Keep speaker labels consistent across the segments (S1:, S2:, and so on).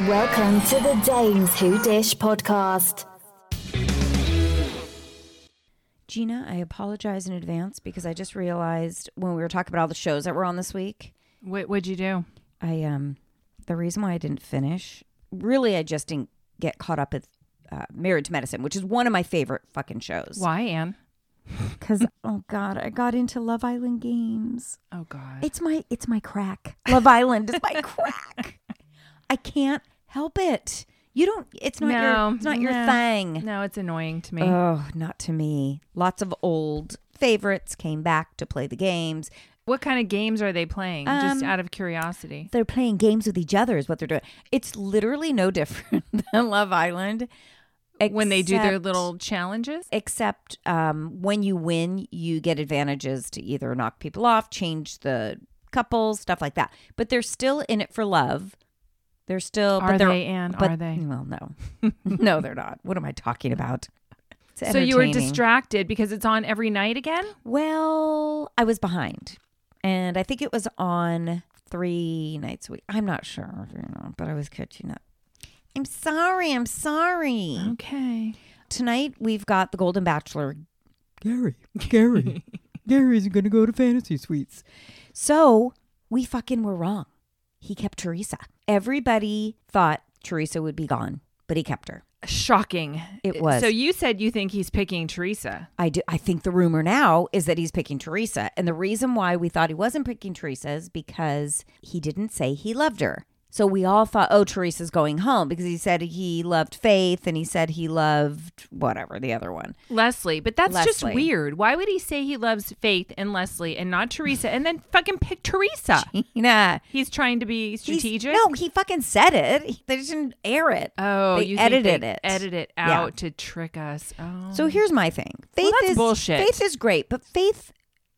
S1: Welcome to the Dames Who Dish podcast.
S2: Gina, I apologize in advance because I just realized when we were talking about all the shows that were on this week,
S3: What would you do?
S2: I um the reason why I didn't finish, really I just didn't get caught up with uh, Married to Medicine, which is one of my favorite fucking shows.
S3: Why, Anne?
S2: Cuz oh god, I got into Love Island games.
S3: Oh God.
S2: It's my it's my crack. Love Island is my crack. I can't help it. You don't it's not your it's not your thing.
S3: No, it's annoying to me.
S2: Oh, not to me. Lots of old favorites came back to play the games.
S3: what kind of games are they playing? Just
S2: Um,
S3: out of curiosity.
S2: They're playing games with each other, is what they're doing. It's literally no different than Love Island.
S3: when they do their
S2: except-
S3: little challenges?
S2: Except um, when you win, you get advantages to either knock people off, change the couples, stuff like that. But they're still in it for love. They're still.
S3: Are
S2: but they're,
S3: they, Ann?
S2: But,
S3: Are they?
S2: Well, no. no, they're not. What am I talking about? It's
S3: So you were
S2: entertaining.
S3: distracted because it's on every night again?
S2: Well, I was behind, and I think it was on three nights a week. I'm not sure, you know, but I was catching up. I'm sorry. I'm sorry.
S3: Okay.
S2: Tonight we've got the Golden Bachelor.
S4: Gary, Gary, Gary's gonna go to fantasy suites.
S2: So we fucking were wrong. He kept Teresa. Everybody thought Teresa would be gone, but he kept her.
S3: Shocking.
S2: It was.
S3: So you said you think he's picking Teresa.
S2: I do. I think the rumor now is that he's picking Teresa, and the reason why we thought he wasn't picking Teresa is because he didn't say he loved her. So we all thought, oh, Teresa's going home because he said he loved Faith, and he said he loved whatever the other one.
S3: Leslie, but that's just
S2: Leslie.
S3: weird. Why would he say he loves Faith and Leslie and not Teresa and then fucking pick Teresa?
S2: Nah,
S3: He's trying to be
S2: He's-
S3: strategic.
S2: No, he fucking said it. He- They didn't air it.
S3: Oh,
S2: they
S3: you think
S2: edited
S3: they
S2: it.
S3: Edit it
S2: Yeah.
S3: out to trick us. Oh.
S2: So here's my thing. Faith
S3: that's
S2: is
S3: bullshit.
S2: Faith is great, but Faith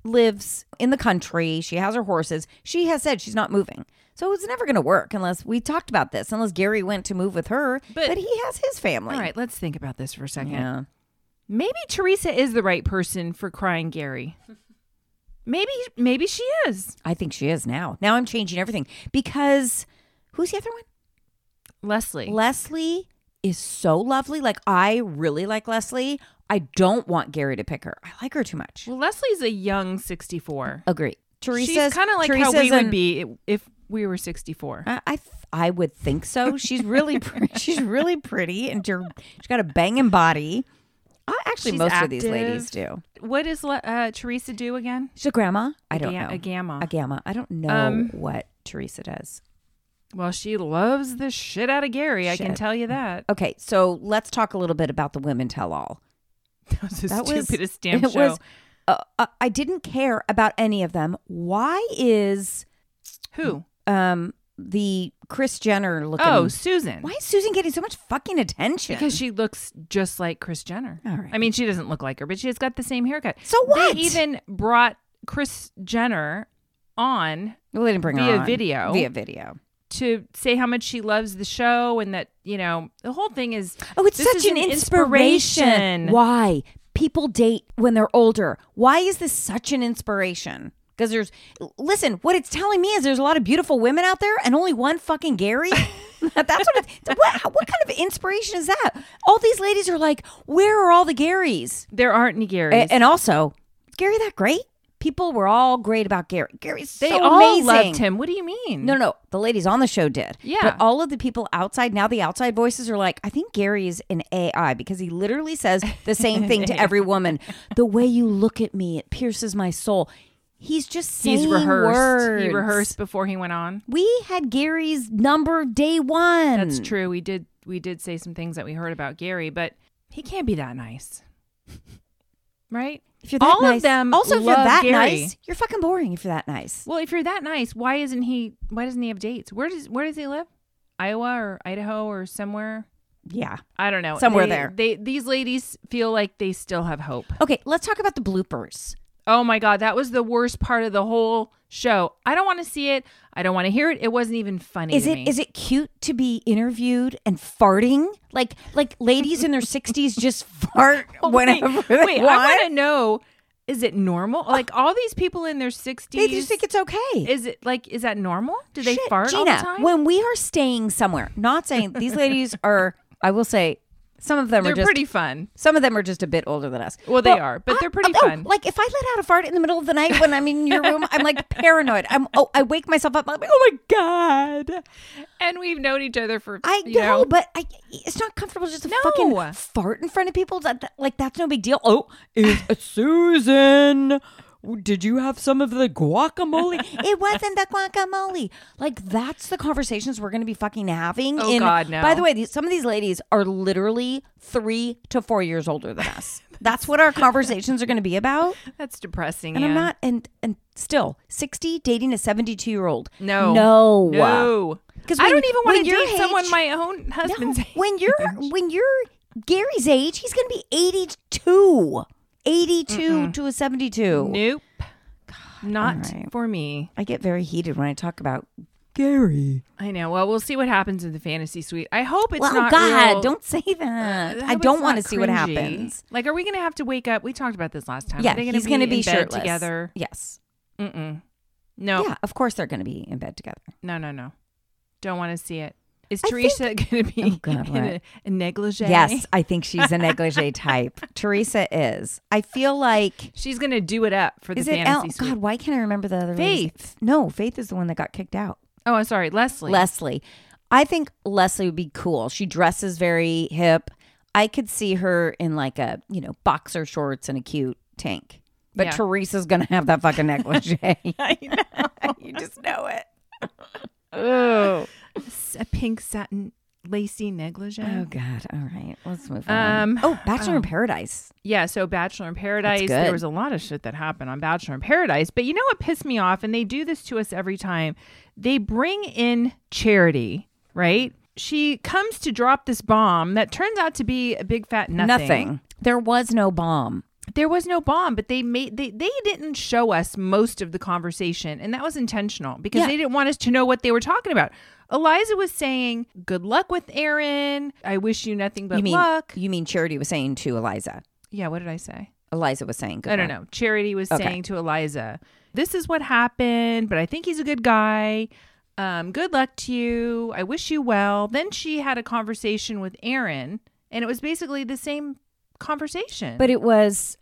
S2: lives in the country. She has her horses. She has said she's not moving. So it's never going to work unless we talked about this, unless Gary went to move with her, but,
S3: But-
S2: he has his family.
S3: All right, let's think about this for a second.
S2: Yeah.
S3: Maybe Teresa is the right person for crying Gary. Maybe maybe she is.
S2: I think she is now. Now I'm changing everything because who's the other one?
S3: Leslie.
S2: Leslie is so lovely. Like I really like Leslie. I don't want Gary to pick her. I like her too much.
S3: well, Leslie's a young 64.
S2: Agree.
S3: She's
S2: Teresa's
S3: kind of like
S2: Teresa's
S3: how we would
S2: an-
S3: be if we were 64.
S2: I I, th- I would think so. She's really pretty. she's really pretty, and her- she's got a banging body. Uh, actually,
S3: She's
S2: most of these ladies
S3: active.
S2: do.
S3: What does Le- uh, Teresa do again?
S2: She's a grandma. I don't know
S3: ga- a gamma.
S2: A gamma. I don't know
S3: Um,
S2: what Teresa does.
S3: Well, she loves the shit out of Gary. I can
S2: Shit.
S3: tell you that.
S2: Okay, so let's talk a little bit about the women tell all.
S3: That was the
S2: That was
S3: stupidest damn
S2: it
S3: show.
S2: Was, uh, uh, I didn't care about any of them. Why is
S3: Who?
S2: um the Chris Jenner looking?
S3: Oh, Susan.
S2: why is Susan getting so much fucking attention?
S3: Because she looks just like Chris Jenner.
S2: All right.
S3: I mean, she doesn't look like her, but she has got the same haircut.
S2: So what?
S3: They even brought Chris Jenner on
S2: well, they didn't bring her
S3: via
S2: on.
S3: video.
S2: Via video.
S3: to say how much she loves the show and that, you know, the whole thing is
S2: Oh, it's
S3: this
S2: such
S3: is
S2: an, inspiration. Why people date when they're older? Why is this such an inspiration? Because there's, listen, what it's telling me is there's a lot of beautiful women out there and only one fucking Gary. That's what. It, what what kind of inspiration is that? All these ladies are like, where are all the Garys?
S3: There aren't any
S2: A-
S3: Garys.
S2: And, also, is Gary that great? People were all great about Gary. Gary's
S3: they
S2: so
S3: all
S2: amazing.
S3: loved him. What do you mean?
S2: No, no, the ladies on the show did.
S3: Yeah.
S2: But all of the people outside, now the outside voices are like, I think Gary is an AI because he literally says the same thing to every woman. The way you look at me, it pierces my soul. He's just saying
S3: He's rehearsed.
S2: Words.
S3: He rehearsed before he went on.
S2: We had Gary's number day one.
S3: That's true. We did we did say some things that we heard about Gary, but he can't be that nice. Right?
S2: If you're that
S3: all
S2: nice,
S3: of them
S2: also if you're
S3: love
S2: that
S3: Gary.
S2: nice, you're fucking boring. If you're that nice,
S3: Well, if you're that nice, why isn't he? Why doesn't he have dates? Where does Where does he live? Iowa or Idaho or somewhere?
S2: yeah.
S3: I don't know.
S2: Somewhere
S3: They-
S2: there.
S3: They these ladies feel like they still have hope.
S2: Okay, let's talk about the bloopers.
S3: Oh my god, that was the worst part of the whole show. I don't want to see it. I don't want to hear it. It wasn't even funny.
S2: Is
S3: to
S2: it
S3: me.
S2: is it cute to be interviewed and farting like like ladies in their sixties just fart
S3: Oh, wait,
S2: whenever they
S3: Wait, I
S2: want?
S3: want to know. Is it normal? Like all these people in their 60s.
S2: They just think it's okay.
S3: Is it like, is that normal? Do they
S2: Shit,
S3: fart
S2: Gina,
S3: all the time?
S2: When we are staying somewhere, not saying these ladies are, I will say, some of them
S3: They're
S2: are just
S3: pretty fun.
S2: Some of them are just a bit older than us.
S3: Well, they are, but they're pretty
S2: oh,
S3: fun.
S2: Like if I let out a fart in the middle of the night when I'm in your room, I'm like paranoid. I'm oh, I wake myself up. I'm like, oh my god.
S3: And we've known each other for,
S2: I
S3: you
S2: know,
S3: know,
S2: but I, it's not comfortable just to
S3: No.
S2: fucking fart in front of people. That, that- like that's no big deal. Oh,
S4: Is Susan? Did you have some of the guacamole?
S2: it wasn't the guacamole. Like that's the conversations we're going to be fucking having.
S3: Oh,
S2: in-
S3: God, no.
S2: By the way, these, some of these ladies are literally three to four years older than us. that's what our conversations are going to be about.
S3: that's depressing.
S2: And I'm
S3: yeah.
S2: not, and and still, sixty dating a seventy-two year old.
S3: No.
S2: no,
S3: No.
S2: 'Cause
S3: I
S2: when-
S3: don't even want
S2: when
S3: to
S2: you're
S3: date someone
S2: age-
S3: my own
S2: No,
S3: husband's age.
S2: when you're when you're Gary's age, he's going to be 82. 82 to a 72.
S3: Nope. Not
S2: all right.
S3: for me.
S2: I get very heated when I talk about
S4: Gary.
S3: I know. Well, we'll see what happens in the fantasy suite. I hope it's
S2: Well,
S3: not.
S2: God,
S3: real-
S2: don't say that.
S3: hope
S2: I
S3: it's
S2: don't want to
S3: not
S2: see what
S3: cringy.
S2: happens.
S3: Like, are we going to have to wake up? We talked about this last time.
S2: Yeah,
S3: are they gonna
S2: he's going to be,
S3: in bed
S2: shirtless
S3: together. Oh.
S2: Yes.
S3: Mm-mm. No,
S2: Yeah, of course they're going to be in bed together.
S3: no, no, no. Don't want to see it. Is
S2: I think-
S3: Teresa going to be
S2: Oh, God,
S3: in
S2: what?
S3: a, a negligee?
S2: Yes, I think she's a negligee type. Teresa is. I feel like
S3: she's going to do it up for the
S2: is it El-
S3: fantasy suite.
S2: God? Why can't I remember the other lady's-
S3: Faith.
S2: No, Faith is the one that got kicked out.
S3: Oh, I'm sorry, Leslie.
S2: Leslie. I think Leslie would be cool. She dresses very hip. I could see her in like a, you know, boxer shorts and a cute tank. But
S3: Yeah.
S2: Teresa's going to have that fucking negligee. I know. you just know it.
S3: S- a pink satin lacy negligee.
S2: Oh, God. All right. Let's move on.
S3: Um,
S2: oh, Bachelor in Paradise.
S3: Yeah, so Bachelor in Paradise,
S2: good.
S3: there was a lot of shit that happened on Bachelor in Paradise. But you know what pissed me off? And they do this to us every time. They bring in Charity, right? She comes to drop this bomb that turns out to be a big fat nothing.
S2: There was no bomb.
S3: There was no bomb, but they made they, they didn't show us most of the conversation, and that was intentional because
S2: Yeah.
S3: they didn't want us to know what they were talking about. Eliza was saying, "Good luck with Aaron. I wish you nothing but
S2: you mean
S3: luck."
S2: you mean Charity was saying to Eliza.
S3: Yeah, what did I say?
S2: Eliza was saying.
S3: I don't know. Charity was saying to Eliza, "This is what happened, but I think he's a good guy. Um, good luck to you. I wish you well." Then she had a conversation with Aaron, and it was basically the same conversation.
S2: But it was,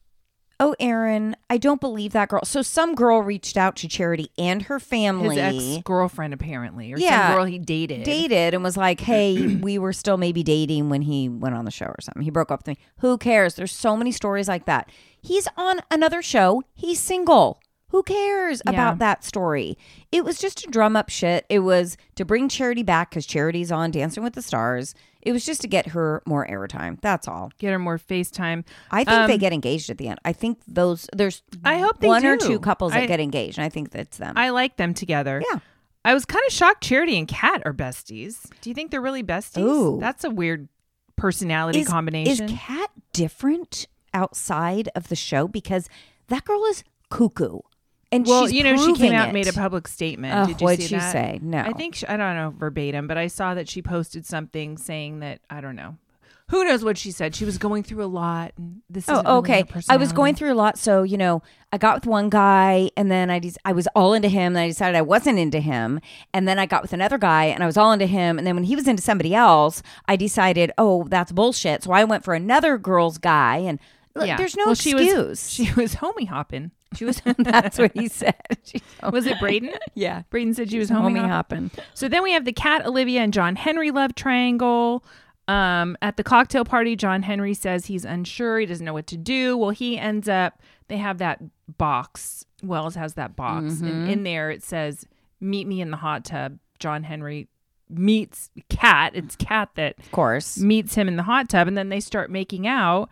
S2: oh, Aaron, I don't believe that girl. So some girl reached out to Charity and her
S3: his
S2: family,
S3: ex girlfriend apparently, or
S2: Yeah.
S3: some girl he dated.
S2: dated, and was like, hey, we were still maybe dating when he went on the show or something. He broke up with me. Who cares? There's so many stories like that. He's on another show, he's single. Who cares
S3: Yeah.
S2: about that story? It was just to drum up shit. It was to bring Charity back because Charity's on Dancing with the Stars. It was just to get her more airtime. That's all.
S3: Get her more FaceTime.
S2: I think they
S3: Um,
S2: get engaged at the end. I think those there's
S3: I hope they
S2: one or
S3: do.
S2: two couples that
S3: I-
S2: get engaged, and I think that's them.
S3: I like them together.
S2: Yeah.
S3: I was kind of shocked. Charity and Kat are besties. Do you think they're really besties?
S2: Ooh.
S3: That's a weird personality
S2: is,
S3: combination.
S2: Is Kat different outside of the show because that girl is cuckoo, and
S3: Well,
S2: she's
S3: you know, she
S2: proving
S3: came out
S2: it.
S3: and made a public statement.
S2: Ugh,
S3: Did you
S2: what'd
S3: see
S2: she
S3: that?
S2: say? No.
S3: I think she, I don't know verbatim, but I saw that she posted something saying that I don't know. Who knows what she said? She was going through a lot. And this isn't really
S2: Oh,
S3: her
S2: okay. I was going
S3: personality.
S2: through a lot, so you know, I got with one guy, and then I des- I was all into him, and I decided I wasn't into him, and then I got with another guy, and I was all into him, and then when he was into somebody else, I decided, oh, that's bullshit, so I went for another girl's guy, and look,
S3: Yeah.
S2: there's no
S3: Well,
S2: excuse.
S3: She was, she was homie hopping.
S2: She was. that's what he said. She's
S3: Was it Braden?
S2: yeah.
S3: Braden said she was homie,
S2: Homie
S3: hopping.
S2: hopping.
S3: So then we have the Cat, Olivia, and John Henry love triangle. Um, at the cocktail party, John Henry says he's unsure. He doesn't know what to do. Well, he ends up, they have that box. Wells has that box. And in there it says, Meet me in the hot tub. John Henry meets Cat. It's Cat that
S2: Of course.
S3: meets him in the hot tub. And then they start making out.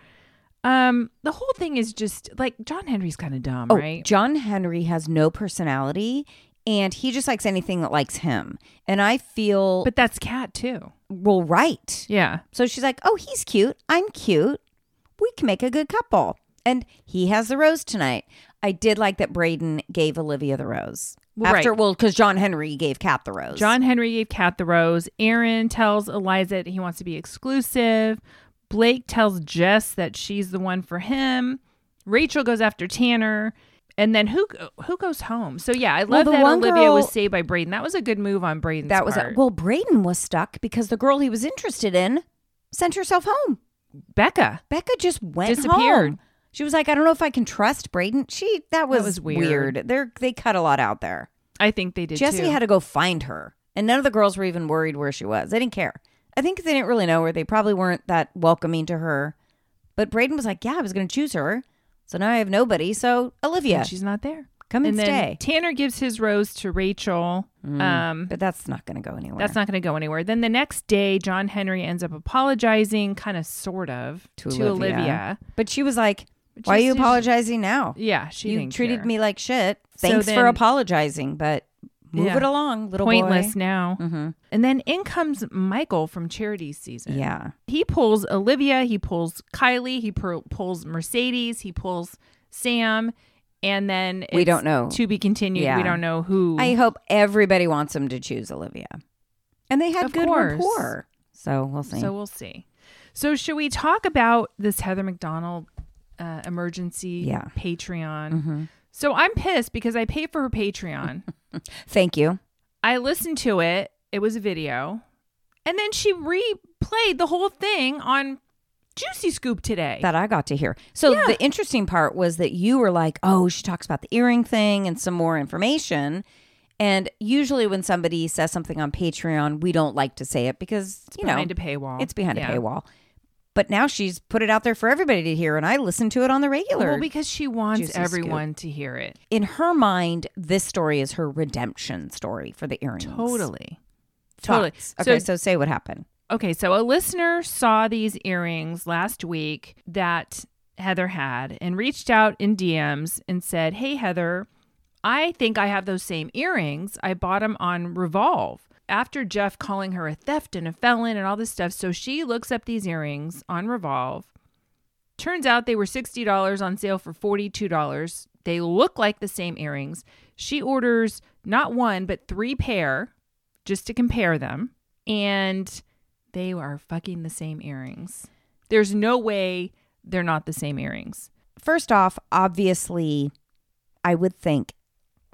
S3: Um, the whole thing is just like John Henry's kind of dumb,
S2: Oh,
S3: right?
S2: John Henry has no personality, and he just likes anything that likes him. And I feel,
S3: But that's Cat too.
S2: well, right.
S3: Yeah.
S2: So she's like, "Oh, he's cute. I'm cute. We can make a good couple." And he has the rose tonight. I did like that Braden gave Olivia the rose
S3: Well,
S2: after.
S3: right.
S2: Well, because John Henry gave Kat the rose.
S3: John Henry gave Kat the rose. Aaron tells Eliza that he wants to be exclusive. Blake tells Jess that she's the one for him. Rachel goes after Tanner. And then who who goes home? So yeah, I love
S2: the
S3: that
S2: one
S3: Olivia
S2: girl-
S3: was saved by Braden. That was a good move on Braden's
S2: That was
S3: part.
S2: well, Braden was stuck because the girl he was interested in sent herself home.
S3: Becca.
S2: Becca just went
S3: Disappeared.
S2: home. She was like, I don't know if I can trust Braden. She that was,
S3: was weird.
S2: weird. They're, they cut a lot out there.
S3: I think they did.
S2: Jesse
S3: too.
S2: had to go find her, and none of the girls were even worried where she was. They didn't care. I think they didn't really know her. They probably weren't that welcoming to her. But Braden was like, "Yeah, I was going to choose her, so now I have nobody. So Olivia,
S3: and she's not there.
S2: come and,
S3: and
S2: stay." Mm.
S3: then Tanner gives his rose to Rachel. Um,
S2: but that's not going to go anywhere.
S3: that's not going to go anywhere. Then the next day, John Henry ends up apologizing, kind of, sort of, to, Olivia.
S2: But she was like, "Why are
S3: is-
S2: you
S3: she-
S2: apologizing now?
S3: Yeah, she
S2: you
S3: didn't
S2: treated
S3: care.
S2: me like shit.
S3: So
S2: Thanks for
S3: then-
S2: apologizing, but move
S3: Yeah.
S2: it along, little
S3: pointless
S2: boy." Mm-hmm.
S3: now. And then in comes Michael from Charity Season.
S2: Yeah,
S3: he pulls Olivia, he pulls Kylie, he pur- pulls Mercedes, he pulls Sam, and then
S2: We
S3: it's
S2: don't know.
S3: to be continued.
S2: Yeah.
S3: We don't know who.
S2: I hope everybody wants him to choose Olivia, and they had
S3: Of
S2: good
S3: course.
S2: rapport. So we'll see.
S3: So we'll see. So should we talk about this Heather McDonald uh, emergency
S2: Yeah. Mm-hmm.
S3: Patreon? So I'm pissed because I paid for her Patreon.
S2: Thank you.
S3: I listened to it. It was a video, and then she replayed the whole thing on Juicy Scoop today.
S2: That I got to hear. So the interesting part was that you were like, oh, she talks about the earring thing and some more information. And usually when somebody says something on Patreon, we don't like to say it because, you know,
S3: behind a paywall.
S2: it's behind
S3: Yeah.
S2: a paywall. But now she's put it out there for everybody to hear. And I listened to it on the regular.
S3: Well, because she wants
S2: Juicy Scoop.
S3: everyone to hear it.
S2: In her mind, this story is her redemption story for the earrings.
S3: Totally. Totally.
S2: Totally. Okay,
S3: So-
S2: so say what happened.
S3: Okay, so a listener saw these earrings last week that Heather had and reached out in DMs and said, Hey, Heather, I think I have those same earrings. I bought them on Revolve after Jeff calling her a theft and a felon and all this stuff. So she looks up these earrings on Revolve. Turns out they were $60 on sale for $42. They look like the same earrings. She orders not one, but three pair just to compare them. And they are fucking the same earrings. There's no way they're not the same earrings.
S2: first off, obviously, I would think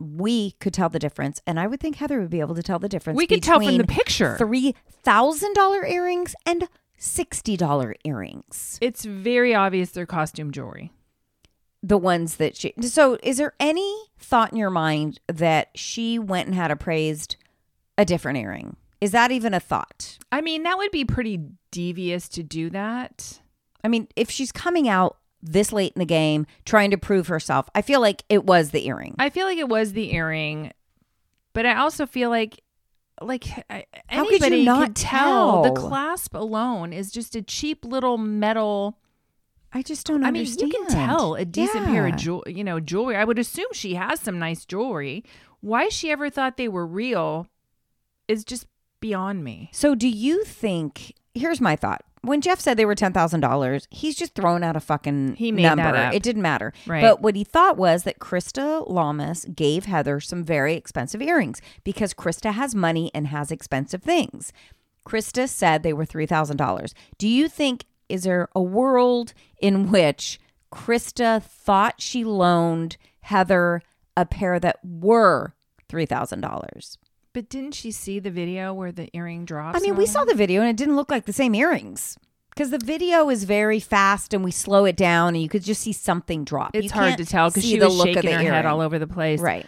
S2: we could tell the difference, and I would think Heather would be able to tell the difference.
S3: We could tell from the
S2: between
S3: picture.
S2: three thousand dollar earrings and sixty dollar earrings.
S3: It's very obvious they're costume jewelry.
S2: The ones that she. So, is there any thought in your mind that she went and had appraised a different earring? Is that even a thought?
S3: I mean, that would be pretty devious to do that.
S2: I mean, if she's coming out this late in the game trying to prove herself, I feel like it was the earring.
S3: I feel like it was the earring, but I also feel like like I-
S2: How could you
S3: anybody could
S2: not
S3: tell? the
S2: tell?
S3: clasp alone is just a cheap little metal.
S2: I just don't
S3: I mean, you can tell a decent pair of
S2: Yeah.
S3: jewel, you know, jewelry. I would assume she has some nice jewelry. Why she ever thought they were real is just beyond me.
S2: So do you think here's my thought. When Jeff said they were ten thousand dollars, he's just thrown out a fucking
S3: He made
S2: number.
S3: that up.
S2: It didn't matter.
S3: Right.
S2: But what he thought was that Krista Lamas gave Heather some very expensive earrings because Krista has money and has expensive things. Krista said they were three thousand dollars. Do you think is there a world in which Krista thought she loaned Heather a pair that were three thousand dollars?
S3: But didn't she see the video where the earring drops?
S2: I mean,
S3: and
S2: we
S3: all
S2: saw
S3: that?
S2: the video and it didn't look like the same earrings because the video is very fast and we slow it down and you could just see something drop.
S3: It's
S2: You
S3: hard
S2: can't
S3: to tell because
S2: see
S3: she
S2: the
S3: was
S2: look of
S3: shaking
S2: the
S3: her head
S2: earring.
S3: all over the place.
S2: Right.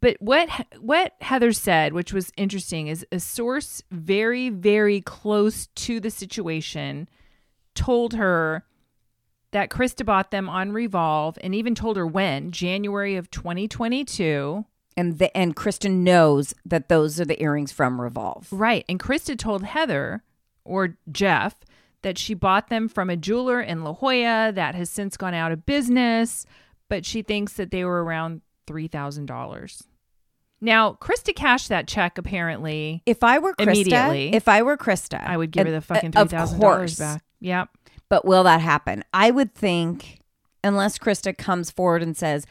S3: But what what Heather said, which was interesting, is a source very very close to the situation told her that Krista bought them on Revolve and even told her when, January of 2022.
S2: And the, and Kristen knows that those are the earrings from Revolve.
S3: Right. And Krista told Heather or Jeff that she bought them from a jeweler in La Jolla that has since gone out of business, but she thinks that they were around $3,000. Now, Krista cashed that check apparently.
S2: If I were Krista,
S3: Immediately.
S2: if I were Krista,
S3: I would give her
S2: and-
S3: the fucking
S2: uh,
S3: three
S2: of
S3: thousand
S2: course.
S3: dollars back. Yep.
S2: But will that happen? I would think, unless Krista comes forward and says,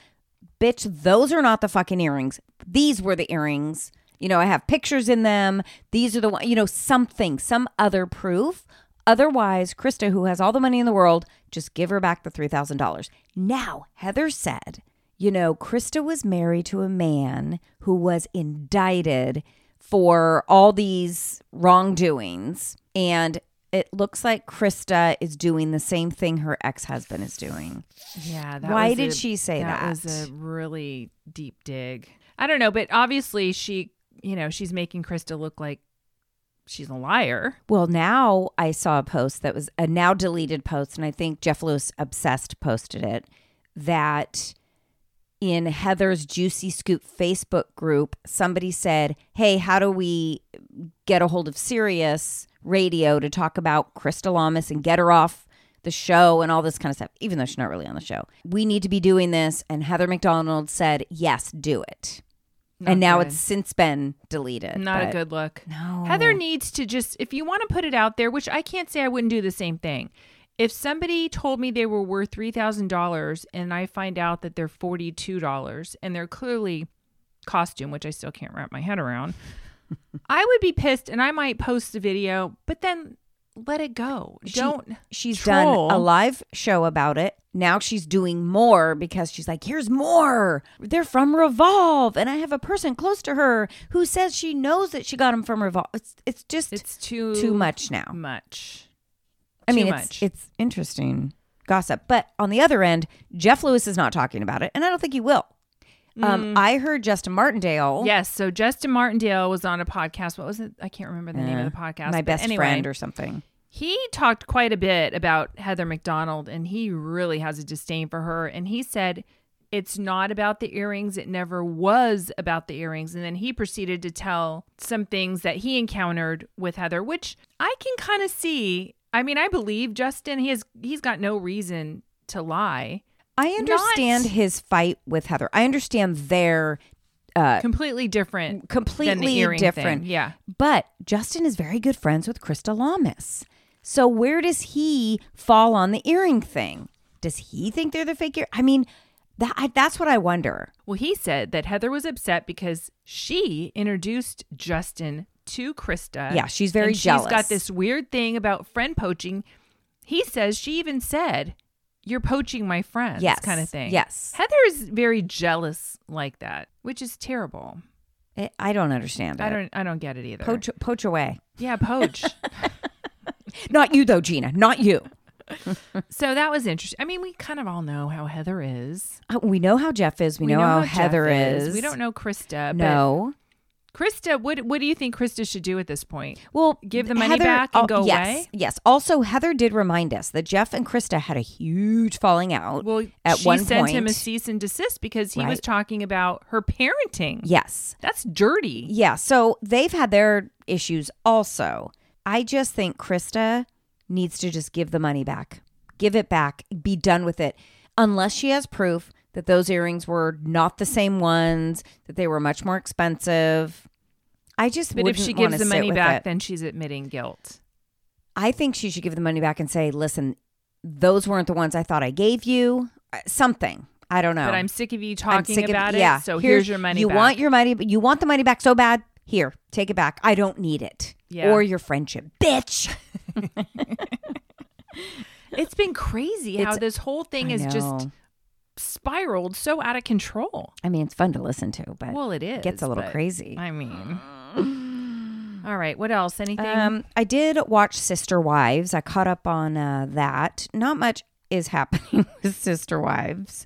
S2: bitch, those are not the fucking earrings. These were the earrings. You know, I have pictures in them. These are the one, you know, something, some other proof. Otherwise, Krista, who has all the money in the world, just give her back the $3,000. Now, Heather said, you know, Krista was married to a man who was indicted for all these wrongdoings. And it looks like Krista is doing the same thing her ex husband is doing.
S3: Yeah. That
S2: Why
S3: was
S2: did
S3: a-
S2: she say
S3: That
S2: that?
S3: was a really deep dig. I don't know, but obviously she, you know, she's making Krista look like she's a liar.
S2: Well, now I saw a post that was a now deleted post, and I think Jeff Lewis Obsessed posted it that in Heather's Juicy Scoop Facebook group, somebody said, Hey, how do we get a hold of Sirius Radio to talk about Crystal Lamas and get her off the show and all this kind of stuff, even though she's not really on the show? We need to be doing this. And Heather McDonald said, Yes, do it. and now
S3: good.
S2: it's since been deleted.
S3: Not a
S2: but-
S3: good look.
S2: No.
S3: Heather needs to just, if you want to put it out there, which I can't say I wouldn't do the same thing. If somebody told me they were worth $3,000 and I find out that they're $42 and they're clearly costume, which I still can't wrap my head around, I would be pissed and I might post the video, but then let it go.
S2: She-
S3: Don't.
S2: she's
S3: troll.
S2: done a live show about it. Now she's doing more because she's like, here's more. They're from Revolve. And I have a person close to her who says she knows that she got them from Revolve. It's, it's just
S3: It's too
S2: too much now.
S3: Much.
S2: I mean,
S3: too
S2: it's,
S3: much.
S2: it's interesting gossip. But on the other end, Jeff Lewis is not talking about it. And I don't think he will. Um,
S3: Mm.
S2: I heard Justin Martindale.
S3: Yes. So Justin Martindale was on a podcast. What was it? I can't remember the name of the podcast.
S2: Uh, My
S3: but
S2: best
S3: anyway.
S2: friend or something.
S3: He talked quite a bit about Heather McDonald and he really has a disdain for her. And he said, it's not about the earrings. It never was about the earrings. And then he proceeded to tell some things that he encountered with Heather, which I can kind of see. I mean, I believe Justin, he has he's got no reason to lie.
S2: I understand his fight with Heather. I understand their uh,
S3: Completely different. than the
S2: completely
S3: earring
S2: different.
S3: thing. Yeah.
S2: But Justin is very good friends with Krista Lamas. So where does he fall on the earring thing? Does he think they're the fake ear? I mean, that I, that's what I wonder.
S3: Well, he said that Heather was upset because she introduced Justin to Krista.
S2: Yeah, she's very
S3: and She's
S2: jealous.
S3: got this weird thing about friend poaching. He says she even said, "You're poaching my friends,"
S2: Yes,
S3: kind of thing.
S2: yes.
S3: Heather is very jealous like that, which is terrible.
S2: I, I don't understand it.
S3: I don't, I don't get it either.
S2: poach, poach away.
S3: yeah, poach.
S2: Not you though, Gina. Not you.
S3: so that was interesting. I mean, we kind of all know how Heather is.
S2: Uh, We know how Jeff is. We, know, how,
S3: Jeff
S2: Heather is.
S3: We don't know Krista.
S2: No.
S3: but Krista. What What do you think Krista should do at this point?
S2: Well,
S3: give the money back and go
S2: yes,
S3: away?
S2: Yes. Also, Heather did remind us that Jeff and Krista had a huge falling out.
S3: Well,
S2: at
S3: she
S2: one
S3: sent
S2: point,
S3: him a cease and desist because he was
S2: Right.
S3: talking about her parenting.
S2: yes,
S3: That's dirty.
S2: Yeah, so they've had their issues also. I just think Krista needs to just give the money back. Give it back. Be done with it. Unless she has proof that those earrings were not the same ones, that they were much more expensive. I just
S3: But if
S2: wouldn't
S3: she
S2: wanna
S3: gives the
S2: sit
S3: money
S2: with
S3: back,
S2: it.
S3: then she's admitting guilt.
S2: I think she should give the money back and say, "Listen, those weren't the ones I thought I gave you." Uh, Something. I don't know.
S3: But I'm sick of you
S2: I'm
S3: talking
S2: sick of-
S3: about it.
S2: yeah,
S3: So
S2: Here-
S3: here's, your money
S2: You
S3: back.
S2: want your money, you want the money back so bad. Here, take it back. I don't need it.
S3: Yeah.
S2: Or your friendship, bitch.
S3: it's been crazy how this whole thing
S2: I
S3: has just
S2: know.
S3: spiraled so out of control.
S2: I mean, it's fun to listen to, but
S3: Well, it is.
S2: it gets a little
S3: but,
S2: crazy.
S3: I mean, all right. What else? Anything?
S2: Um, I did watch Sister Wives. I caught up on uh, that. Not much is happening with Sister Wives,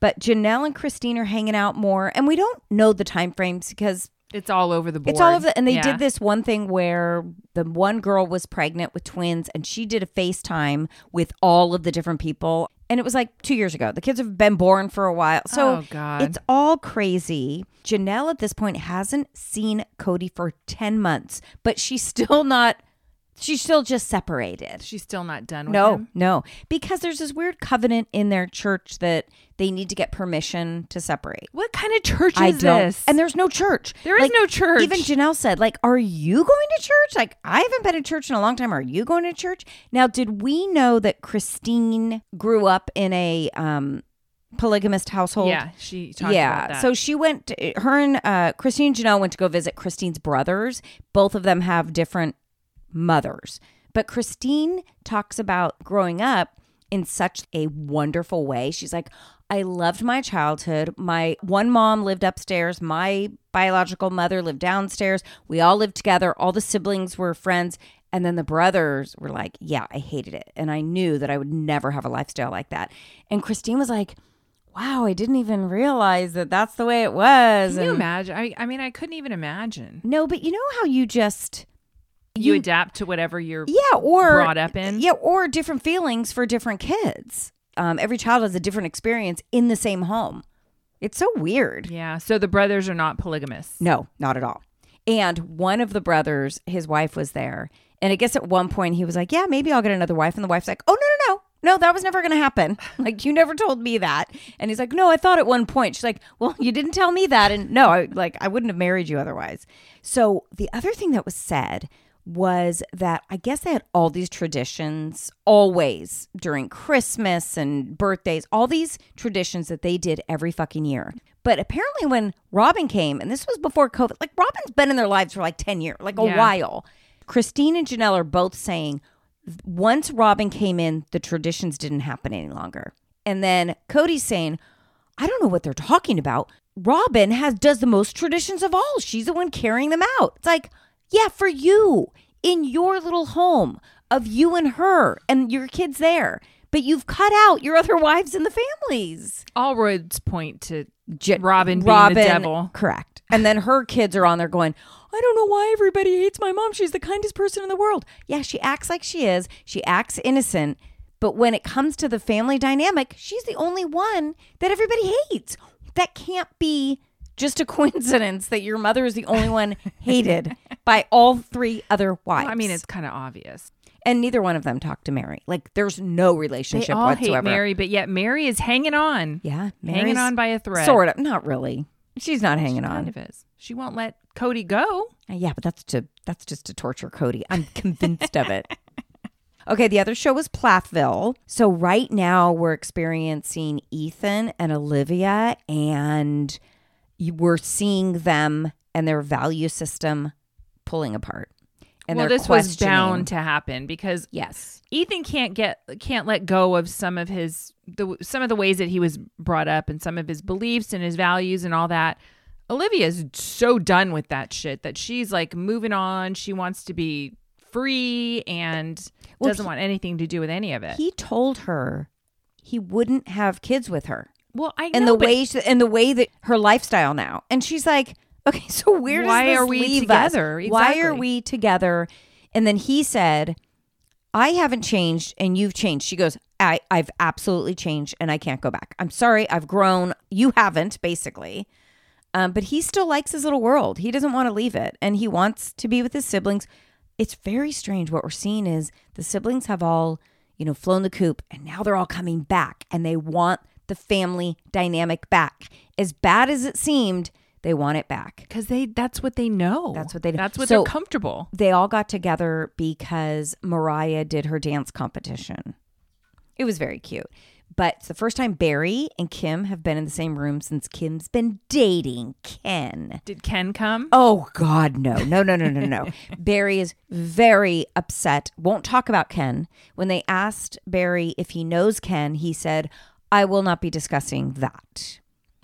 S2: but Janelle and Christine are hanging out more, and we don't know the time frames because
S3: it's all over the board.
S2: It's all of the, and they
S3: Yeah.
S2: did this one thing where the one girl was pregnant with twins, and she did a FaceTime with all of the different people, and it was like two years ago. The kids have been born for a while, so
S3: Oh, God.
S2: it's all crazy. Janelle at this point hasn't seen Cody for ten months, but she's still not. She's still just separated.
S3: She's still not done with
S2: No,
S3: him.
S2: no, because there's this weird covenant in their church that they need to get permission to separate.
S3: What kind of church is
S2: I don't.
S3: this?
S2: And there's no church.
S3: There is
S2: Like,
S3: no church.
S2: Even Janelle said, like, are you going to church? Like, I haven't been to church in a long time. Are you going to church? Now, did we know that Christine grew up in a um, polygamist household?
S3: yeah, she talked
S2: yeah.
S3: about that.
S2: So she went, to, her and uh, Christine and Janelle went to go visit Christine's brothers. Both of them have different mothers. But Christine talks about growing up in such a wonderful way. She's like, I loved my childhood. My one mom lived upstairs, my biological mother lived downstairs. We all lived together, all the siblings were friends. And then the brothers were like, Yeah, I hated it. And I knew that I would never have a lifestyle like that. And Christine was like, Wow, I didn't even realize that that's the way it was.
S3: Can you
S2: And-
S3: imagine? I, I mean, I couldn't even imagine.
S2: no, but you know how you just
S3: You, adapt to whatever you're.
S2: yeah or
S3: brought up in.
S2: yeah or different feelings for different kids. Um, every child has a different experience in the same home. It's so weird.
S3: Yeah. So the brothers are not polygamous.
S2: No, not at all. And one of the brothers, his wife was there, and I guess at one point he was like, "Yeah, maybe I'll get another wife," and the wife's like, "Oh no, no, no." No, that was never going to happen. Like you never told me that. And he's like, "No, I thought at one point." She's like, "Well, you didn't tell me that." And no, I like I wouldn't have married you otherwise. So, the other thing that was said was that I guess they had all these traditions always during Christmas and birthdays, all these traditions that they did every fucking year. But apparently, when Robin came, and this was before COVID, like Robin's been in their lives for like 10 years, like a
S3: Yeah.
S2: while. Christine and Janelle are both saying once Robin came in, the traditions didn't happen any longer. And then Cody's saying, I don't know what they're talking about. Robin has does the most traditions of all. She's the one carrying them out. It's like, yeah, for you in your little home of you and her and your kids there. But you've cut out your other wives and the families.
S3: All roads point to
S2: J-
S3: Robin being the devil.
S2: Correct. And then her kids are on there going, I don't know why everybody hates my mom. She's the kindest person in the world. Yeah, she acts like she is. She acts innocent. But when it comes to the family dynamic, she's the only one that everybody hates. That can't be just a coincidence that your mother is the only one hated by all three other wives.
S3: I mean, it's kind of obvious.
S2: and neither one of them talked to Mary. Like there's no
S3: They
S2: relationship
S3: all hate
S2: whatsoever.
S3: Mary, but yet Mary is hanging on.
S2: Yeah,
S3: hanging
S2: Mary's
S3: on by a thread.
S2: Sort of, not really. She's not hanging on.
S3: Kind of is. She won't let Cody go.
S2: Uh, Yeah, but that's to that's just to torture Cody. I'm convinced of it. Okay, the other show was Plathville. So right now we're experiencing Ethan and Olivia, and you, we're seeing them and their value system pulling apart. And
S3: well,
S2: they're
S3: this was
S2: questioning-
S3: bound to happen because
S2: yes,
S3: Ethan can't get can't let go of some of his the some of the ways that he was brought up and some of his beliefs and his values and all that. Olivia's so done with that shit that she's like moving on. She wants to be free and
S2: Well,
S3: doesn't
S2: he-
S3: want anything to do with any of it.
S2: he told her he wouldn't have kids with her,
S3: well, I know,
S2: and the
S3: but
S2: way she, and the way that her lifestyle now, and she's like, okay, so where does
S3: Why
S2: this
S3: are we
S2: leave us?
S3: together?
S2: Why are
S3: Exactly.
S2: we together? And then he said, I haven't changed and you've changed. She goes, I, I've absolutely changed and I can't go back. I'm sorry, I've grown. You haven't, basically. Um, but he still likes his little world. He doesn't want to leave it and he wants to be with his siblings. It's very strange. What we're seeing is the siblings have all, you know, flown the coop and now they're all coming back and they want the family dynamic back. As bad as it seemed, they want it back.
S3: because they that's what they know.
S2: That's what they know.
S3: That's what
S2: So-
S3: they're comfortable.
S2: They all got together because Mariah did her dance competition. It was very cute. But it's the first time Barry and Kim have been in the same room since Kim's been dating Ken.
S3: Did Ken come?
S2: Oh God, no, no, no, no, no, no. Barry is very upset. Won't talk about Ken. When they asked Barry if he knows Ken, he said, "I will not be discussing that."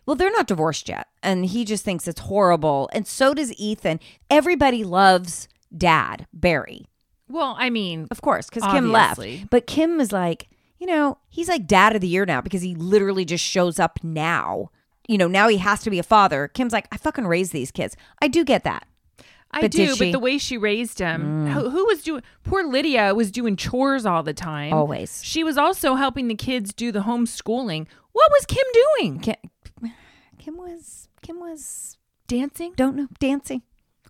S2: Well, they're not divorced yet, and he just thinks it's horrible. And so does Ethan. Everybody loves Dad Barry,
S3: Well, I mean,
S2: of course, because Kim left.
S3: Obviously.
S2: But Kim is like, you know, he's like Dad of the Year now because he literally just shows up now. You know, now he has to be a father. Kim's like, I fucking raised these kids. I do get that.
S3: I
S2: But did she?
S3: do,
S2: Mm.
S3: but the way she raised him, who, who was doing? Poor Lydia was doing chores all the time.
S2: Always.
S3: She was also helping the kids do the homeschooling. What was Kim doing?
S2: Kim, Kim was Kim was
S3: Dancing.
S2: don't know dancing.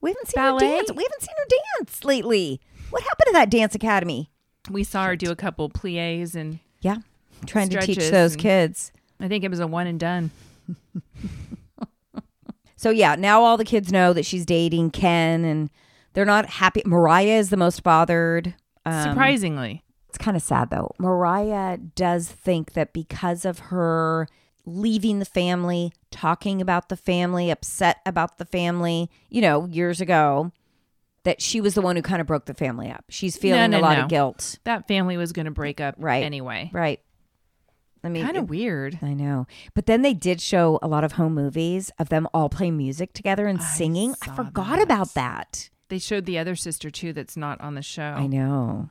S2: We haven't seen her
S3: Ballet?
S2: dance. We haven't seen her dance lately. What happened to that dance academy?
S3: We saw her do a couple plies, and
S2: Yeah, trying to teach
S3: Stretches
S2: those
S3: and-
S2: kids.
S3: I think it was a one and done.
S2: So yeah, now all the kids know that she's dating Ken, and they're not happy. Mariah is the most bothered. Um,
S3: Surprisingly,
S2: It's kind of sad though. Mariah does think that because of her leaving the family, talking about the family, upset about the family, you know, years ago, that she was the one who kind of broke the family up. She's feeling
S3: no,
S2: a lot
S3: no.
S2: of guilt.
S3: That family was going to break up
S2: Right.
S3: anyway.
S2: Right. I mean,
S3: Kind of weird.
S2: I know. But then they did show a lot of home movies of them all playing music together and singing. I
S3: saw
S2: forgot
S3: that.
S2: about that.
S3: They showed the other sister too that's not on the show.
S2: I know.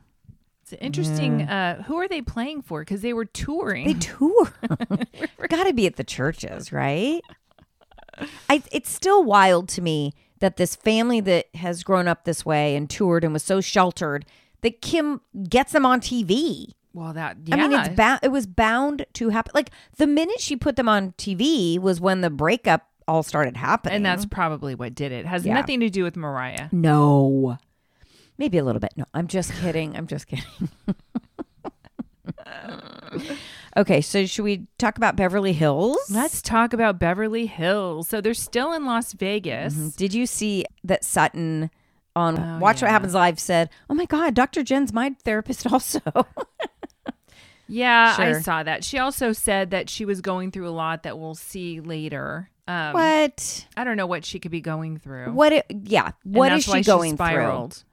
S3: It's interesting. Uh, who are they playing for? Because they were touring.
S2: They tour. Got to be at the churches, right? I, it's still wild to me that this family that has grown up this way and toured and was so sheltered that Kim gets them on TV.
S3: well, that yeah.
S2: I mean, it's bound. It was bound to happen. Like the minute she put them on TV was when the breakup all started happening.
S3: and that's probably what did it. Has
S2: Yeah.
S3: nothing to do with Mariah.
S2: no, maybe a little bit. No, I'm just kidding. I'm just kidding. okay, so should we talk about Beverly Hills?
S3: Let's talk about Beverly Hills. So they're still in Las Vegas.
S2: Did you see that Sutton on
S3: Oh,
S2: Watch What Happens Live said, "Oh my God, Dr. Jen's my therapist also."
S3: Yeah, I
S2: Sure.
S3: saw that. She also said that she was going through a lot that we'll see later. Um,
S2: what?
S3: I don't know what she could be going through.
S2: What? It, yeah.
S3: And
S2: What
S3: that's
S2: is
S3: why
S2: she going through?
S3: spiraled.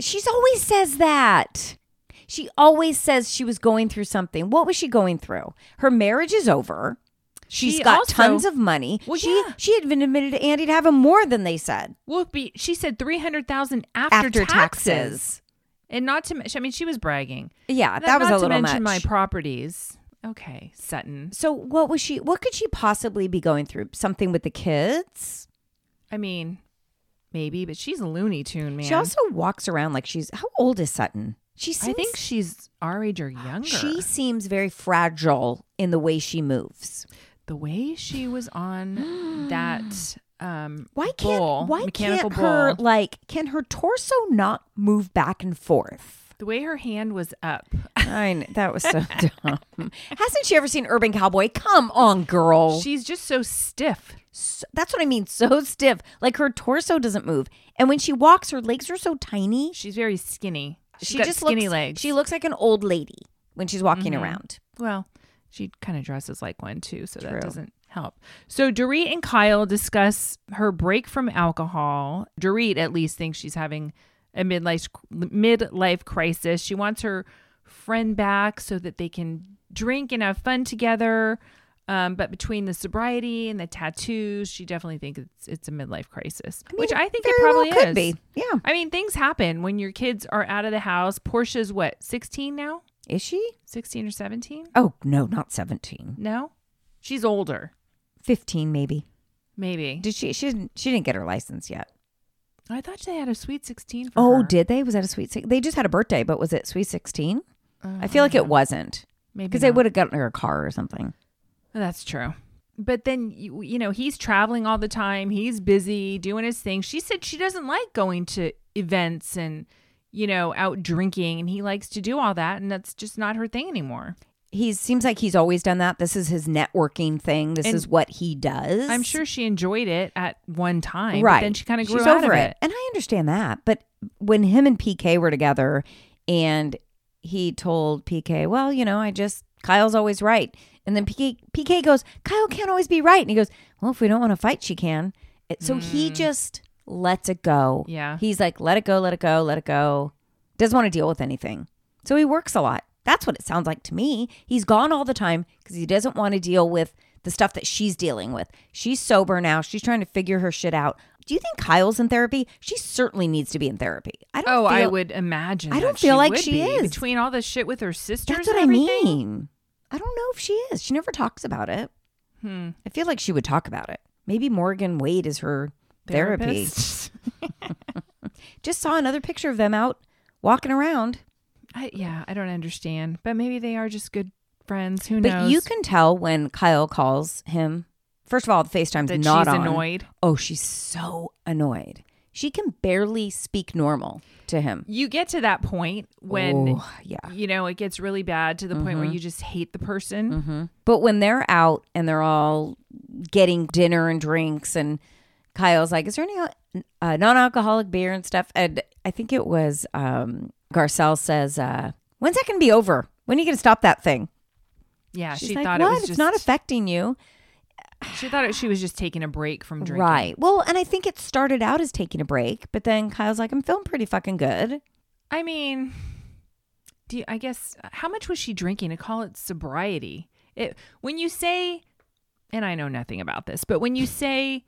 S2: She's always says that. She always says she was going through something. What was she going through? Her marriage is over. She's
S3: She
S2: got
S3: also-
S2: tons of money.
S3: Well,
S2: she she had been admitted to Andy to having more than they said
S3: Well, be, she said three hundred thousand after,
S2: after,
S3: taxes.
S2: taxes.
S3: and not to. men- I mean, she was bragging.
S2: Yeah,
S3: Not-
S2: that was
S3: not
S2: a little
S3: to mention
S2: much.
S3: My properties. Okay, Sutton.
S2: so what was she? What could she possibly be going through? Something with the kids?
S3: I mean, maybe, but she's a Looney Tune man.
S2: She also walks around like she's how old is Sutton? She seems
S3: I think she's our age or younger.
S2: she seems very fragile in the way she moves.
S3: the way she was on that. Um,
S2: Why can't
S3: bull,
S2: why
S3: mechanical
S2: can't her
S3: bull,
S2: like can her torso not move back and forth?
S3: the way her hand was up?
S2: I know, that was so dumb. Hasn't she ever seen Urban Cowboy? Come on, girl.
S3: She's just so stiff.
S2: So- that's what I mean. So stiff, like her torso doesn't move, and when she walks, her legs are so tiny.
S3: She's very skinny. She's
S2: she
S3: got
S2: just
S3: skinny
S2: looks,
S3: legs.
S2: She looks like an old lady when she's walking around.
S3: Well, she kind of dresses like one too, so
S2: True.
S3: that doesn't help. So Dorit and Kyle discuss her break from alcohol. Dorit at least thinks she's having a midlife midlife crisis. She wants her friend back so that they can drink and have fun together. Um, but between the sobriety and the tattoos, she definitely thinks it's, it's a midlife crisis, which I think it
S2: very well
S3: probably
S2: could
S3: is.
S2: be. Yeah.
S3: I mean, things happen when your kids are out of the house. Portia's what, 16 now?
S2: Is she?
S3: 16 or 17?
S2: Oh, no, not 17.
S3: No, she's older.
S2: 15 maybe.
S3: Maybe
S2: Did she she didn't she didn't get her license yet.
S3: I thought they had a sweet sixteen. For
S2: Oh,
S3: her.
S2: did they? Was that a sweet six? They just had a birthday, but was it sweet 16?
S3: Oh.
S2: I feel like it wasn't
S3: maybe
S2: because they
S3: not.
S2: would have gotten her a car or something.
S3: Oh, That's true. But then you, you know he's traveling all the time. He's busy doing his thing. She said she doesn't like going to events and you know out drinking, and he likes to do all that, and that's just not her thing anymore.
S2: He seems like he's always done that. This is his networking thing. This
S3: And
S2: is what he does.
S3: I'm sure she enjoyed it at one time,
S2: right?
S3: But then she kind of grew
S2: She's
S3: out
S2: over
S3: of
S2: it. and I understand that. But when him and PK were together, and he told PK, "Well, you know, I just Kyle's always right," and then PK PK goes, "Kyle can't always be right," and he goes, "Well, if we don't want to fight, she can." It- So he just lets it go.
S3: Mm. Yeah.
S2: he's like, "Let it go, let it go, let it go." Doesn't want to deal with anything. So he works a lot. That's what it sounds like to me. He's gone all the time because he doesn't want to deal with the stuff that she's dealing with. She's sober now. She's trying to figure her shit out. Do you think Kyle's in therapy? She certainly needs to be in therapy. I don't.
S3: Oh,
S2: feel,
S3: I would imagine.
S2: I
S3: that
S2: don't feel like
S3: would
S2: she
S3: be,
S2: is.
S3: between all the shit with her sisters.
S2: That's
S3: and
S2: what I
S3: everything.
S2: mean. I don't know if she is. She never talks about it.
S3: Hmm.
S2: I feel like she would talk about it. Maybe Morgan Wade is her therapy.
S3: Therapist.
S2: Just saw another picture of them out walking around.
S3: I, yeah, I don't understand, but maybe they are just good friends. Who knows?
S2: But you can tell when Kyle calls him. First of all, the FaceTime's
S3: that
S2: not
S3: she's
S2: on.
S3: annoyed.
S2: Oh, she's so annoyed. She can barely speak normal to him.
S3: You get to that point when
S2: Oh, yeah. Mm-hmm.
S3: you know it gets really bad to the point where you just hate the person.
S2: But when they're out and they're all getting dinner and drinks, and Kyle's like, "Is there any uh, non-alcoholic beer and stuff?" And I think it was um, Garcelle says, uh, "When's that going to be over? When are you going to stop that thing?"
S3: Yeah,
S2: She's
S3: she
S2: like,
S3: thought
S2: "What?
S3: it was just
S2: it's not affecting you."
S3: She thought it, she was just taking a break from drinking.
S2: Right. Well, and I think it started out as taking a break, but then Kyle's like, I'm feeling pretty fucking good.
S3: I mean, do you, I guess how much was she drinking to call it sobriety? It when you say, and I know nothing about this, but when you say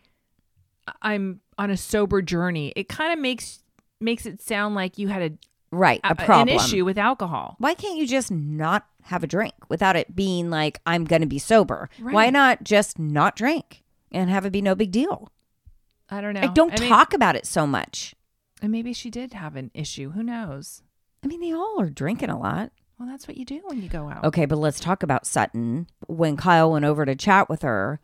S3: I'm on a sober journey, it kind of makes makes it sound like you had
S2: Right.
S3: a,
S2: A problem.
S3: an issue with alcohol.
S2: Uh, Why can't you just not have a drink without it being like, I'm going to be sober? Why
S3: Right.
S2: not just not drink and have it be no big deal?
S3: I don't know.
S2: Like, don't
S3: I mean-
S2: talk about it so much.
S3: and maybe she did have an issue. Who knows?
S2: I mean, they all are drinking a lot.
S3: Well, that's what you do when you go out.
S2: Okay, but let's talk about Sutton. When Kyle went over to chat with her,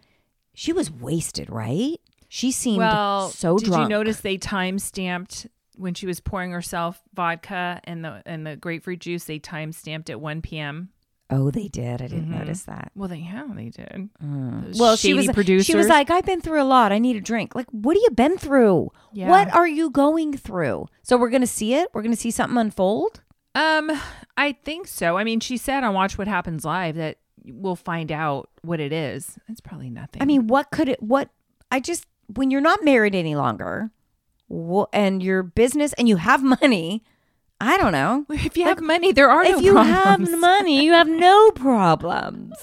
S2: she was wasted, right? She seemed
S3: well,
S2: so
S3: did
S2: drunk.
S3: you notice they time stamped when she was pouring herself vodka and the and the grapefruit juice? They time stamped at one p.m.
S2: Oh, they did. I
S3: Mm-hmm.
S2: didn't notice that.
S3: Well, they yeah, they did. Those
S2: Mm. Well, she
S3: shady
S2: was
S3: producers.
S2: she was like, I've been through a lot. I need a drink. Like, what have you been through?
S3: Yeah.
S2: What are you going through? So we're gonna see it. We're gonna see something unfold.
S3: um, I think so. I mean, she said on Watch What Happens Live that we'll find out what it is. It's probably nothing.
S2: I mean, what could it? What I just when you're not married any longer, wha- and your business and you have money, I don't know.
S3: if you have money, there are
S2: if
S3: no
S2: you
S3: problems.
S2: have money, you have no problems.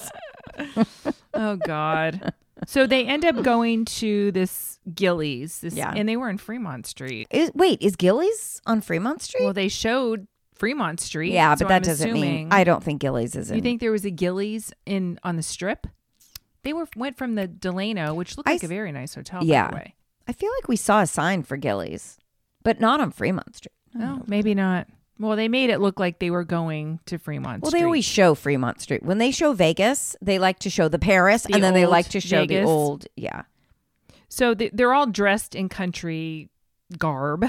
S3: oh God. So they end up going to this Gillies, this,
S2: Yeah.
S3: and they were in Fremont Street.
S2: Is, wait, is Gillies on Fremont Street?
S3: Well, they showed Fremont Street.
S2: yeah,
S3: so
S2: but that
S3: I'm
S2: doesn't mean
S3: assuming-
S2: I don't think Gillies is. In,
S3: You think there was a Gillies in on the Strip? They were went from the Delano, which looked
S2: I
S3: like a
S2: s-
S3: very nice hotel.
S2: Yeah.
S3: By the way.
S2: I feel like we saw a sign for Gillies, but not on Fremont Street.
S3: Oh, maybe not. Well, they made it look like they were going to Fremont.
S2: Well,
S3: Street.
S2: they always show Fremont Street. When they show Vegas, they like to show the Paris, and then they
S3: old
S2: like to show the
S3: Vegas.
S2: old. Yeah.
S3: so they, they're all dressed in country garb,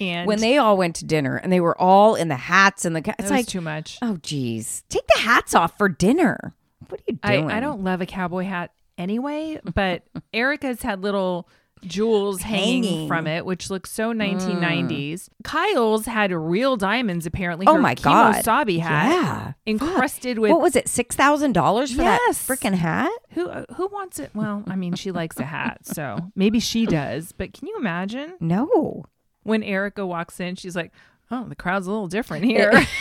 S3: and
S2: when they all went to dinner, and they were all in the hats and the. Ca-
S3: that
S2: it's
S3: was
S2: like,
S3: too much.
S2: oh, geez, take the hats off for dinner. What are you
S3: I,
S2: doing?
S3: I don't love a cowboy hat anyway, but Erica's had little jewels hanging,
S2: Hanging. Hmm.
S3: from it, which looks so 1990s. Kyle's had real diamonds, apparently.
S2: Oh
S3: Her
S2: my god,
S3: Kimosabi hat.
S2: Yeah.
S3: Encrusted with
S2: What was it? Six thousand dollars for
S3: Yes.
S2: that freaking hat?
S3: who uh, who wants it? Well, I mean, she likes a hat, so maybe she does. But can you imagine
S2: No.
S3: when Erica walks in, she's like, "Oh, the crowd's a little different here."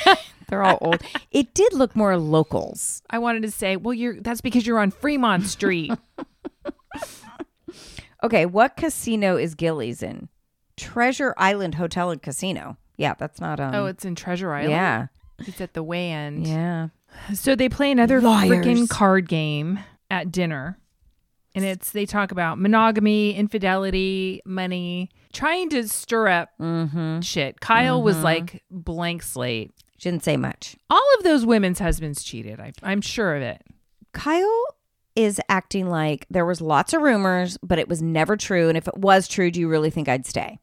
S2: They're all old. It did look more locals.
S3: I wanted to say, "Well, you're that's because you're on Fremont Street."
S2: Okay, what casino is Gillies in? Treasure Island Hotel and Casino. Yeah, that's not um.
S3: oh, it's in Treasure Island.
S2: yeah,
S3: it's at the way end.
S2: yeah.
S3: So they play another
S2: Liars.
S3: freaking card game at dinner. And it's they talk about monogamy, infidelity, money, trying to stir up
S2: Mm-hmm.
S3: shit. Kyle was like blank slate.
S2: She didn't say much.
S3: All of those women's husbands cheated. I, I'm sure of it.
S2: Kyle is acting like there was lots of rumors, but it was never true. And if it was true, do you really think I'd stay?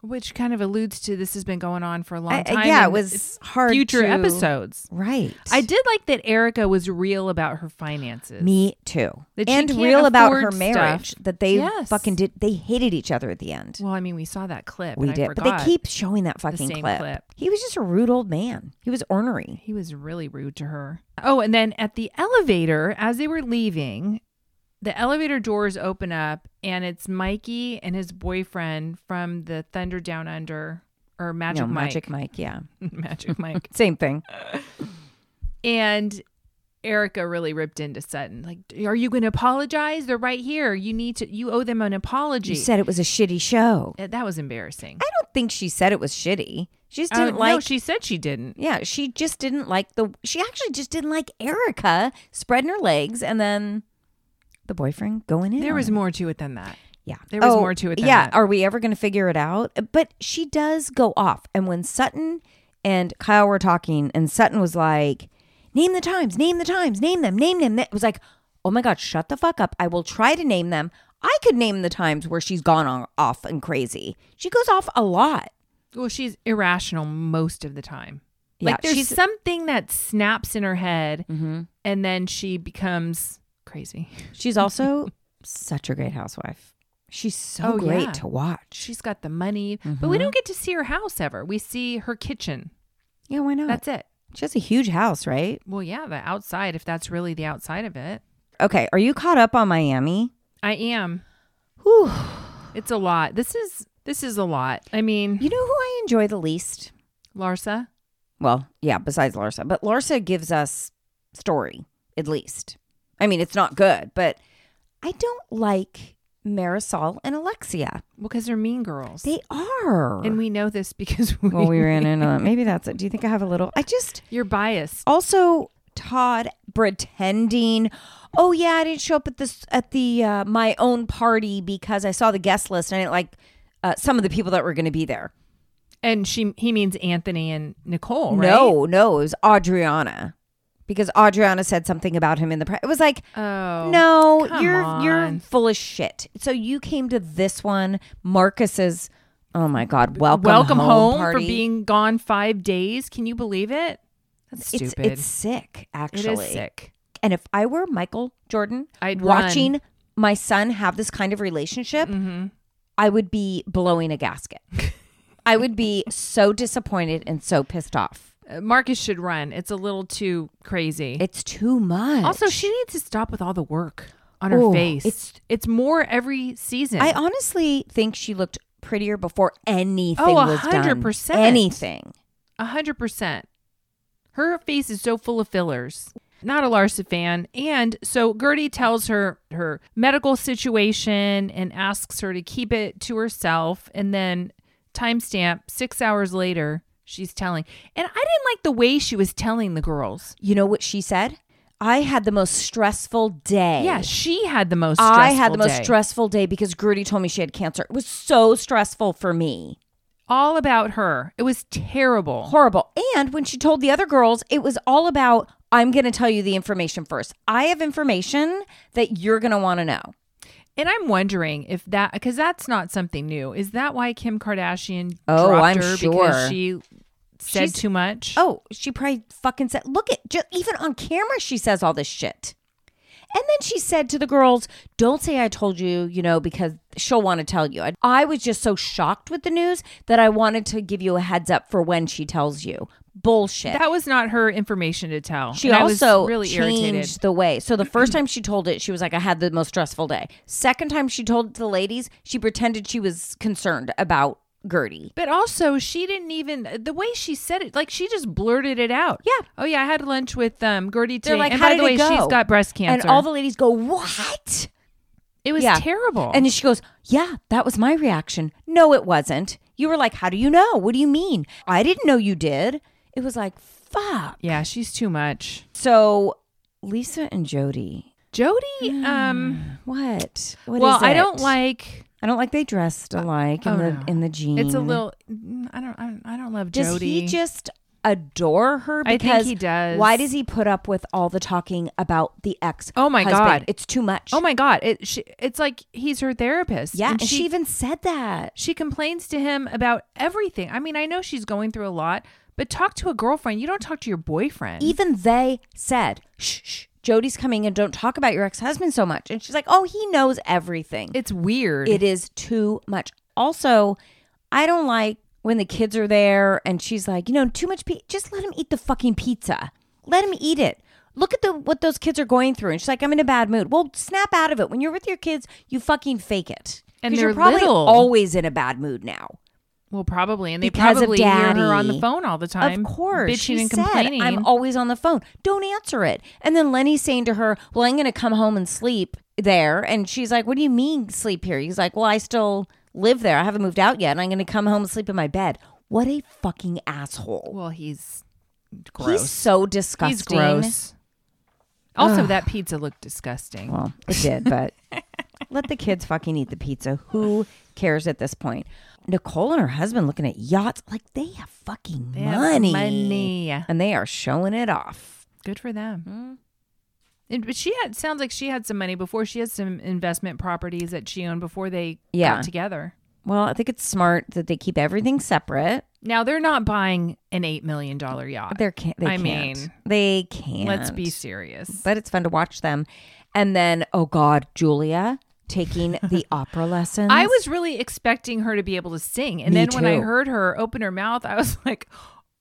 S3: Which kind of alludes to this has been going on for a long
S2: I-
S3: time.
S2: yeah, it
S3: and
S2: was
S3: it's
S2: hard
S3: Future
S2: to-
S3: episodes.
S2: Right.
S3: I did like that Erica was real about her finances.
S2: Me too.
S3: That she
S2: And
S3: can't
S2: real about her
S3: afford
S2: marriage
S3: stuff.
S2: that they
S3: Yes.
S2: fucking did. They hated each other at the end.
S3: Well, I mean, we saw that clip.
S2: we
S3: and I
S2: did, but
S3: forgot.
S2: they keep showing that fucking
S3: same clip.
S2: He was just a rude old man. He was ornery.
S3: He was really rude to her. Oh, and then at the elevator, as they were leaving, the elevator doors open up and it's Mikey and his boyfriend from the Thunder Down Under or Magic
S2: no,
S3: Mike.
S2: Magic Mike. Yeah,
S3: Magic Mike.
S2: same thing.
S3: And Erica really ripped into Sutton. Like, are you going to apologize? They're right here. You need to, you owe them an apology.
S2: You said it was a shitty show.
S3: Uh, that was embarrassing.
S2: I don't think she said it was shitty. She just
S3: Oh,
S2: didn't like.
S3: no, she said she didn't.
S2: yeah, she just didn't like the. She actually just didn't like Erica spreading her legs and then the boyfriend going in.
S3: There
S2: on
S3: was
S2: her.
S3: more to it than that.
S2: Yeah, Oh,
S3: there was more to it than
S2: yeah,
S3: that.
S2: are we ever going to figure it out? But she does go off, and when Sutton and Kyle were talking, and Sutton was like, "Name the times, name the times, name them, name them," it was like, "Oh my god, shut the fuck up! I will try to name them." I could name the times where she's gone on, off and crazy. She goes off a lot.
S3: Well, she's irrational most of the time.
S2: Yeah,
S3: like there's
S2: she's- Mm-hmm.
S3: something that snaps in her head, and then she becomes crazy.
S2: She's also such a great housewife. She's so
S3: Oh,
S2: great
S3: yeah.
S2: to watch.
S3: She's got the money, but
S2: Mm-hmm.
S3: we don't get to see her house ever. We see her kitchen.
S2: Yeah, why not?
S3: That's it.
S2: she has a huge house, right?
S3: Well, yeah, the outside, if that's really the outside of it.
S2: Okay, are you caught up on Miami?
S3: I am.
S2: Whew.
S3: It's a lot. This is this is a lot. I mean,
S2: You know who I enjoy the least?
S3: Larsa.
S2: Well, yeah, besides Larsa, but Larsa gives us story at least. I mean, it's not good, but I don't like Marisol and Alexia.
S3: because they're mean girls.
S2: They are.
S3: and we know this because we,
S2: well, we ran into that. Maybe that's it. Do you think I have a little? I just
S3: you're biased.
S2: also Todd pretending. Oh yeah, I didn't show up at this at the uh, my own party because I saw the guest list and I didn't like uh, some of the people that were going to be there.
S3: And she he means Anthony and Nicole, right?
S2: No, no, it was Adriana because Adriana said something about him in the press. It was like,
S3: Oh.
S2: no,
S3: come
S2: you're you're
S3: on.
S2: full of shit. So you came to this one, Marcus's. Oh my God, welcome,
S3: Welcome home, for
S2: party.
S3: being gone 5 days. Can you believe it? That's
S2: It's
S3: stupid.
S2: it's sick
S3: It
S2: actually.
S3: is sick.
S2: And if I were Michael Jordan,
S3: I'd
S2: watching
S3: run.
S2: my son have this kind of relationship, I would be blowing a gasket. I would be so disappointed and so pissed off.
S3: Uh, Marcus should run. It's a little too crazy.
S2: It's too much.
S3: also, she needs to stop with all the work on her
S2: Ooh,
S3: face.
S2: it's-
S3: Oh, It's it's more every season.
S2: I honestly think she looked prettier before anything
S3: Oh,
S2: was done.
S3: 100%.
S2: Anything.
S3: A hundred percent. Her face is so full of fillers. Not a Larsa fan. And so Gertie tells her her medical situation and asks her to keep it to herself. And then timestamp six hours later, she's telling. And I didn't like the way she was telling the girls.
S2: You know what she said? I had the most stressful day.
S3: Yeah, she had the most.
S2: I had the
S3: stressful
S2: most
S3: day.
S2: stressful day because Gertie told me she had cancer. It was so stressful for me.
S3: All about her. It was terrible.
S2: horrible. And when she told the other girls, it was all about I'm going to tell you the information first. I have information that you're going to want to know.
S3: And I'm wondering if that because that's not something new. Is that why Kim Kardashian
S2: Oh,
S3: dropped
S2: I'm
S3: her
S2: sure.
S3: because she said
S2: She's-
S3: too much?
S2: Oh, she probably fucking said, look at just even on camera she says all this shit. And then she said to the girls, "Don't say I told you, you know, because she'll want to tell you." I, I was just so shocked with the news that I wanted to give you a heads up for when she tells you. Bullshit.
S3: that was not her information to tell.
S2: She
S3: And I
S2: also
S3: was really
S2: changed
S3: irritated.
S2: the way. So the first time she told it, she was like, "I had the most stressful day." Second time she told it to the ladies, she pretended she was concerned about Gertie.
S3: But also, she didn't even the way she said it. Like she just blurted it out.
S2: Yeah.
S3: Oh yeah, I had lunch with um Gertie today.
S2: They're like,
S3: and
S2: "How
S3: by
S2: did
S3: the way,
S2: it go?"
S3: she's got breast cancer.
S2: and all the ladies go, "What?"
S3: it was
S2: Yeah.
S3: terrible.
S2: And then she goes, "Yeah, that was my reaction. No, it wasn't. You were like, "How do you know? What do you mean? I didn't know you did." It was like, "Fuck."
S3: yeah, she's too much.
S2: So Lisa and Jody,
S3: Jody. Um.
S2: what? What
S3: well,
S2: is
S3: I don't
S2: it?
S3: like.
S2: I don't like they dressed alike in
S3: oh,
S2: the
S3: no.
S2: in the jeans.
S3: It's a little. mm, I don't. I don't, I don't love
S2: Mm. Does
S3: Jody.
S2: he just adore her?
S3: I think
S2: Because
S3: he does.
S2: Why does he put up with all the talking about the ex?
S3: Oh my God.
S2: it's too much.
S3: Oh my god! It she, it's like he's her therapist.
S2: yeah,
S3: and she, she
S2: even said that.
S3: complains to him about everything. I mean, I know she's going through a lot, but talk to a girlfriend. You don't talk to your boyfriend.
S2: Even they said, "Shh, shh Jody's coming and don't talk about your ex husband so much." And she's like, "Oh, he knows everything.
S3: it's weird.
S2: it is too much." Also, I don't like when the kids are there and she's like, "You know, too much. Pe- just let him eat the fucking pizza. Let him eat it." Look at the what those kids are going through, and she's like, "I'm in a bad mood." Well, snap out of it. When you're with your kids, you fucking fake it.
S3: And
S2: 'Cause you're
S3: they're
S2: probably
S3: little.
S2: always in a bad mood now.
S3: well, probably, and they
S2: Because of
S3: probably hear her on
S2: daddy.
S3: the phone all the time.
S2: Of course,
S3: bitching
S2: she
S3: and
S2: said,
S3: complaining.
S2: I'm always on the phone. Don't answer it. And then Lenny's saying to her, "Well, I'm going to come home and sleep there." And she's like, "What do you mean sleep here?" He's like, "Well, I still live there. I haven't moved out yet, and I'm going to come home and sleep in my bed." What a fucking asshole!
S3: well, he's
S2: He's
S3: gross.
S2: so disgusting.
S3: He's gross. Also, that pizza looked disgusting.
S2: Well, it did, but let the kids fucking eat the pizza. Who cares at this point? Nicole and her husband looking at yachts like they have fucking
S3: They have
S2: money.
S3: money.
S2: And they are showing it off.
S3: Good for
S2: Mm-hmm.
S3: them. And, but she had sounds like she had some money before. She had some investment properties that she owned before they
S2: Yeah.
S3: got together.
S2: Well, I think it's smart that they keep everything separate.
S3: Now they're not buying an eight million dollar yacht.
S2: They're can't, they
S3: I
S2: can't.
S3: mean,
S2: they can't.
S3: Let's be serious.
S2: But it's fun to watch them. And then, oh God, Julia taking the opera lessons.
S3: I was really expecting her to be able to sing, and
S2: Me
S3: then when I
S2: too.
S3: heard her open her mouth, I was like,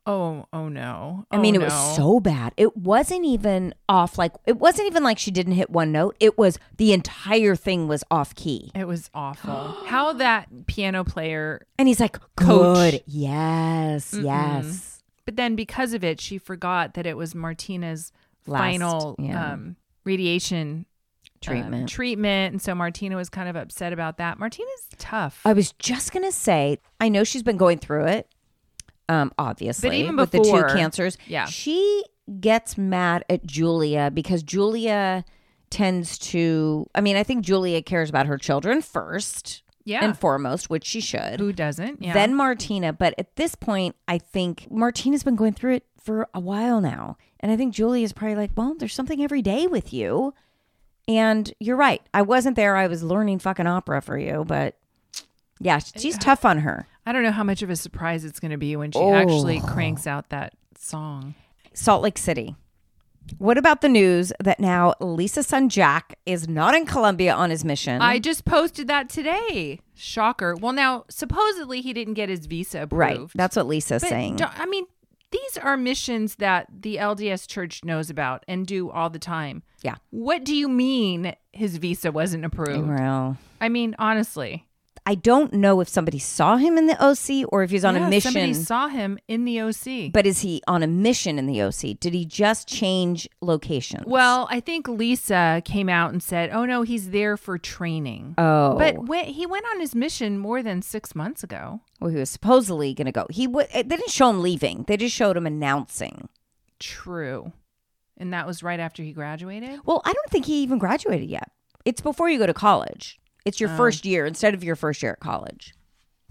S3: Oh, oh no.
S2: I mean, it
S3: Oh, no.
S2: was so bad. It wasn't even off. Like it wasn't even like she didn't hit one note. It was the entire thing was off key.
S3: It was awful. How that piano player.
S2: And he's like,
S3: Coach.
S2: "Good, yes, yes."
S3: But then because of it, she forgot that it was Martina's
S2: Last,
S3: final
S2: yeah.
S3: um, radiation um,
S2: Treatment.
S3: treatment, and so Martina was kind of upset about that. Martina's tough.
S2: I was just gonna say, I know she's been going through it. Um, obviously,
S3: even
S2: with the
S3: before-
S2: two cancers,
S3: Yeah.
S2: she gets mad at Julia because Julia tends to. I mean, I think Julia cares about her children first
S3: yeah.
S2: and foremost, which she should.
S3: Who doesn't? Yeah.
S2: Then Martina, but at this point, I think Martina's been going through it for a while now, and I think Julia's probably like, "Well, there's something every day with you." And you're right. I wasn't there. I was learning fucking opera for you, but yeah, she's tough on her.
S3: I don't know how much of a surprise it's going to be when she
S2: Oh.
S3: actually cranks out that song.
S2: Salt Lake City. What about the news that now Lisa's son Jack is not in Colombia on his mission?
S3: I just posted that today. Shocker. Well, now supposedly he didn't get his visa approved.
S2: right. That's what Lisa's
S3: But
S2: saying.
S3: don't- I mean, these are missions that the LDS Church knows about and do all the time.
S2: Yeah.
S3: What do you mean his visa wasn't approved?
S2: Well,
S3: I mean, honestly,
S2: I don't know if somebody saw him in the OC or if he's on
S3: Yeah,
S2: a mission.
S3: Somebody saw him in the OC.
S2: But is he on a mission in the OC? Did he just change locations?
S3: well, I think Lisa came out and said, "Oh no, he's there for training."
S2: oh,
S3: But when, he went on his mission more than six months ago.
S2: well, he was supposedly going to go. He w- eh, they didn't show him leaving. They just showed him announcing.
S3: True. And that was right after he graduated.
S2: Well, I don't think he even graduated yet. It's before you go to college. It's your first year instead of your first year at college.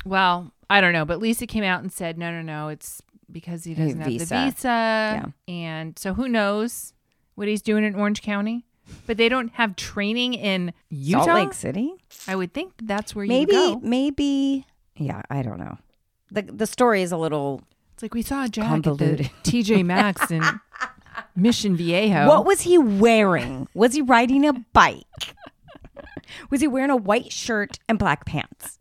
S3: Well, I don't know, but Lisa came out and said, no, no, no, it's because he doesn't have
S2: Visa.
S3: the visa. And so who knows what he's doing in Orange County? But they don't have training in Utah.
S2: Salt Lake City.
S3: I would think that's where
S2: Maybe,
S3: you go.
S2: maybe. Yeah, I don't know. The the story is a little.
S3: It's like we saw Jack
S2: Convoluted.
S3: at the TJ Maxx in Mission Viejo.
S2: What was he wearing? Was he riding a bike? was he wearing a white shirt and black pants?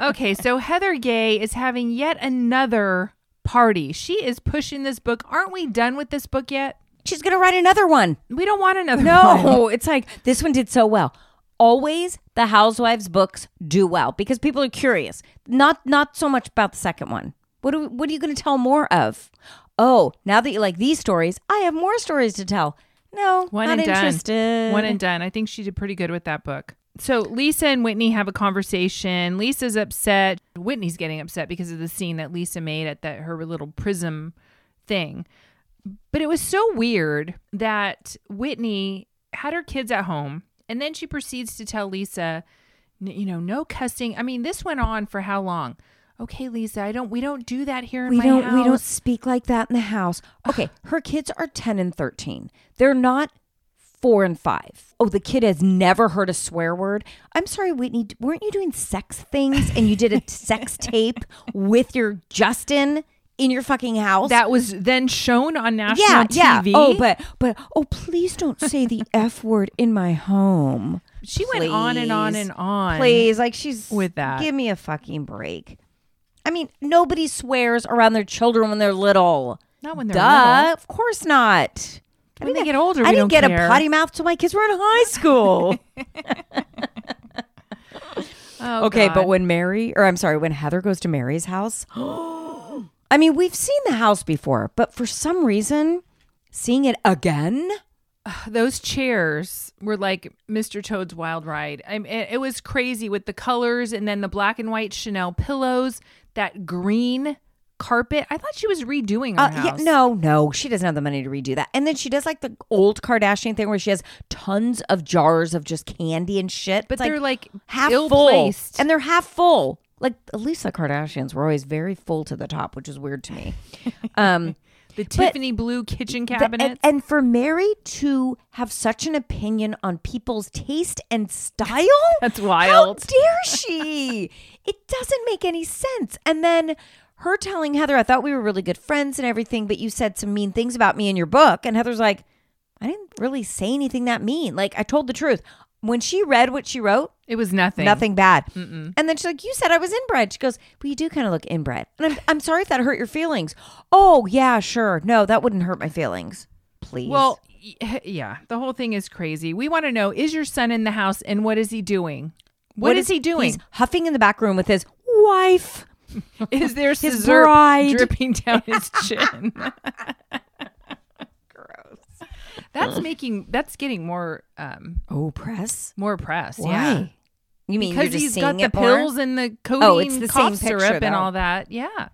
S3: Okay, so Heather Gay is having yet another party. She is pushing this book. Aren't we done with this book yet?
S2: She's gonna write another one.
S3: We don't want another one.
S2: No, it's like this one did so well. Always the housewives books do well because people are curious. Not not so much about the second one. What are, what are you going to tell more of? Oh, now that you like these stories, I have more stories to tell. No,
S3: One
S2: not
S3: and done.
S2: interested.
S3: One and done. I think she did pretty good with that book. So Lisa and Whitney have a conversation. Lisa's upset. Whitney's getting upset because of the scene that Lisa made at that her little prism thing. But it was so weird that Whitney had her kids at home and then she proceeds to tell Lisa, n- you know, no cussing. I mean, this went on for how long? Okay, Lisa, I don't we don't do that here in
S2: we
S3: my
S2: don't we don't
S3: house.
S2: speak like that in the house. Okay, her kids are 10 and 13. They're not 4 and 5. Oh, the kid has never heard a swear word. I'm sorry Whitney, d- weren't you doing sex things and you did a sex tape with your Justin in your fucking house?
S3: that was then shown on national
S2: yeah, yeah.
S3: TV.
S2: Oh, but but oh, please don't say the F word in my home.
S3: she went on and on
S2: Please.
S3: and on.
S2: Please, like she's
S3: With that.
S2: Give me a fucking break. I mean, nobody swears around their children when they're little.
S3: Not when they're
S2: Duh,
S3: little.
S2: of course not. I
S3: When they get older,
S2: I
S3: we
S2: didn't
S3: don't
S2: get a
S3: care.
S2: potty mouth till my kids were in high school.
S3: Oh,
S2: okay,
S3: God.
S2: but when Mary, or I'm sorry, when Heather goes to Mary's house, I mean, we've seen the house before, but for some reason, seeing it again,
S3: those chairs were like Mr. Toad's Wild Ride. I mean, it, it was crazy with the colors and then the black and white Chanel pillows, that green carpet. I thought she was redoing her
S2: uh, yeah,
S3: house.
S2: no, no, she doesn't have the money to redo that. And then she does like the old Kardashian thing where she has tons of jars of just candy and shit,
S3: but
S2: It's
S3: they're like
S2: half
S3: ill-placed.
S2: full, and they're half full. Like Lisa Kardashian's were always very full to the top, which is weird to me. Um,
S3: the Tiffany blue kitchen
S2: the- and-
S3: cabinet.
S2: and, for Mary to have such an opinion on people's taste and style,
S3: That's wild.
S2: How dare she? it doesn't make any sense. And then her telling Heather, "I thought we were really good friends and everything, but you said some mean things about me in your book." And Heather's like, "I didn't really say anything that mean. Like I told the truth." when she read what she wrote,
S3: It was nothing.
S2: nothing bad. And then she's like, "You said I was inbred." She goes, "Well, you do kind of look inbred." And I'm, I'm sorry if that hurt your feelings. Oh yeah, sure. No, that wouldn't hurt my feelings. Please.
S3: Well, y- yeah, the whole thing is crazy. We want to know is your son in the house and what is he doing? what is, he doing?
S2: He's huffing in the back room with his wife.
S3: Is there
S2: his
S3: scissor
S2: bride.
S3: dripping down his chin? Gross. That's making that's getting more um
S2: Oh, press.
S3: more press.
S2: Why?
S3: Yeah.
S2: You mean
S3: Because
S2: you're just
S3: he's
S2: seeing
S3: got the
S2: it more?
S3: pills and the codeine
S2: Oh, it's the
S3: cough
S2: same picture,
S3: syrup and
S2: though.
S3: all that. Yeah.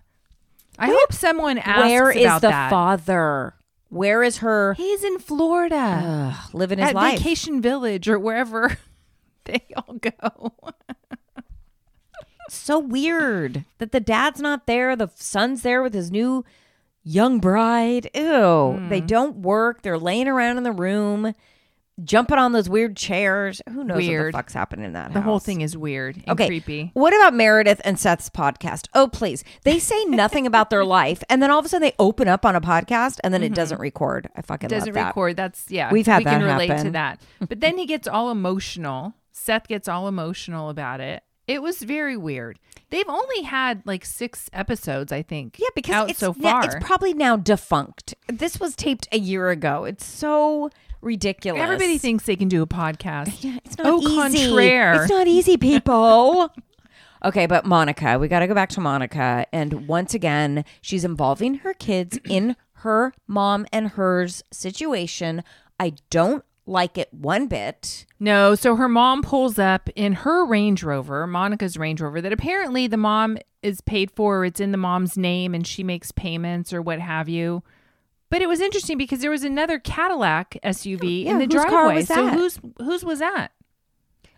S3: I hope someone asks
S2: Where is
S3: about
S2: the
S3: that.
S2: father? Where is her
S3: He's in Florida.
S2: Ugh, living Oh, his
S3: at
S2: life?
S3: Vacation Village or wherever they all go.
S2: so weird that the dad's not there. The son's there with his new young bride. Ew.
S3: Hmm.
S2: They don't work. They're laying around in the room, jumping on those weird chairs. Who knows
S3: Weird.
S2: what the fuck's happening in that
S3: The whole
S2: house.
S3: thing is weird and
S2: Okay.
S3: creepy.
S2: What about Meredith and Seth's podcast? Oh, please. They say nothing about their life, and then all of a sudden they open up on a podcast, and then it doesn't record. I fucking
S3: Mm-hmm. Doesn't
S2: love that.
S3: record. That's yeah.
S2: We've had
S3: we can
S2: that
S3: relate to
S2: happen.
S3: that. But then he gets all emotional. Seth gets all emotional about it. It was very weird. They've only had like six episodes, I think.
S2: Yeah, because
S3: out
S2: it's
S3: so
S2: na-
S3: far.
S2: it's probably now defunct. This was taped a year ago. It's so ridiculous.
S3: Everybody thinks they can do a podcast.
S2: Yeah, it's not
S3: Au
S2: easy.
S3: contraire.
S2: It's not easy, people. okay, but Monica, we got to go back to Monica, and once again, she's involving her kids in her mom and hers situation. I don't like it one bit.
S3: No, so her mom pulls up in her Range Rover, Monica's Range Rover, that apparently the mom is paid for. It's in the mom's name and she makes payments or what have you. But it was interesting because there was another Cadillac SUV
S2: Oh, Yeah,
S3: in the
S2: whose car
S3: driveway.
S2: was
S3: So
S2: that?
S3: whose whose was that?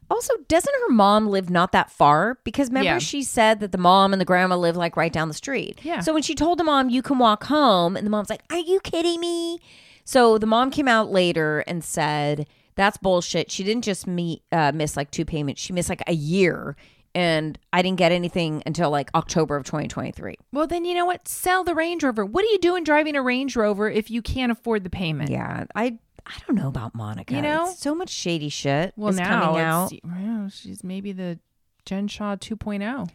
S2: Also, doesn't her mom live not that far? Because remember,
S3: Yeah.
S2: she said that the mom and the grandma live like right down the street.
S3: Yeah.
S2: So when she told the mom, you can walk home, and the mom's like, are you kidding me? So the mom came out later and said, that's bullshit. She didn't just meet, uh, miss like two payments, she missed like a year. And I didn't get anything until like October of 2023.
S3: Well, then you know what? Sell the Range Rover. What are you doing driving a Range Rover if you can't afford the payment?
S2: Yeah. I. I don't know about Monica.
S3: You know?
S2: It's so much shady shit
S3: Well,
S2: is
S3: now
S2: coming out.
S3: it's- well, she's maybe the Jen Shaw 2.0. oh.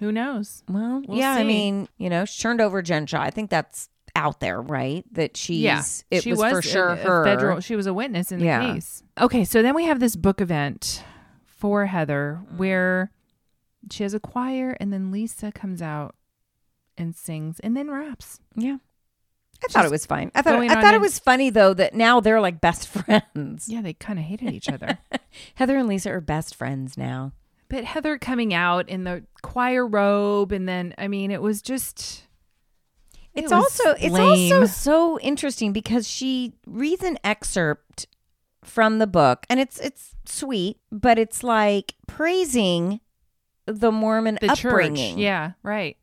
S3: Who knows?
S2: Well,
S3: We'll
S2: yeah, I
S3: see.
S2: mean, you know, she turned over Jen Shaw. I think that's out there, right? That she's it was, for sure
S3: a, a
S2: her.
S3: federal. She was a witness in the
S2: Yeah.
S3: case. Okay, so then we have this book event for Heather where she has a choir, and then Lisa comes out and sings, and then raps.
S2: Yeah. I thought it was fine. I thought
S3: going
S2: I
S3: on
S2: thought
S3: in-
S2: it was funny though that now they're like best friends.
S3: Yeah, they kind of hated each other.
S2: Heather and Lisa are best friends now.
S3: But Heather coming out in the choir robe, and then I mean, it was just.
S2: It's
S3: It was
S2: also it's
S3: lame.
S2: also so interesting because she reads an excerpt from the book and it's it's sweet, but it's like praising the Mormon
S3: the
S2: upbringing.
S3: church. Yeah, right.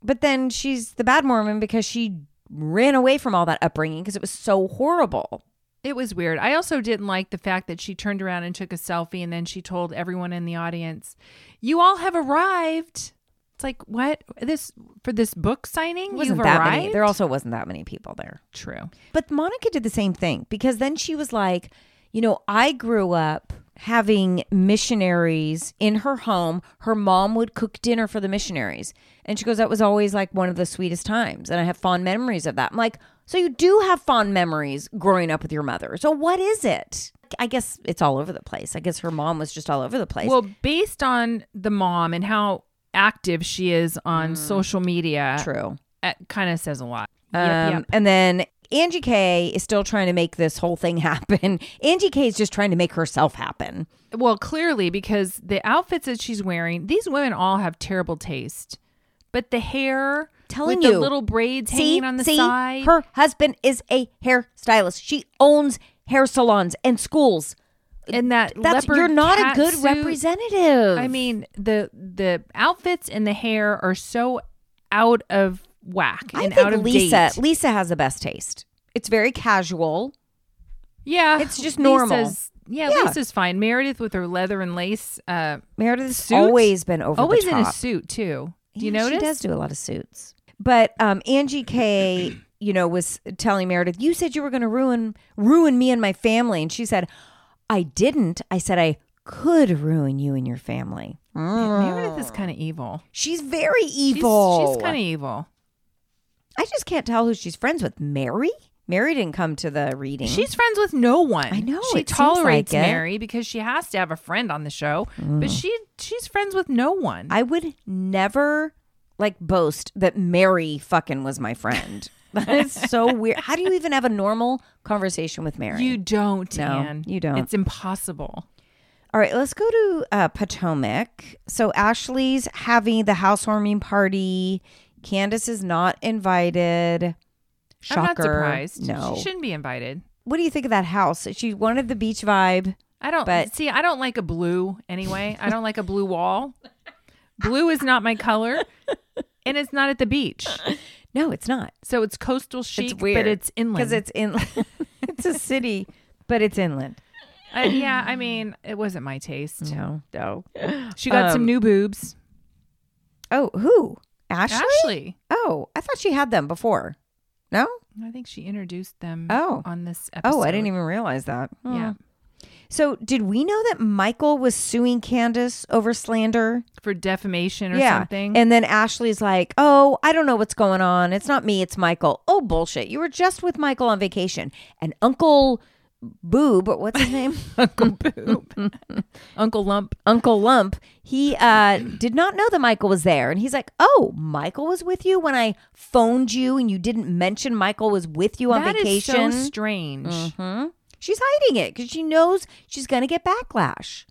S2: but then she's the bad Mormon because she ran away from all that upbringing because it was so horrible.
S3: It was weird. I also didn't like the fact that she turned around and took a selfie and then she told everyone in the audience, "You all have arrived." It's like, "What? This for this book signing?
S2: It wasn't
S3: You've
S2: that
S3: arrived?"
S2: many? There also wasn't that many people there.
S3: true.
S2: But Monica did the same thing because then she was like, you know, I grew up having missionaries in her home. Her mom would cook dinner for the missionaries. And she goes, that was always like one of the sweetest times. And I have fond memories of that. I'm like, so you do have fond memories growing up with your mother. So what is it? I guess it's all over the place. I guess her mom was just all over the place.
S3: Well, based on the mom and how active she is on social media,
S2: Mm. True.
S3: it kind of says a lot.
S2: Um,
S3: yep, yep.
S2: And then Angie K is still trying to make this whole thing happen. Angie K is just trying to make herself happen.
S3: Well, clearly because the outfits that she's wearing, these women all have terrible taste. But the hair,
S2: Telling
S3: with the
S2: you.
S3: little braids hanging on the
S2: see,
S3: side,
S2: her husband is a hairstylist. She owns hair salons and schools.
S3: and that
S2: That's
S3: leopard
S2: you're not a
S3: cat
S2: good
S3: suit.
S2: representative.
S3: I mean, the the outfits and the hair are so out of whack
S2: I
S3: and
S2: think
S3: out of
S2: Lisa
S3: date.
S2: Lisa has the best taste. It's very casual.
S3: yeah,
S2: it's just normal.
S3: Lisa's- yeah,
S2: Yeah.
S3: Lisa's fine. Meredith with her leather and lace, uh,
S2: Meredith's
S3: Suit?
S2: always been over
S3: always
S2: the
S3: in
S2: top.
S3: a suit too. Do you
S2: Yeah,
S3: notice?
S2: She does do a lot of suits. But um, Angie K, you know, was telling Meredith, "You said you were going to ruin ruin me and my family," and she said, I didn't. I said I could ruin you and your family.
S3: Meredith is kind of evil.
S2: Mm. She's very
S3: She's,
S2: evil.
S3: she's kind of evil.
S2: I just can't tell who she's friends with. Mary? Mary didn't come to the reading.
S3: She's friends with no one.
S2: I know,
S3: she
S2: it seems like
S3: tolerates
S2: it. Mm.
S3: Mary because she has to have a friend on the show, but she she's friends with no one.
S2: I would never like boast that Mary fucking was my friend. That is so weird. How do you even have a normal conversation with Mary?
S3: you don't,
S2: No,
S3: Anne.
S2: you don't.
S3: It's impossible.
S2: All right, let's go to uh, Potomac. So Ashley's having the housewarming party. Candace is not invited. Shocker.
S3: I'm not surprised.
S2: No.
S3: She shouldn't be invited.
S2: what do you think of that house? She wanted the beach vibe.
S3: I don't
S2: But-
S3: see. I don't like a blue anyway. I don't like a blue wall. Blue is not my color, and it's not at the beach.
S2: No, it's not.
S3: So it's coastal chic,
S2: it's weird.
S3: but it's inland.
S2: Because it's in it's a city, but it's inland.
S3: Uh, yeah, I mean, it wasn't my taste.
S2: No. No.
S3: She got some
S2: Um,
S3: new boobs.
S2: Oh, who? Ashley?
S3: Ashley,
S2: Oh, I thought she had them before. No?
S3: I think she introduced them.
S2: Oh.
S3: on this episode.
S2: Oh, I didn't even realize that. Hmm.
S3: Yeah,
S2: So, did we know that Michael was suing Candace over slander?
S3: for defamation or something.
S2: And then Ashley's like, oh, I don't know what's going on. It's not me, it's Michael. Oh, bullshit. You were just with Michael on vacation. And Uncle Boob, or what's his name?
S3: Uncle Boob, Uncle Lump.
S2: Uncle Lump, he uh, did not know that Michael was there. And he's like, oh, Michael was with you when I phoned you and you didn't mention Michael was with you on
S3: That is
S2: vacation. Mm. Mm-hmm.
S3: so strange.
S2: She's hiding it because she knows she's going to get backlash.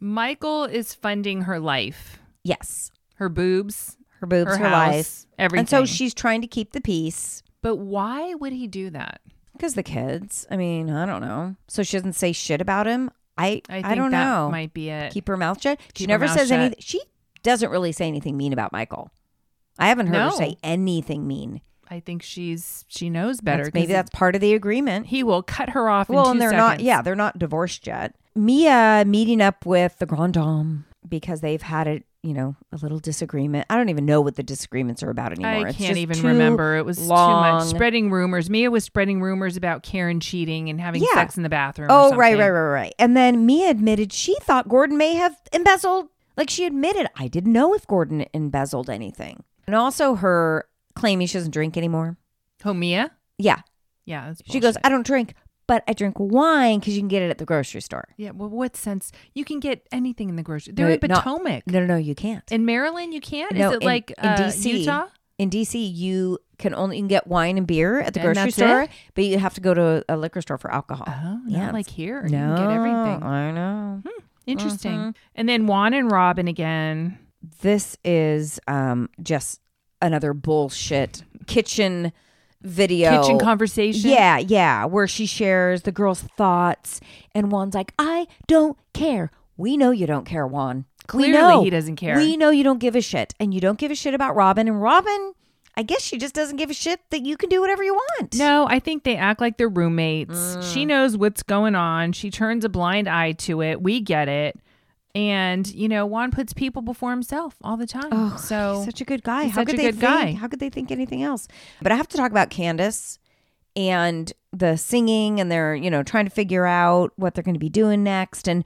S3: Michael is funding her life,
S2: Yes.
S3: her boobs,
S2: Her boobs, her,
S3: her house,
S2: life, And so
S3: everything.
S2: she's trying to keep the peace
S3: But why would he do that?
S2: because the kids. I mean, I don't know. So she doesn't say shit about him. I
S3: I
S2: I,
S3: think
S2: don't
S3: that
S2: know.
S3: might be it.
S2: keep her mouth shut. She
S3: Keep her
S2: never
S3: mouth
S2: says
S3: shut.
S2: anything. She doesn't really say anything mean about Michael. I haven't heard her
S3: No.
S2: say anything mean.
S3: I think she's she knows better.
S2: That's-
S3: 'cause
S2: maybe that's part of the agreement.
S3: he will cut her off.
S2: Well,
S3: in two
S2: and they're not.
S3: seconds.
S2: Yeah, they're not divorced yet. Mia meeting up with the grand dame because they've had a you know a little disagreement. I don't even know what the disagreements are about anymore.
S3: I
S2: It's
S3: can't
S2: just
S3: even
S2: too
S3: remember. It was too
S2: long.
S3: much spreading rumors. Mia was spreading rumors about Karen cheating and having
S2: Yeah.
S3: sex in the bathroom. or
S2: Oh, right,
S3: something.
S2: right, right, right. And then Mia admitted she thought Gordon may have embezzled. Like she admitted, I didn't know if Gordon embezzled anything. And also her claiming she doesn't drink anymore.
S3: Oh, Mia.
S2: Yeah.
S3: Yeah, that's
S2: She goes,
S3: bullshit.
S2: I don't drink, but I drink wine because you can get it at the grocery store.
S3: Yeah. Well, what sense? You can get anything in the grocery. They're
S2: No,
S3: in
S2: not-
S3: Potomac.
S2: No, no, no, you can't.
S3: in Maryland, you can't.
S2: No,
S3: Is it
S2: in-
S3: like
S2: in
S3: uh,
S2: DC,
S3: Utah?
S2: In DC, you can only you can get wine and beer at the
S3: And
S2: grocery
S3: that's
S2: store,
S3: it?
S2: but you have to go to a liquor store for alcohol.
S3: Oh, not
S2: yeah,
S3: like here.
S2: no,
S3: You can get everything.
S2: I know.
S3: Interesting. Mm-hmm. And then Juan and Robin again.
S2: this is um just another bullshit kitchen video
S3: Kitchen conversation.
S2: yeah yeah where she shares the girl's thoughts and juan's like i don't care we know you don't care juan We
S3: Clearly
S2: know.
S3: he doesn't care.
S2: we know you don't give a shit and you don't give a shit about robin and robin i guess she just doesn't give a shit that you can do whatever you want
S3: No, I think they act like they're roommates. She knows what's going on. She turns a blind eye to it. We get it. And, you know, Juan puts people before himself all the time.
S2: Oh,
S3: so
S2: he's such a good guy.
S3: he's
S2: how
S3: such
S2: could
S3: a
S2: they
S3: good
S2: think,
S3: guy.
S2: How could they think anything else? But I have to talk about Candace and the singing, and they're you know trying to figure out what they're going to be doing next. And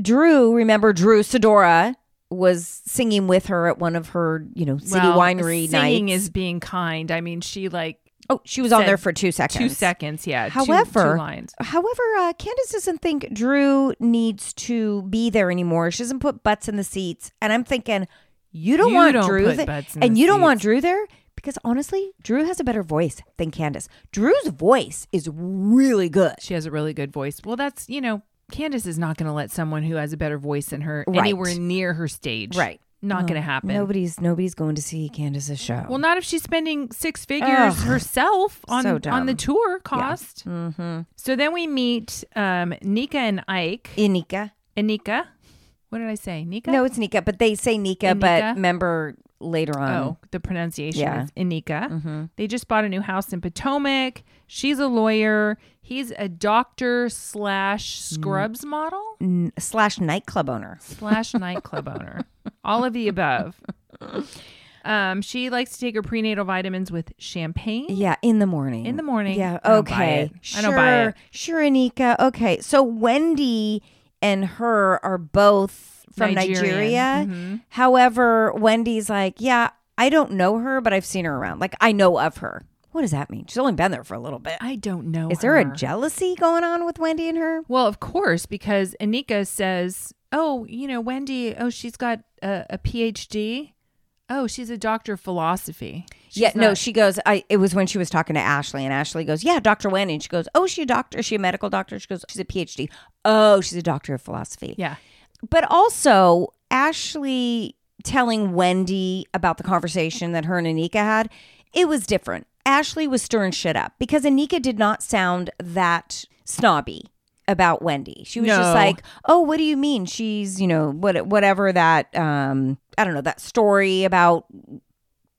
S2: Drew, remember Drew Sidora was singing with her at one of her you know city
S3: well,
S2: winery
S3: singing
S2: nights.
S3: is being kind. I mean, she like
S2: oh, she was on
S3: said
S2: there for two seconds.
S3: two seconds. Yeah. two-
S2: However,
S3: two lines.
S2: however, uh, Candace doesn't think Drew needs to be there anymore. She doesn't put butts in the seats, and I'm thinking you don't
S3: You
S2: want
S3: don't
S2: Drew,
S3: put
S2: the-
S3: butts in
S2: and
S3: the
S2: you don't want
S3: seats.
S2: Drew there because honestly, Drew has a better voice than Candace. Drew's voice is really good.
S3: She has a really good voice. Well, that's, you know, Candace is not going to let someone who has a better voice than her
S2: Right.
S3: anywhere near her stage.
S2: Right. Mm-hmm.
S3: Not going to happen.
S2: Nobody's nobody's going to see Candace's show.
S3: Well, not if she's spending six figures
S2: Ugh.
S3: herself on
S2: So
S3: on the
S2: dumb. Mm-hmm.
S3: tour cost. So then we meet um, Nika and Ike.
S2: Inika.
S3: And Nika, what did I say? Nika.
S2: Eh, No, it's Nika, but they say Nika,
S3: Inika?
S2: but remember later on.
S3: Eh, Oh, the pronunciation
S2: yeah. Mm-hmm.
S3: is Inika. They just bought a new house in Potomac. She's a lawyer. He's a doctor slash
S2: Mm.
S3: scrubs model
S2: N- slash nightclub owner.
S3: slash nightclub owner. All of the above. Um, she likes to take her prenatal vitamins with champagne.
S2: Yeah, in the morning.
S3: In the morning.
S2: Yeah.
S3: I don't buy
S2: Okay.
S3: it. I don't buy it.
S2: Sure, sure, Anika. Okay. So Wendy and her are both from
S3: Nigerian. Mm-hmm.
S2: Nigeria. However, Wendy's like, yeah, I don't know her, but I've seen her around. Like, I know of her. What does that mean? She's only been there for a little bit.
S3: I don't know.
S2: Is there
S3: her.
S2: a jealousy going on with Wendy and her?
S3: Well, of course, because Anika says, "Oh, you know, Wendy. Oh, she's got a, a PhD. Oh, she's a doctor of philosophy. She's
S2: yeah, no,
S3: not-
S2: she goes, I it was when she was talking to Ashley, and Ashley goes, Yeah, Dr. Wendy. And she goes, Oh, she a doctor, is she a medical doctor? She goes, She's a PhD. Oh, she's a doctor of philosophy.
S3: yeah,
S2: But also, Ashley telling Wendy about the conversation that her and Anika had, it was different. Ashley was stirring shit up because Anika did not sound that snobby about Wendy. She was just
S3: No.
S2: like, "Oh, what do you mean? She's, you know, what whatever that um I don't know, that story about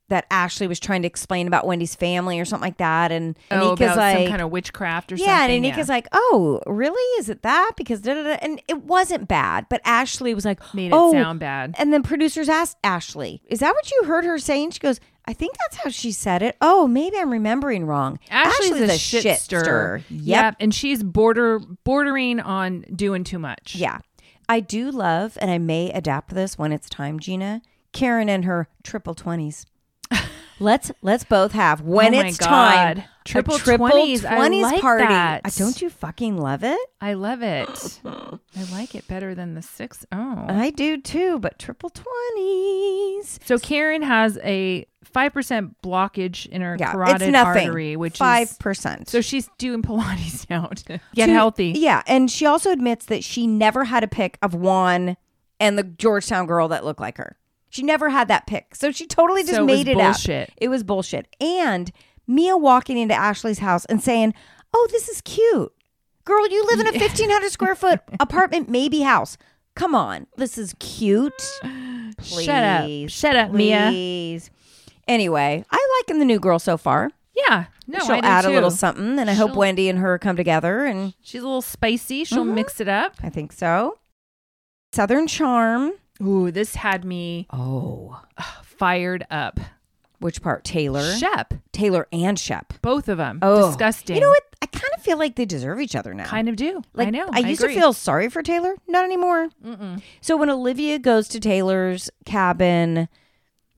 S2: that Ashley was trying to explain about Wendy's family or something like that." And
S3: oh,
S2: Anika's
S3: about
S2: like
S3: some kind of witchcraft or
S2: yeah,
S3: something.
S2: and Anika's like, "Oh, really? Is it that?" Because da, da, da. and it wasn't bad, but Ashley was like,
S3: made it
S2: "Oh."
S3: sound bad.
S2: And then producers asked Ashley, "Is that what you heard her saying?" She goes, "I think that's how she said it. Oh, maybe I'm remembering wrong."
S3: Ashley's, a, shit, stirrer.
S2: Yep.
S3: and she's border bordering on doing too much.
S2: Yeah. I do love, and I may adapt this when it's time, Gina. Karen and her triple twenties. let's let's both have when
S3: Oh my
S2: it's time
S3: God.
S2: a
S3: Triple 20s. I like
S2: party.
S3: that.
S2: Uh, Don't you fucking love it?
S3: I love it. I like it better than the six. Oh,
S2: I do too, but triple twenties.
S3: so Karen has a five percent blockage in her
S2: Yeah,
S3: carotid
S2: it's nothing.
S3: artery, which
S2: five
S3: is
S2: percent.
S3: So she's doing Pilates now to get
S2: Two-
S3: healthy.
S2: Yeah, and she also admits that she never had a pick of Juan and the Georgetown girl that looked like her. She never had that pick, so she totally just
S3: So it was
S2: made it, up.
S3: bullshit.
S2: It was bullshit. And Mia walking into Ashley's house and saying, "Oh, this is cute, girl. You live in a fifteen hundred square foot apartment, maybe house. Come on, this is cute." Please,
S3: Shut up. Shut up, Mia.
S2: please. Anyway, I liking the new girl so far.
S3: Yeah. No,
S2: She'll
S3: I do
S2: add
S3: too.
S2: a little something, and I hope
S3: She'll-
S2: Wendy and her come together. And
S3: She's a little spicy. She'll
S2: Mhm.
S3: mix it up.
S2: I think so. Southern Charm.
S3: Ooh, this had me
S2: Oh,
S3: fired up.
S2: which part? Taylor,
S3: Shep,
S2: Taylor and Shep.
S3: both of them.
S2: Oh,
S3: Disgusting.
S2: You know what? I kind of feel like they deserve each other now.
S3: Kind of do.
S2: Like,
S3: I know.
S2: I used
S3: agree.
S2: to feel sorry for Taylor. Not anymore.
S3: Mm-mm.
S2: So when Olivia goes to Taylor's cabin,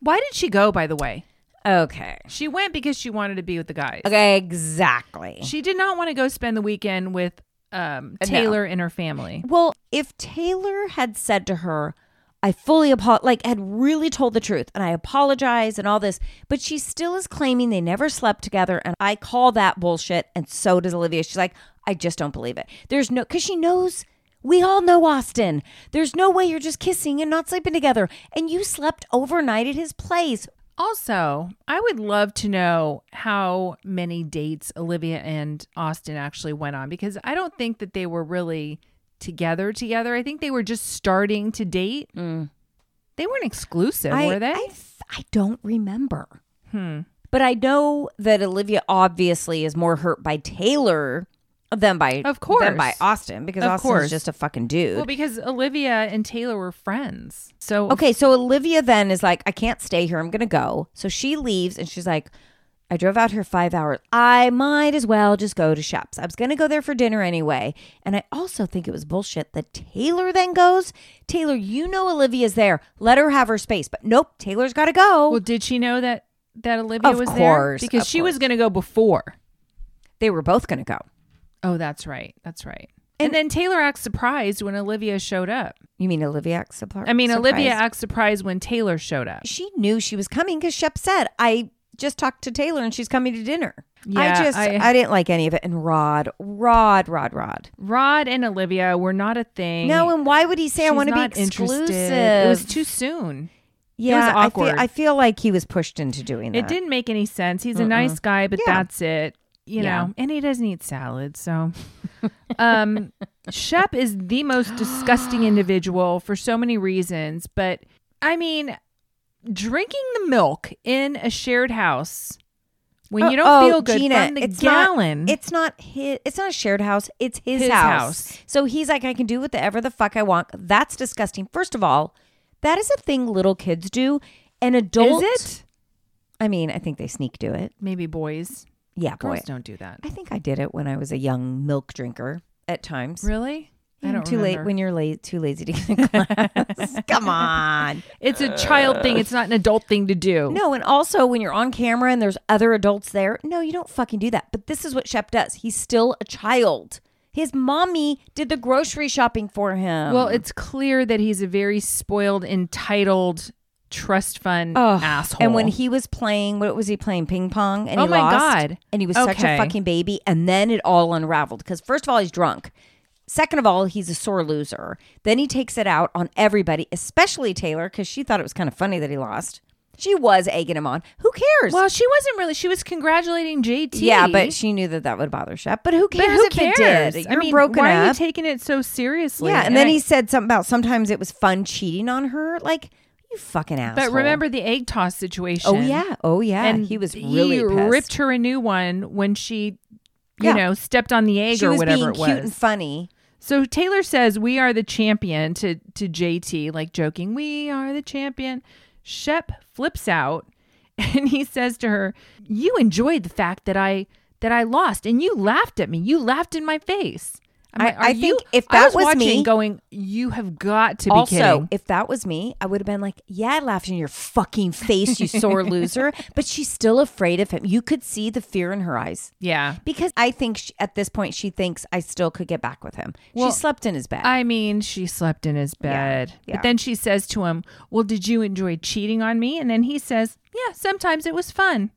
S3: Why did she go, by the way?
S2: okay,
S3: She went because she wanted to be with the guys.
S2: okay, exactly.
S3: She did not want to go spend the weekend with um,
S2: No.
S3: Taylor and her family.
S2: Well, if Taylor had said to her, I fully apologize, like had really told the truth and I apologize and all this, but she still is claiming they never slept together. And I call that bullshit. And so does Olivia. She's like, I just don't believe it. There's no, because she knows. We all know Austin. There's no way you're just kissing and not sleeping together. And you slept overnight at his place.
S3: Also, I would love to know how many dates Olivia and Austin actually went on because I don't think that they were really together together. I think they were just starting to date. They weren't exclusive,
S2: Mm. I,
S3: were they? Hmm.
S2: I, I don't remember. But I know that Olivia obviously is more hurt by Taylor than by
S3: Of course.
S2: than by Austin because
S3: Of
S2: Austin's
S3: course.
S2: just a fucking dude.
S3: well, because Olivia and Taylor were friends. So
S2: okay, so Olivia then is like, I can't stay here. I'm gonna go. So she leaves and she's like, I drove out here five hours. I might as well just go to Shep's. I was gonna go there for dinner anyway. And I also think it was bullshit that Taylor then goes. Taylor, you know Olivia's there. Let her have her space. But nope, Taylor's gotta go.
S3: well, did she know that that Olivia
S2: Of
S3: was
S2: course,
S3: there? Because
S2: of
S3: she was
S2: course.
S3: going to go before.
S2: they were both gonna go.
S3: Oh, that's right. That's right. and then Taylor acts surprised when Olivia showed up.
S2: You mean Olivia acts surprised?
S3: I mean, Olivia acts surprised when Taylor showed up.
S2: She knew she was coming because Shep said, "I just talked to Taylor and she's coming to dinner."
S3: Yeah,
S2: I just I,
S3: I-
S2: didn't like any of it. And Rod, Rod, Rod, Rod.
S3: Rod and Olivia were not a thing.
S2: No, and why would he say I
S3: She's
S2: want to be
S3: not
S2: exclusive?
S3: interested. It was too soon.
S2: yeah,
S3: was
S2: I
S3: awkward.
S2: feel I feel like he was pushed into doing that.
S3: It didn't make any sense. He's a nice guy, but
S2: Yeah.
S3: that's it. You
S2: Yeah.
S3: know, and he doesn't eat salad, so um Shep is the most disgusting individual for so many reasons, but I mean, drinking the milk in a shared house when you don't
S2: Oh,
S3: feel good
S2: Gina,
S3: from the
S2: it's not-
S3: gallon.
S2: it's not his. It's not a shared house. It's his,
S3: His
S2: house.
S3: house.
S2: So he's like, I can do whatever the fuck I want. That's disgusting. First of all, that is a thing little kids do, an adult.
S3: Is it?
S2: I mean, I think they sneak do it.
S3: Maybe boys.
S2: Yeah,
S3: Girls
S2: boy.
S3: don't do that.
S2: I think I did it when I was a young milk drinker at times.
S3: Really?
S2: Yeah,
S3: I
S2: I'm
S3: don't
S2: too late
S3: remember.
S2: when you're late, too lazy to get in class. Come on.
S3: It's a child thing. It's not an adult thing to do.
S2: No, and also when you're on camera and there's other adults there, no, you don't fucking do that. But this is what Shep does. He's still a child. His mommy did the grocery shopping for him.
S3: Well, it's clear that he's a very spoiled, entitled trust fund asshole.
S2: And when he was playing, what was he playing? Ping pong. And
S3: Oh
S2: he
S3: my
S2: lost,
S3: God.
S2: And he was such a
S3: Okay.
S2: fucking baby. And then it all unraveled because first of all, he's drunk. Second of all, he's a sore loser. Then he takes it out on everybody, especially Taylor, because she thought it was kind of funny that he lost. She was egging him on. Who cares?
S3: well, she wasn't really. She was congratulating JT.
S2: yeah, but she knew that that would bother Shep. But who
S3: But
S2: cares
S3: who
S2: if
S3: cares?
S2: it did?
S3: I
S2: You're
S3: mean,
S2: broken
S3: why
S2: up.
S3: are you taking it so seriously?
S2: yeah, and then
S3: I-
S2: he said something about sometimes it was fun cheating on her. Like you fucking asshole.
S3: But remember the egg toss situation?
S2: Oh yeah. Oh yeah.
S3: and
S2: he was really
S3: he
S2: pissed.
S3: ripped her a new one when she, you
S2: Yeah.
S3: know, stepped on the egg
S2: she
S3: or
S2: was
S3: whatever
S2: being
S3: it was.
S2: cute and funny.
S3: So Taylor says, We are the champion to, to JT, like joking, We are the champion. Shep flips out and he says to her, You enjoyed the fact that I that I lost and you laughed at me. You laughed in my face. I'm
S2: I-
S3: like,
S2: I
S3: "Are you-"
S2: think if
S3: I
S2: that
S3: was,
S2: was
S3: watching
S2: me-
S3: going, You have got to be
S2: Also,
S3: kidding.
S2: if that was me, I would have been like, "Yeah, I laughed in your fucking face, you sore loser." But she's still afraid of him. You could see the fear in her eyes
S3: Yeah.
S2: because I think she, at this point she thinks I still could get back with him.
S3: Well,
S2: she slept in his bed.
S3: I mean, she slept in his bed.
S2: yeah.
S3: But then she says to him, Well, did you enjoy cheating on me? And then he says, Yeah, sometimes it was fun.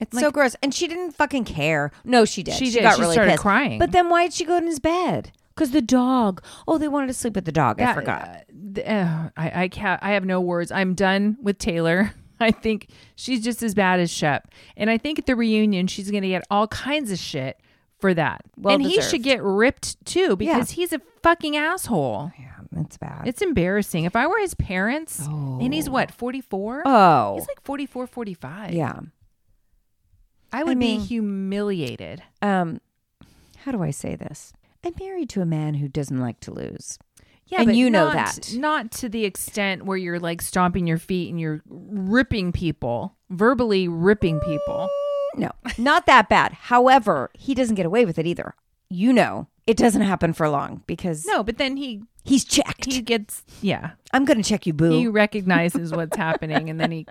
S2: It's so gross. And she didn't fucking care. No, she did.
S3: She did.
S2: got
S3: She
S2: really
S3: started
S2: pissed.
S3: crying.
S2: But then why did she go in his bed? Because the dog. Oh, they wanted to sleep with the dog. I
S3: That-
S2: forgot.
S3: th- uh, I I can't. I have no words. I'm done with Taylor. I think she's just as bad as Shep, and I think at the reunion she's going to get all kinds of shit for that.
S2: Well
S3: and he should
S2: deserved.
S3: get ripped too because he's a fucking asshole.
S2: Yeah, that's bad.
S3: It's embarrassing. If I were his parents, and he's what 44?
S2: oh.
S3: He's like 44, 45.
S2: yeah.
S3: I would
S2: mean-
S3: be humiliated.
S2: Um, how do I say this? I'm married to a man who doesn't like to lose.
S3: Yeah,
S2: And
S3: but
S2: you know
S3: not-
S2: that.
S3: Not to the extent where you're like stomping your feet and you're ripping people, verbally ripping people.
S2: No, not that bad. However, he doesn't get away with it either. You know, it doesn't happen for long because
S3: No, but then he
S2: he's checked.
S3: he gets yeah.
S2: I'm going to check you, boo.
S3: He recognizes what's happening and then he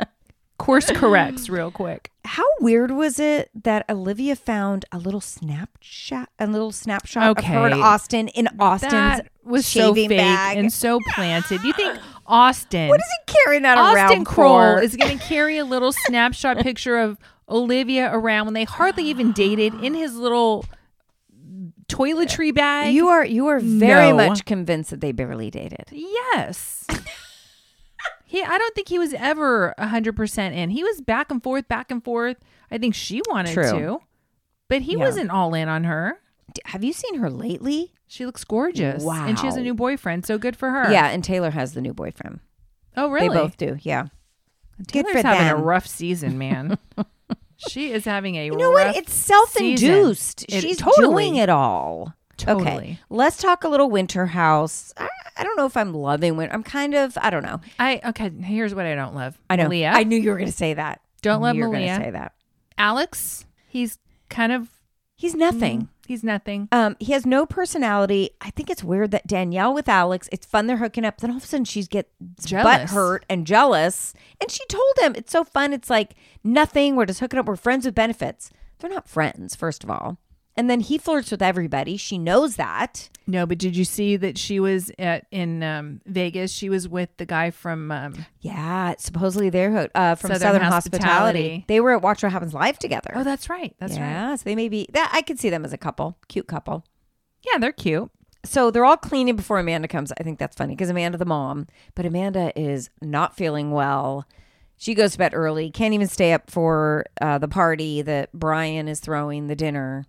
S3: course corrects real quick.
S2: How weird was it that Olivia found a little snapshot, a little snapshot of her and
S3: Okay.
S2: Austin in Austin's
S3: That was so
S2: shaving
S3: fake
S2: bag?
S3: and so planted. You think Austin
S2: what is he carrying that
S3: Austin
S2: around
S3: Kroll
S2: for?
S3: is going to carry a little snapshot picture of Olivia around when they hardly even dated in his little toiletry bag.
S2: you are you are very
S3: No.
S2: much convinced that they barely dated.
S3: Yes. he I don't think he was ever 100% in. He was back and forth, back and forth. I think she wanted
S2: True.
S3: to. But he wasn't all in on her.
S2: D- Have you seen her lately?
S3: She looks gorgeous. And she has a
S2: Wow.
S3: new boyfriend, so good for her.
S2: Yeah, and Taylor has the new boyfriend.
S3: Oh, really?
S2: They both do. Yeah. Good
S3: Taylor's
S2: for
S3: having
S2: them.
S3: a rough season, man. she is having a
S2: You know
S3: rough
S2: what? It's self-induced.
S3: season. It-
S2: She's
S3: totally,
S2: doing it all. Okay,
S3: Totally.
S2: let's talk a little winter house. I, I don't know if I'm loving winter. I'm kind of. I don't know.
S3: I okay, here's what I don't love.
S2: I know.
S3: Malia.
S2: I knew you were going to say that.
S3: Don't love
S2: you were gonna
S3: Malia.
S2: say that.
S3: Alex, he's kind of
S2: He's nothing.
S3: he's nothing.
S2: Um, he has no personality. I think it's weird that Danielle with Alex. It's fun they're hooking up. Then all of a sudden she's get butt
S3: Jealous.
S2: hurt and jealous. And she told him it's so fun. It's like nothing. We're just hooking up. We're friends with benefits. They're not friends, first of all. And then he flirts with everybody. She knows that.
S3: No, but did you see that she was at in um, Vegas? She was with the guy from um,
S2: Yeah, supposedly they're ho- uh, from Southern,
S3: Southern
S2: Hospitality.
S3: Hospitality.
S2: They were at Watch What Happens Live together.
S3: Oh, that's right. That's right.
S2: yeah, so they may be that I could see them as a couple, cute couple.
S3: Yeah, they're cute.
S2: so they're all cleaning before Amanda comes. I think that's funny because Amanda, the mom, but Amanda is not feeling well. She goes to bed early, can't even stay up for uh, the party that Brian is throwing the dinner.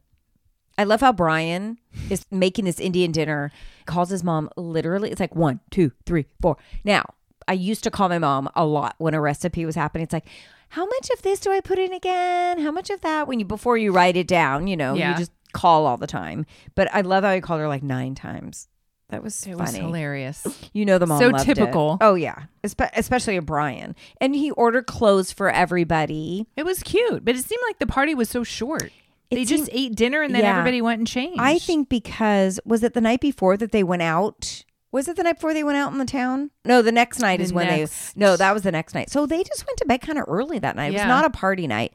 S2: I love how Brian is making this Indian dinner, calls his mom literally. It's like one, two, three, four. Now, I used to call my mom a lot when a recipe was happening. It's like, how much of this do I put in again? How much of that? When you before you write it down, you know, you
S3: Yeah.
S2: just call all the time. But I love how you called her like nine times. That was
S3: It
S2: funny.
S3: was hilarious.
S2: You know the mom
S3: So
S2: loved it.
S3: typical.
S2: Oh yeah, Espe- especially Brian. And he ordered clothes for everybody.
S3: It was cute, but it seemed like the party was so short. they
S2: It
S3: just
S2: seemed-
S3: ate dinner and then
S2: Yeah.
S3: everybody went and changed.
S2: I think because was it the night before that they went out? Was it the night before they went out in the town? No, the next night
S3: The
S2: is when
S3: next.
S2: they. No, that was the next night. So they just went to bed kind of early that night. It
S3: Yeah.
S2: was not a party night,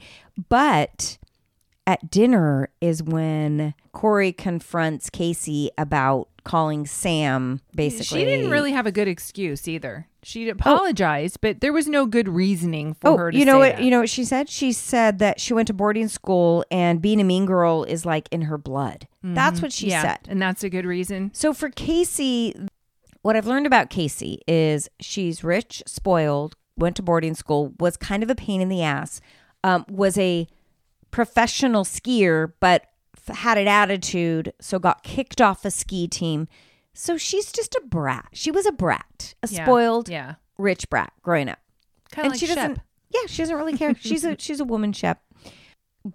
S2: but at dinner is when Corey confronts Casey about calling Sam. Basically,
S3: she didn't really have a good excuse either. She apologized, but there was no good reasoning for
S2: Oh,
S3: her. To
S2: you know
S3: say
S2: what?
S3: that.
S2: You know what she said? She said that she went to boarding school and being a mean girl is like in her blood. That's what she
S3: Mm-hmm. yeah,
S2: said.
S3: and that's a good reason.
S2: So for Casey, what I've learned about Casey is she's rich, spoiled, went to boarding school, was kind of a pain in the ass, um, was a professional skier, but f- had an attitude, so got kicked off a ski team. So she's just a brat. She was a brat, a
S3: Yeah,
S2: spoiled,
S3: yeah,
S2: rich brat growing up
S3: kind of like
S2: she
S3: Shep.
S2: doesn't yeah she doesn't really care she's a she's a woman shep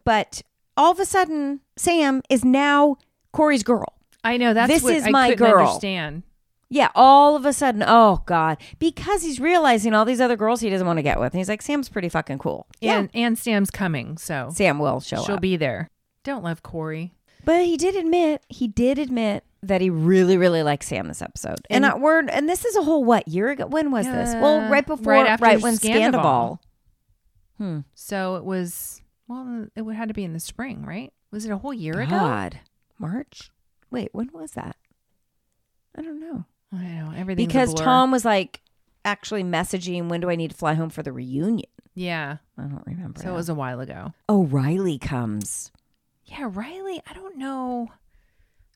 S2: but all of a sudden sam is now corey's girl
S3: I know that's
S2: This
S3: what
S2: is
S3: I
S2: my
S3: couldn't
S2: girl.
S3: Understand?
S2: yeah all of a sudden oh god because he's realizing all these other girls he doesn't want to get with and he's like sam's pretty fucking cool
S3: And and Sam's coming, so
S2: sam will show
S3: she'll
S2: up
S3: be there. Don't love Corey.
S2: but he did admit he did admit that he really really likes sam this episode and,
S3: And-
S2: I, we're and this is a whole what year ago when was this well
S3: Uh,
S2: right before
S3: right
S2: right,
S3: after
S2: when
S3: Scandival.
S2: Scandival. hmm
S3: So it was well, it would- had to be in the spring, right? Was it a whole year ago?
S2: god march wait when was that i don't know
S3: I know everything
S2: because Tom was like actually messaging, "When do I need to fly home for the reunion?"
S3: Yeah,
S2: I don't remember.
S3: so it was a while ago.
S2: oh, Riley comes.
S3: Yeah, Riley. I don't know.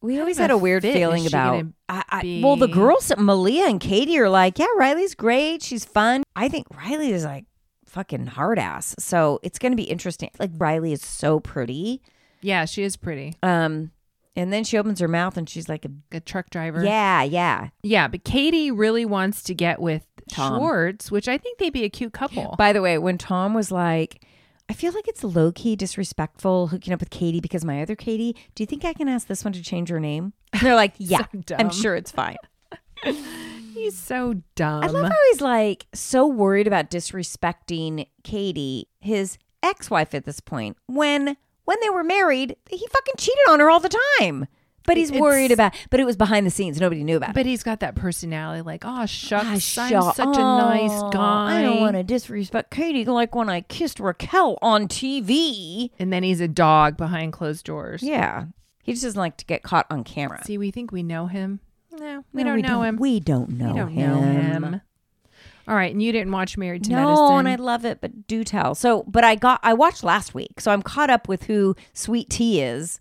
S2: We
S3: Kind
S2: always
S3: of
S2: had
S3: a
S2: a weird
S3: fit
S2: feeling
S3: is she
S2: about.
S3: gonna
S2: I, I, well, the
S3: be?
S2: girls, Malia and Katie, are like, "Yeah, Riley's great. She's fun." I think Riley is like fucking hard ass. So it's going to be interesting. Like Riley is so pretty.
S3: Yeah, she is pretty.
S2: Um, and then she opens her mouth and she's like,
S3: A truck driver.
S2: "Yeah, yeah."
S3: Yeah, but Katie really wants to get with
S2: Tom.
S3: Schwartz, which I think they'd be a cute couple.
S2: By the way, when Tom was like, I feel like it's low key disrespectful hooking up with Katie because my other Katie, do you think I can ask this one to change her name? And they're like, yeah,
S3: dumb.
S2: I'm sure it's fine.
S3: he's so dumb.
S2: I love how he's like so worried about disrespecting Katie, his ex wife at this point, when when they were married, he fucking cheated on her all the time. But he's
S3: It's-
S2: worried about, but it was behind the scenes. Nobody knew about it.
S3: but he's got that personality, like, oh shucks,
S2: Ah,
S3: I'm
S2: shuck-
S3: such a nice
S2: Oh,
S3: guy.
S2: I don't want to disrespect Katie like when I kissed Raquel on TV.
S3: And then he's a dog behind closed doors.
S2: Yeah. He just doesn't like to get caught on camera.
S3: See, we think we know him. No, we
S2: No,
S3: don't know him.
S2: We don't know
S3: we don't
S2: him.
S3: know him. All right, and you didn't watch Married to
S2: No,
S3: Medicine.
S2: and I love it, but do tell. So, but I got I watched last week, so I'm caught up with who Sweet Tea is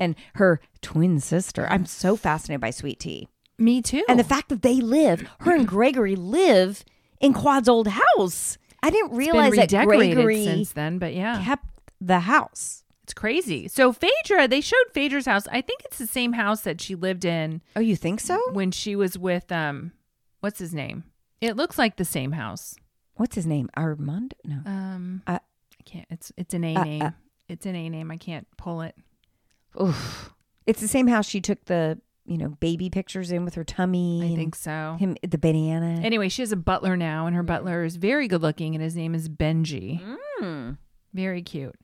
S2: and her twin sister. I'm so fascinated by Sweet Tea.
S3: Me too.
S2: And the fact that they live, her and Gregory live in Quad's old house. I didn't
S3: It's been
S2: realize that
S3: redecorated
S2: Gregory
S3: since then, but yeah,
S2: kept the house.
S3: it's crazy. So Phaedra, they showed Phaedra's house. I think it's the same house that she lived in
S2: Oh, you think so?
S3: when she was with um what's his name it looks like the same house
S2: What's his name? Armand? No.
S3: um
S2: Uh,
S3: i can't it's it's an a
S2: uh,
S3: name
S2: uh.
S3: it's an a name i can't pull it
S2: Oof. It's the same house she took the, you know, baby pictures in with her tummy.
S3: i
S2: and
S3: think so
S2: Him, the banana.
S3: anyway she has a butler now and her butler is very good looking and his name is benji very cute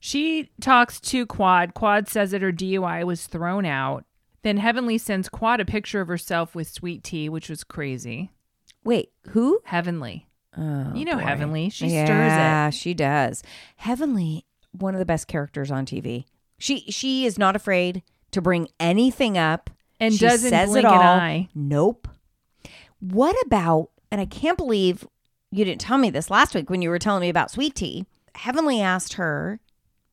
S3: she talks to quad quad says that her dui was thrown out then heavenly sends quad a picture of herself with sweet tea which was crazy
S2: Wait, who?
S3: heavenly
S2: Oh,
S3: You know Heavenly. She stirs it.
S2: yeah, stirs it. she does. Heavenly, one of the best characters on TV. She she is not afraid to bring anything up
S3: And
S2: She
S3: doesn't
S2: says
S3: blink
S2: it
S3: an
S2: all.
S3: eye.
S2: Nope. What about? And I can't believe you didn't tell me this last week when you were telling me about Sweet Tea. Heavenly asked her,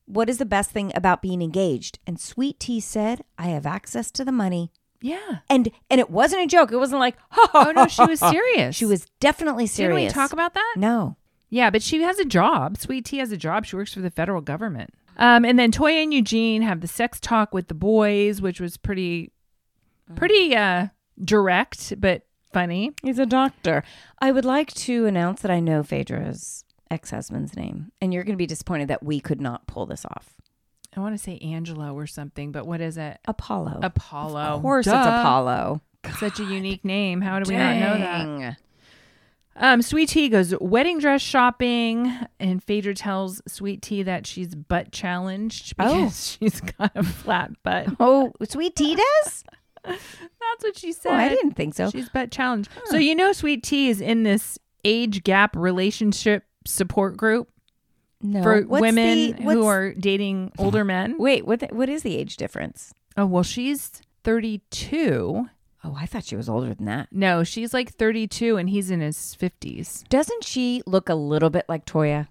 S2: "What is the best thing about being engaged?" And Sweet Tea said, "I have access to the money."
S3: yeah
S2: And and it wasn't a joke. It wasn't like, ha, ha,
S3: oh no she
S2: ha,
S3: was
S2: ha.
S3: serious
S2: She was definitely serious.
S3: Didn't we talk about that?
S2: No.
S3: Yeah, but she has a job. Sweet Tea has a job. She works for the federal government. Um, and then Toya and Eugene have the sex talk with the boys, which was pretty, pretty uh, direct but funny.
S2: He's a doctor. I would like to announce that I know Phaedra's ex husband's name, and you're going to be disappointed that we could not pull this off.
S3: I want to say Angelo or something, but what is it?
S2: Apollo.
S3: Apollo.
S2: Of course, it's
S3: Duh.
S2: Apollo.
S3: Such a unique name. How do we not know that?
S2: Dang.
S3: Um, Sweet Tea goes wedding dress shopping, and Phaedra tells Sweet Tea that she's butt challenged because she's got a flat butt.
S2: Oh, Sweet Tea does?
S3: That's what she said.
S2: Oh, I didn't think so.
S3: She's butt challenged. So you know, Sweet Tea is in this age gap relationship support group
S2: No.
S3: for
S2: What's
S3: women
S2: the- what's-
S3: who are dating older men.
S2: Wait, what? The, what is the age difference?
S3: Oh well, she's thirty-two.
S2: Oh, I thought she was older than that.
S3: No, she's like thirty-two, and he's in his fifties.
S2: Doesn't she look a little bit like Toya?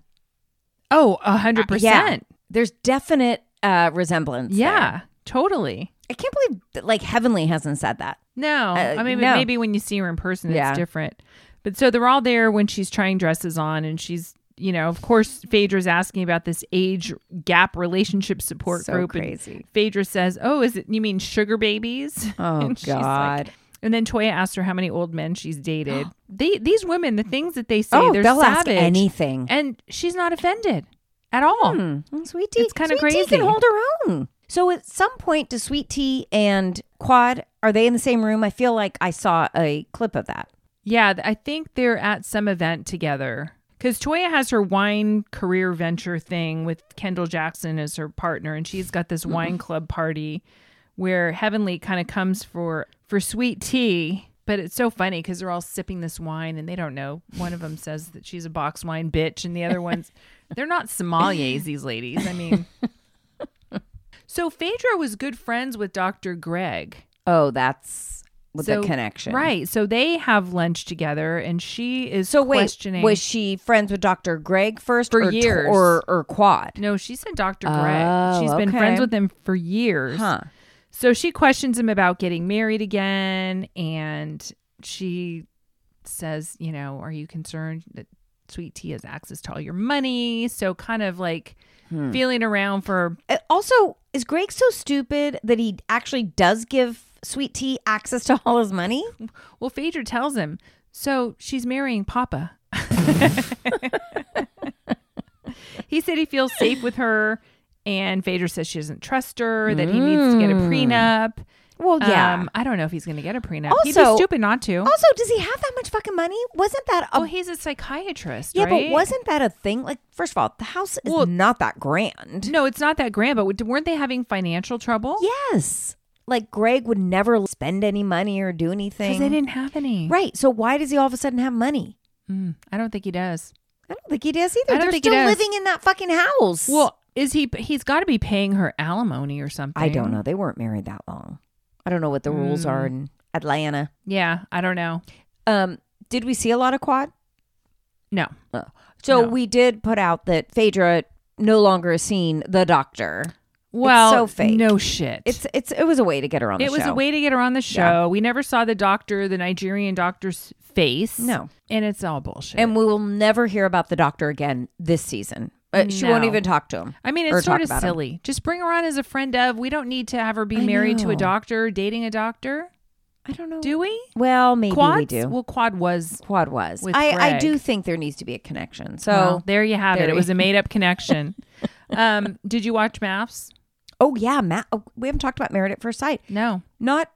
S3: Oh, a hundred percent.
S2: There's definite uh, resemblance. there.
S3: Yeah, totally.
S2: I can't believe that, like Heavenly hasn't said that.
S3: No,
S2: Uh,
S3: I mean
S2: no.
S3: maybe when you see her in person,
S2: Yeah.
S3: it's different. But so they're all there when she's trying dresses on, and she's you know of course Phaedra's asking about this age gap relationship support
S2: So
S3: group. and
S2: crazy.
S3: Phaedra says, "Oh, is it you mean sugar babies?"
S2: Oh,
S3: And she's like-
S2: God.
S3: and then Toya asks her how many old men she's dated. they these women, the things that they say,
S2: oh,
S3: they're
S2: they'll ask
S3: savage,
S2: anything.
S3: and she's not offended at all.
S2: Mm, Sweet Tea,
S3: It's kinda
S2: Sweet Tea can
S3: crazy.
S2: hold her own. So at some point, do Sweet Tea and Quad are they in the same room? I feel like I saw a clip of that.
S3: Yeah, th- I think they're at some event together. Because Toya has her wine career venture thing with Kendall Jackson as her partner, and she's got this wine club party where Heavenly kind of comes for for sweet tea. But it's so funny because they're all sipping this wine and they don't know. One of them says that she's a box wine bitch, and the other one's they're not sommeliers. These ladies, I mean. so Phaedra was good friends with Dr. Greg
S2: Oh, that's with
S3: So-
S2: the connection,
S3: Right. So they have lunch together and she is
S2: So wait,
S3: questioning.
S2: was she friends with Dr. Greg first,
S3: For
S2: or, t-
S3: years.
S2: or or Quad?
S3: no, she said Dr.
S2: Oh,
S3: Greg. She's been
S2: okay.
S3: friends with him for years.
S2: Huh.
S3: So she questions him about getting married again and she says, you know, are you concerned that Sweet Tea has access to all your money? So kind of like
S2: Hmm.
S3: feeling around for
S2: Uh, Also, is Greg so stupid that he actually does give Sweet Tea access to all his money?
S3: Well, Phaedra tells him, so she's marrying Papa. he said he feels safe with her, and Phaedra says she doesn't trust her, that he needs to get a prenup.
S2: Mm. Well, yeah.
S3: Um, I don't know if he's going to get a prenup. He'd be
S2: Also-
S3: stupid not to.
S2: also, does he have that much fucking money? Wasn't that a
S3: well, he's a psychiatrist,
S2: yeah?
S3: right?
S2: But wasn't that a thing? Like, first of all, the house is not that grand.
S3: No, it's not that grand, but w- weren't they having financial trouble?
S2: Yes. Like Greg would never spend any money or do anything.
S3: Because they didn't have any.
S2: Right. So why does he all of a sudden have money?
S3: Mm, I don't think he does.
S2: I don't think he does
S3: I
S2: either.
S3: don't
S2: They're
S3: think he
S2: still
S3: does.
S2: living in that fucking house.
S3: Well, is he? He's got to be paying her alimony or something.
S2: I don't know. They weren't married that long. I don't know what the rules
S3: Mm.
S2: are in Atlanta.
S3: Yeah, I don't know.
S2: Um, did we see a lot of quad? Uh,
S3: No.
S2: So
S3: No.
S2: we did put out that Phaedra no longer is seen the doctor.
S3: Well,
S2: so fake.
S3: no shit.
S2: It's it's it was a way to get her on the
S3: it
S2: show.
S3: was a way to get her on the show. We never saw the doctor, the Nigerian doctor's face.
S2: No.
S3: and it's all bullshit.
S2: and we will never hear about the doctor again this season. Uh, She won't
S3: No.
S2: even talk to him.
S3: I mean,
S2: or
S3: it's sort
S2: talk
S3: of
S2: about him.
S3: silly. Just bring her on as a friend of. We don't need to have her be married to
S2: know.
S3: a doctor, dating a doctor.
S2: I don't know.
S3: Do we?
S2: Well, maybe
S3: Quad?
S2: we do.
S3: Well, Quad was.
S2: Quad was.
S3: with
S2: I, I
S3: Greg.
S2: do think there needs to be a connection. So,
S3: well, there you have
S2: there
S3: it. It
S2: we-
S3: was a made up connection. um, did you watch Maps?
S2: oh yeah, Matt, oh, we haven't talked about Married at First Sight.
S3: No.
S2: Not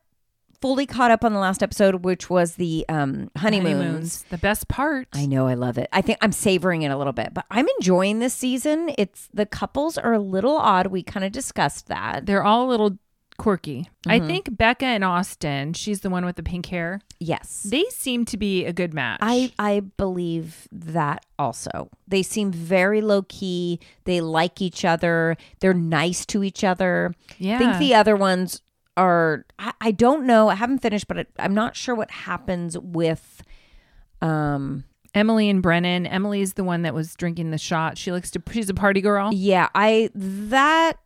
S2: fully caught up on the last episode, which was the um, honeymoons.
S3: Honeymoons. The best part.
S2: I know, I love it. I think I'm savoring it a little bit, but I'm enjoying this season. It's the couples are a little odd. We kind of discussed that.
S3: They're all a little quirky. I
S2: Mm-hmm.
S3: think Becca and Austin, she's the one with the pink hair.
S2: Yes,
S3: They seem to be a good match.
S2: I I believe that also. They seem very low key. They like each other. They're nice to each other. I think
S3: Yeah.
S2: the other ones are. I, I don't know. I haven't finished, but I, I'm not sure what happens with. Um.
S3: Emily and Brennan. Emily's the one that was drinking the shot. She likes to. She's a party girl.
S2: Yeah. I that.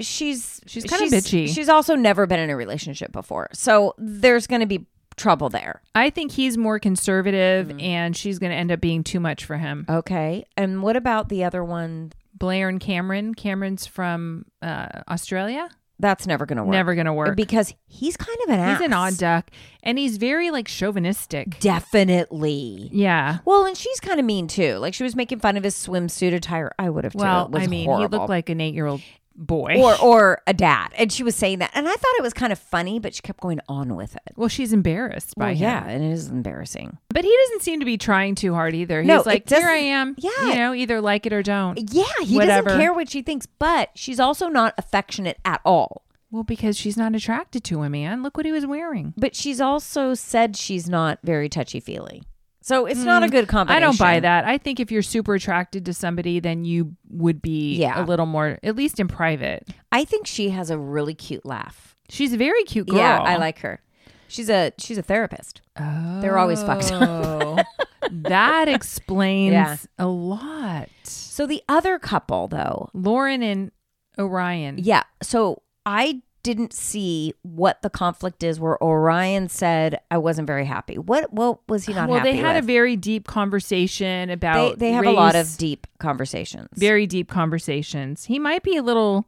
S2: She's
S3: She's kinda bitchy.
S2: She's also never been in a relationship before, so there's going to be trouble there.
S3: I think he's more conservative,
S2: Mm-hmm.
S3: and she's going to end up being too much for
S2: Uh,
S3: him.
S2: Okay. And what about the other one?
S3: Blair and Cameron. Cameron's from uh, Australia.
S2: That's never going to work.
S3: Never going to work.
S2: because he's kind of an ass.
S3: he's an odd duck, and he's very like chauvinistic.
S2: Definitely.
S3: Yeah.
S2: Well, and she's kind of mean too. Like she was making fun of his swimsuit attire. I would have too.
S3: Well,
S2: It was
S3: I mean,
S2: horrible.
S3: he looked like an eight-year-old boy.
S2: or or a dad. And she was saying that, and I thought it was kind of funny, but she kept going on with it.
S3: well, she's embarrassed by
S2: Well,
S3: him.
S2: yeah, and it is embarrassing.
S3: But he doesn't seem to be trying too hard either. He's
S2: No, it
S3: like, here I
S2: doesn't-
S3: am.
S2: Yeah.
S3: You know, either like it or don't.
S2: Yeah, he
S3: Whatever.
S2: doesn't care what she thinks, but she's also not affectionate at all.
S3: Well, because she's not attracted to him, man. Look what he was wearing.
S2: But she's also said she's not very touchy feely. So it's not a good
S3: I
S2: combination.
S3: don't buy that. I think if you're super attracted to somebody, then you would be
S2: Yeah.
S3: a little more, at least in private.
S2: I think she has a really cute laugh.
S3: She's a very cute girl.
S2: Yeah, I like her. She's a she's a therapist.
S3: Oh,
S2: They're always fucked
S3: that explains
S2: Yeah.
S3: a lot.
S2: So the other couple though,
S3: Lauren and Orion.
S2: yeah. So I didn't see what the conflict is where Orion said I wasn't very happy. What what was he not
S3: well,
S2: happy
S3: they had a
S2: with?
S3: very deep conversation
S2: they,
S3: about
S2: they have a lot
S3: race.
S2: of deep conversations.
S3: very deep conversations. He might be a little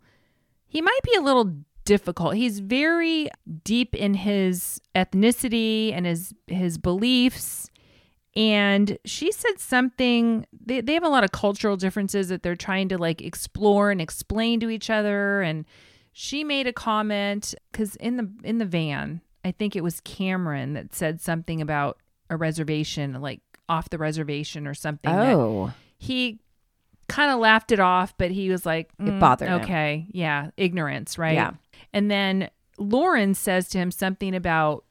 S3: he might be a little difficult. He's very deep in his ethnicity and his his beliefs. And she said something they, they have a lot of cultural differences that they're trying to like explore and explain to each other and she made a comment cuz in the in the van, I think it was Cameron that said something about a reservation like off the reservation or something that
S2: oh.
S3: he kind of laughed it off, but he was like, "Mm,
S2: bothered him.
S3: Okay, yeah, ignorance, right?
S2: Yeah.
S3: And then Lauren says to him something about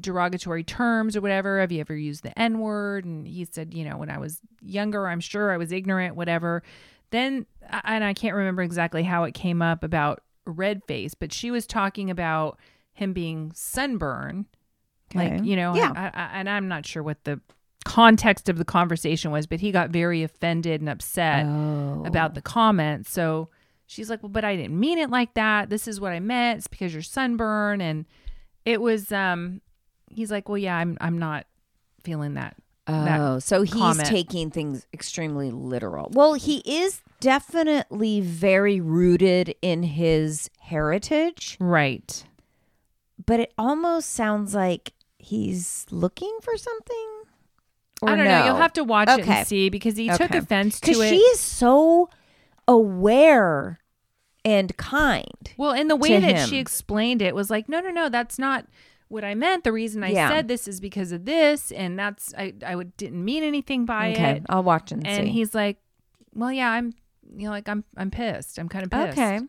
S3: derogatory terms or whatever. Have you ever used the N word? And he said, you know, when I was younger, I'm sure I was ignorant, whatever. Then, I- and I can't remember exactly how it came up about red face, but she was talking about him being sunburned. Like, you know,
S2: Yeah.
S3: I, I, and I'm not sure what the context of the conversation was, but he got very offended and
S2: Oh.
S3: upset about the comment. So she's like, Well, but I didn't mean it like that. This is what I meant. It's because you're sunburn. And it was, um, he's like, Well, yeah, I'm, I'm not feeling that. that
S2: Oh, so he's
S3: comment.
S2: taking things extremely literal. Well, he is definitely very rooted in his heritage,
S3: Right.
S2: but it almost sounds like he's looking for something. Or
S3: I don't know. You'll have to watch it
S2: Okay.
S3: and see because he took
S2: Okay.
S3: offense to
S2: because
S3: it.
S2: she is so aware and kind.
S3: Well, and the way
S2: to
S3: that
S2: him.
S3: she explained it was like, no, no, no, that's not what I meant. The reason I
S2: Yeah.
S3: said this is because of this, and that's I, I would, didn't mean anything by
S2: Okay,
S3: it.
S2: I'll watch and,
S3: And
S2: see.
S3: he's like, well, yeah, I'm, you know, like I'm, I'm pissed. I'm kind of pissed.
S2: okay,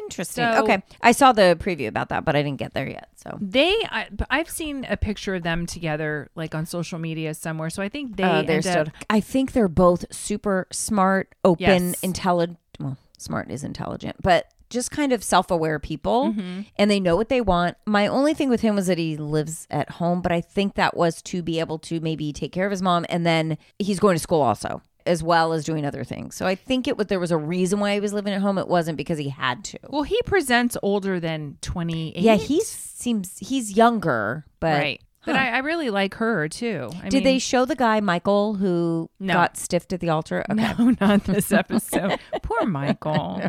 S2: interesting.
S3: So-
S2: okay, I saw the preview about that, but I didn't get there yet. So
S3: They, I, but I've seen a picture of them together, like on social media somewhere. So I think they,
S2: Uh,
S3: end up-
S2: I think they're both super smart, open,
S3: Yes.
S2: intelligent. Well, smart is intelligent, but just kind of self-aware people,
S3: Mm-hmm.
S2: and they know what they want. My only thing with him was that he lives at home, but I think that was to be able to maybe take care of his mom, and then he's going to school also, as well as doing other things. So I think it was there was a reason why he was living at home. It wasn't because he had to.
S3: well, he presents older than 28.
S2: Yeah, he seems he's younger, but
S3: right. But I, I really like her too. I
S2: did
S3: mean,
S2: they show the guy Michael who
S3: No.
S2: got stiffed at the altar? Okay.
S3: No, not this episode. Poor Michael.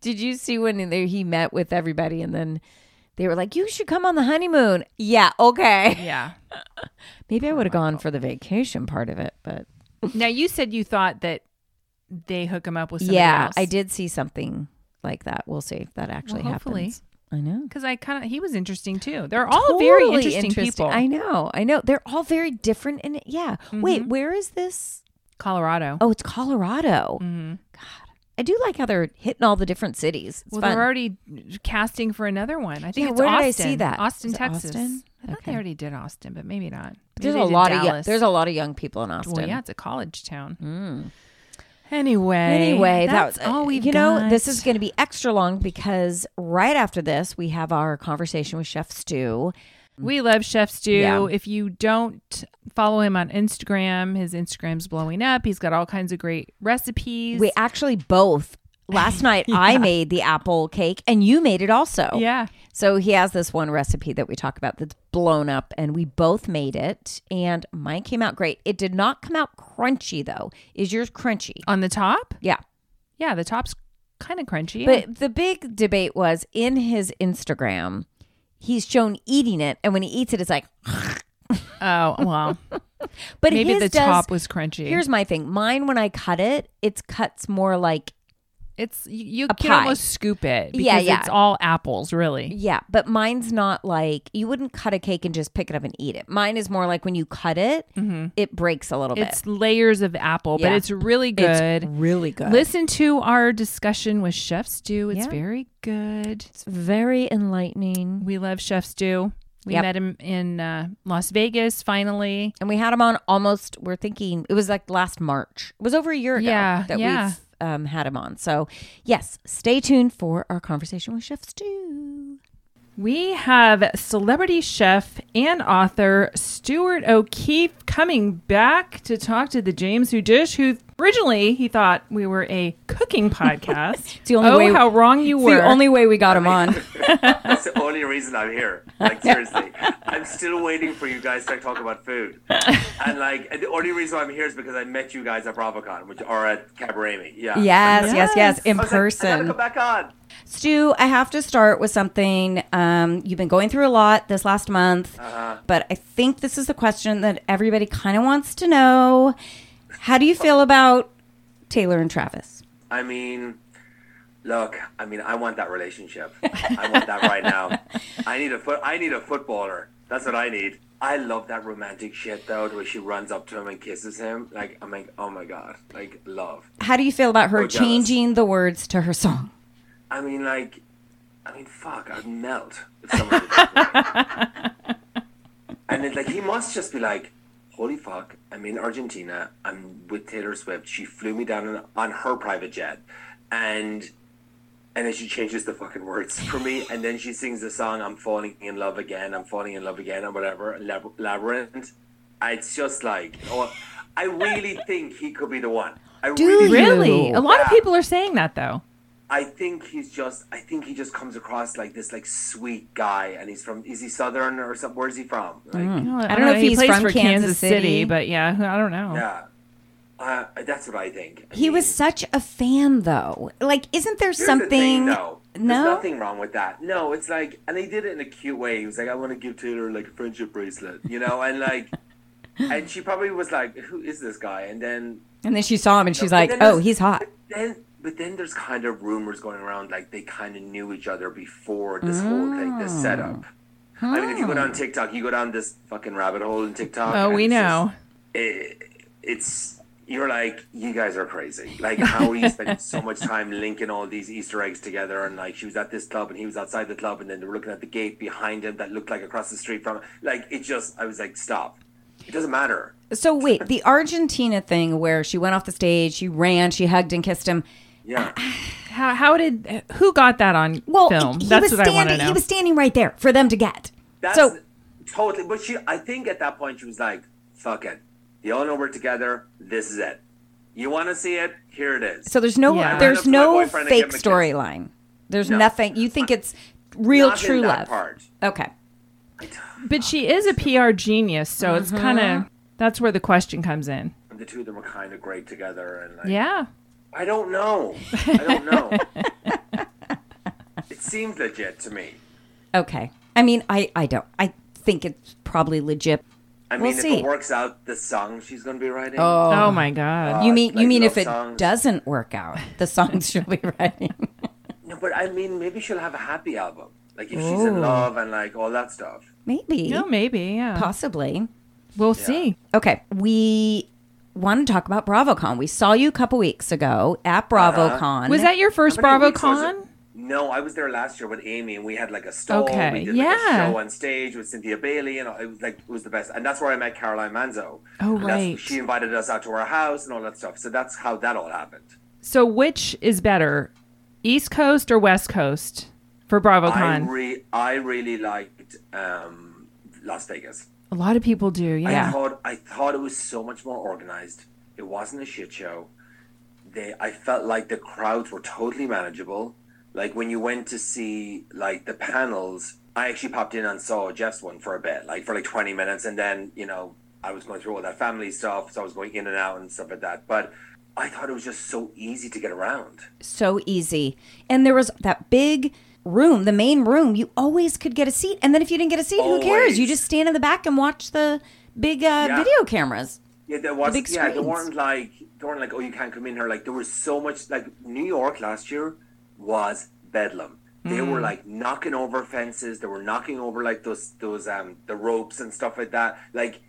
S2: Did you see when they- he met with everybody and then they were like, "You should come on the honeymoon." Yeah, okay.
S3: Yeah.
S2: Maybe I would have gone for the vacation part of it, but
S3: Now you said you thought that they hook him up with somebody
S2: yeah,
S3: else.
S2: I did see something like that. We'll see if that actually
S3: hopefully.
S2: happens. I know.
S3: because I kind of he was interesting too. They're all very
S2: Totally
S3: interesting, people.
S2: I know. I know. They're all very different in it. Yeah. Wait, where is this?
S3: Colorado.
S2: Oh, it's Colorado. God. I do like how they're hitting all the different cities. It's
S3: well,
S2: fun.
S3: they're already casting for another one. I think
S2: Yeah,
S3: it's
S2: where did
S3: Austin.
S2: I see that?
S3: Austin,
S2: Is it
S3: Texas.
S2: Austin?
S3: I thought they
S2: Okay.
S3: already did Austin, but maybe not.
S2: there's a
S3: Maybe they did
S2: lot of young,
S3: Dallas.
S2: there's a lot of young people in Austin. Mm.
S3: Well, yeah, it's a college town. Anyway,
S2: Anyway,
S3: that's
S2: that's that was, uh,
S3: all we've
S2: You know, this
S3: got.
S2: is going to be extra long because right after this, we have our conversation with Chef Stu.
S3: We love Chef Stu.
S2: Yeah.
S3: If you don't follow him on Instagram, his Instagram's blowing up. He's got all kinds of great recipes.
S2: We actually both last night I made the apple cake and you made it also.
S3: yeah.
S2: So he has this one recipe that we talk about that's blown up, and we both made it, and mine came out great. It did not come out crunchy though. Is yours crunchy?
S3: On the top?
S2: Yeah.
S3: Yeah, the top's kind of crunchy.
S2: But the big debate was in his Instagram, he's shown eating it, and when he eats it, it's like.
S3: oh, well,
S2: But
S3: maybe
S2: his
S3: the
S2: does-
S3: top was crunchy.
S2: Here's my thing. Mine, when I cut it, it's cuts more like
S3: It's you, you
S2: A
S3: can
S2: pie.
S3: almost scoop it because
S2: Yeah, yeah.
S3: it's all apples, really.
S2: Yeah, but mine's not like you wouldn't cut a cake and just pick it up and eat it. Mine is more like when you cut it, it breaks a little
S3: Mm-hmm. It's
S2: bit.
S3: layers of apple, but
S2: Yeah.
S3: it's really good.
S2: It's really good.
S3: Listen to our discussion with Chef Stu. It's
S2: Yeah.
S3: very good.
S2: It's very enlightening.
S3: We love Chef Stu. We
S2: Yep.
S3: met him in uh, Las Vegas finally.
S2: And we had him on almost, we're thinking it was like last March. It was over a year ago
S3: Yeah,
S2: that
S3: yeah.
S2: we've um, had him on. So, yes, stay tuned for our conversation with Chef Stu.
S3: We have celebrity chef and author Stuart O'Keefe coming back to talk to the James Who Dish, who originally he thought we were a cooking podcast.
S2: the only
S3: oh,
S2: way-
S3: how wrong you were.
S2: the only way we got him on.
S5: That's the only reason I'm here. Like seriously, I'm still waiting for you guys to talk about food. And like the only reason I'm here is because I met you guys at BravoCon, which are at Cabaret. Me. Yeah.
S2: Yes, yes, yes, in
S5: I was like, I gotta
S2: person.
S5: come back on.
S2: Stu, I have to start with something. Um, you've been going through a lot this last month,
S5: Uh-huh.
S2: but I think this is the question that everybody kind of wants to know. How do you feel about Taylor and Travis?
S5: I mean, look. I mean, I want that relationship. I want that right now. I need a foot. I need a footballer. That's what I need. I love that romantic shit though, where she runs up to him and kisses him. Like I'm like, oh my god, like love.
S2: How do you feel about her
S5: Oh, jealous.
S2: changing the words to her song?
S5: I mean, like, I mean, fuck, I'd melt if someone did that to me. And it's like, he must just be like, holy fuck, I'm in Argentina. I'm with Taylor Swift. She flew me down on, on her private jet. And. And then she changes the fucking words for me, and then she sings the song "I'm falling in love again, I'm falling in love again" or whatever lab- labyrinth. It's just like, oh, I really think he could be the one. I
S2: Do
S5: really,
S2: you?
S3: really, a lot of
S5: Yeah.
S3: people are saying that though.
S5: I think he's just. I think he just comes across like this, like sweet guy, and he's from. Is he southern or something? Where's he from? Like,
S3: I
S2: don't know if
S3: He
S2: he's
S3: plays
S2: from
S3: for
S2: Kansas City.
S3: but yeah, I don't know.
S5: yeah, uh, that's what I think. I
S2: He was
S5: mean,
S2: such a fan, though. Like, isn't there
S5: here's the
S2: something?
S5: thing, though. There's
S2: no,
S5: nothing wrong with that. No, it's like, and he did it in a cute way. He was like, "I want to give Taylor like a friendship bracelet," you know, and like, and she probably was like, "Who is this guy?" And then
S2: and then she saw him and she's
S5: But
S2: like,
S5: then
S2: "Oh,
S5: there's-
S2: he's hot."
S5: But then, but then there's kind of rumors going around like they kind of knew each other before this whole thing, this setup. I mean, if you go
S2: Oh.
S5: down TikTok, you go down this fucking rabbit hole in TikTok.
S3: Oh,
S5: and
S3: we
S5: it's just-
S3: know.
S5: it, it's you're like you guys are crazy. Like how are you spending so much time linking all these Easter eggs together? And like she was at this club and he was outside the club, and then they were looking at the gate behind him that looked like across the street from. Like it just, I was like, stop. It doesn't matter.
S2: So wait, the Argentina thing where she went off the stage, she ran, she hugged and kissed him.
S5: Yeah.
S3: How, how did who got that on
S2: Well,
S3: film?
S2: he, he
S3: That's
S2: was
S3: what I want to
S2: standing.
S3: know.
S2: He was standing right there for them to get.
S5: That's
S2: so
S5: totally. But she, I think at that point she was like, "Fuck it, you all know we're together. This is it. You want to see it? Here it is."
S2: So there's no
S3: Yeah.
S2: there's
S5: Line up with my
S2: no
S5: boyfriend and
S2: fake
S5: give him a kiss.
S2: storyline. There's
S5: No.
S2: nothing. You think it's real
S5: Not in
S2: true
S5: that
S2: love.
S5: part.
S2: Okay.
S3: but she is a PR genius, so it's
S2: Uh-huh.
S3: kind of that's where the question comes in.
S5: And the two of them were kind of great together, and like,
S3: Yeah.
S5: I don't know. I don't know. it seemed legit to me.
S2: Okay. I mean, I I don't. I think it's probably legit.
S5: I
S2: We'll
S5: mean, if
S2: see.
S5: it works out, the song she's going to be writing. Oh,
S3: Oh, my god.
S2: You mean
S5: like
S2: you mean
S5: love
S2: if it
S5: songs.
S2: doesn't work out, the songs she'll be writing.
S5: no, but I mean, maybe she'll have a happy album, like if she's in love and like all that stuff.
S2: Maybe.
S3: no, maybe. Yeah.
S2: Possibly.
S3: We'll see.
S2: Okay. We want to talk about BravoCon. We saw you a couple weeks ago at
S5: Uh-huh.
S2: BravoCon.
S3: Was that your first
S5: How many weeks was
S3: BravoCon?
S5: it? No, I was there last year with Amy, and we had like a stall.
S3: Okay,
S5: we did like
S3: yeah.
S5: a show on stage with Cynthia Bailey, and it was like it was the best. And that's where I met Caroline Manzo.
S3: Oh,
S5: And that's-
S3: right.
S5: She invited us out to her house and all that stuff. So that's how that all happened.
S3: So which is better, East Coast or West Coast for
S5: I
S3: BravoCon?
S5: re- I really liked um, Las Vegas.
S3: a lot of people do.
S5: I
S3: Yeah.
S5: thought I thought it was so much more organized. It wasn't a shit show. They I felt like the crowds were totally manageable. Like when you went to see like the panels, I actually popped in and saw Jeff's one for a bit, like for like twenty minutes, and then you know I was going through all that family stuff, so I was going in and out and stuff like that. But I thought it was just so easy to get around.
S2: so easy. And there was that big room, the main room. You always could get a seat. And then if you didn't get a seat, who cares?
S5: Always.
S2: You just stand in the back and watch the big uh, video cameras.
S5: Yeah, there was.
S2: big
S5: yeah, there
S2: screens.
S5: weren't like they weren't like, oh, you can't come in here. Like there was so much. Like New York last year was bedlam. They were
S2: Mm.
S5: like knocking over fences. They were knocking over like those those um the ropes and stuff like that. Like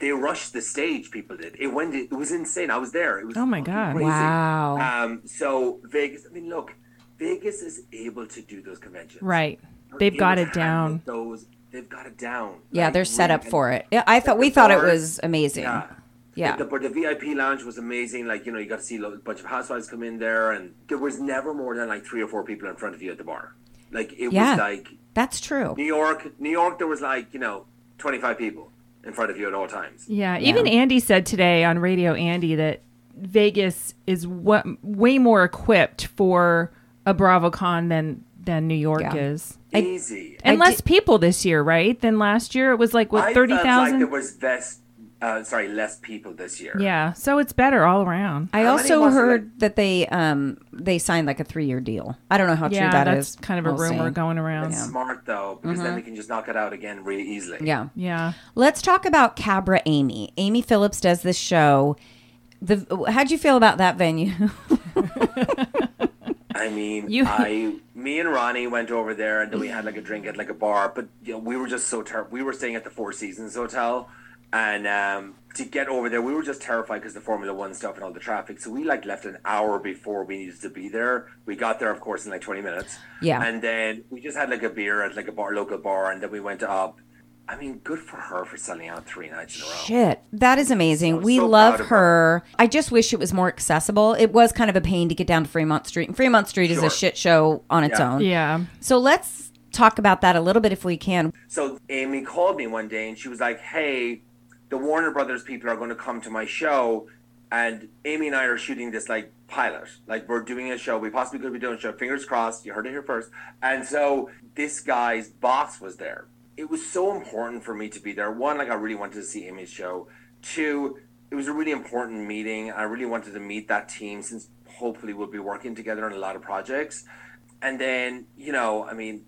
S5: they rushed the stage. People did. It went. It was insane. I was there. It was
S3: Oh my
S5: fucking
S3: God.
S5: crazy.
S2: Wow.
S5: Um. So Vegas. I mean, look, Vegas is able to do those conventions.
S3: Right.
S5: They're
S3: They've
S5: able
S3: got
S5: to
S3: it
S5: handle
S3: down.
S5: Those. They've got it down.
S2: Yeah,
S5: Like,
S2: they're set
S5: really-
S2: up for it. Yeah, I thought we thought it was amazing.
S5: Yeah.
S2: Yeah.
S5: The, but the VIP lounge was amazing. Like, you know, you got to see a bunch of housewives come in there, and there was never more than like three or four people in front of you at the bar. Like, it
S2: Yeah.
S5: was like
S2: That's true.
S5: New York, New York, there was like, you know, 25 people in front of you at all times.
S3: Yeah, even Andy said today on Radio Andy that Vegas is wa- way more equipped for a BravoCon than than New York
S2: Yeah.
S3: is.
S5: Easy.
S3: And less people this year, right? Than last year. It was like
S5: I
S3: what
S5: felt
S3: thirty
S5: like
S3: thousand.
S5: there was less, uh, sorry, less people this year.
S3: yeah, so it's better all around.
S2: I
S5: How many
S2: also
S5: was it?
S2: heard that they um they signed like a three year deal. I don't know how
S3: yeah,
S2: true that
S3: that's
S2: is.
S3: kind of a
S2: We'll
S3: rumor
S2: see.
S3: going around. Yeah.
S5: Smart though, because then we can just knock it out again really easily.
S2: Yeah. Let's talk about Cabra Amy. Amy Phillips does this show. The how'd you feel about that venue?
S5: I mean,
S3: You-
S5: I, me and Ronnie went over there, and then we had like a drink at like a bar. But you know, we were just so ter- we were staying at the Four Seasons Hotel, and um, to get over there, we were just terrified because the Formula One stuff and all the traffic. So we like left an hour before we needed to be there. We got there, of course, in like twenty minutes.
S2: Yeah.
S5: and then we just had like a beer at like a bar, local bar, and then we went up. I mean, good for her for selling out three nights in a row.
S2: Shit, that is amazing.
S5: I'm
S2: we
S5: so
S2: love
S5: proud of
S2: her. I just wish it was more accessible. It was kind of a pain to get down to Fremont Street, and Fremont Street is a
S5: Sure.
S2: shit show on its
S5: Yeah.
S2: own.
S3: yeah,
S2: So let's talk about that a little bit if we can.
S5: So Amy called me one day and she was like, "Hey, the Warner Brothers people are going to come to my show, and Amy and I are shooting this like pilot. Like we're doing a show. We possibly could be doing a show. Fingers crossed. You heard it here first. And so this guy's boss was there. It was so important for me to be there. One, like I really wanted to see Amy's show. Two, it was a really important meeting. I really wanted to meet that team since hopefully we'll be working together on a lot of projects. And then, you know, I mean,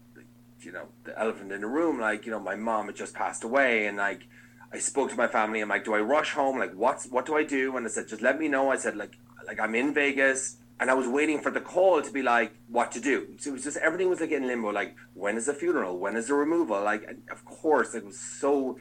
S5: you know the elephant in the room like you know my mom had just passed away and like i spoke to my family i'm like do i rush home like what's what do i do and i said just let me know i said like like i'm in vegas and i was waiting for the call to be like what to do so it was just everything was like in limbo like when is the funeral when is the removal like and of course it was so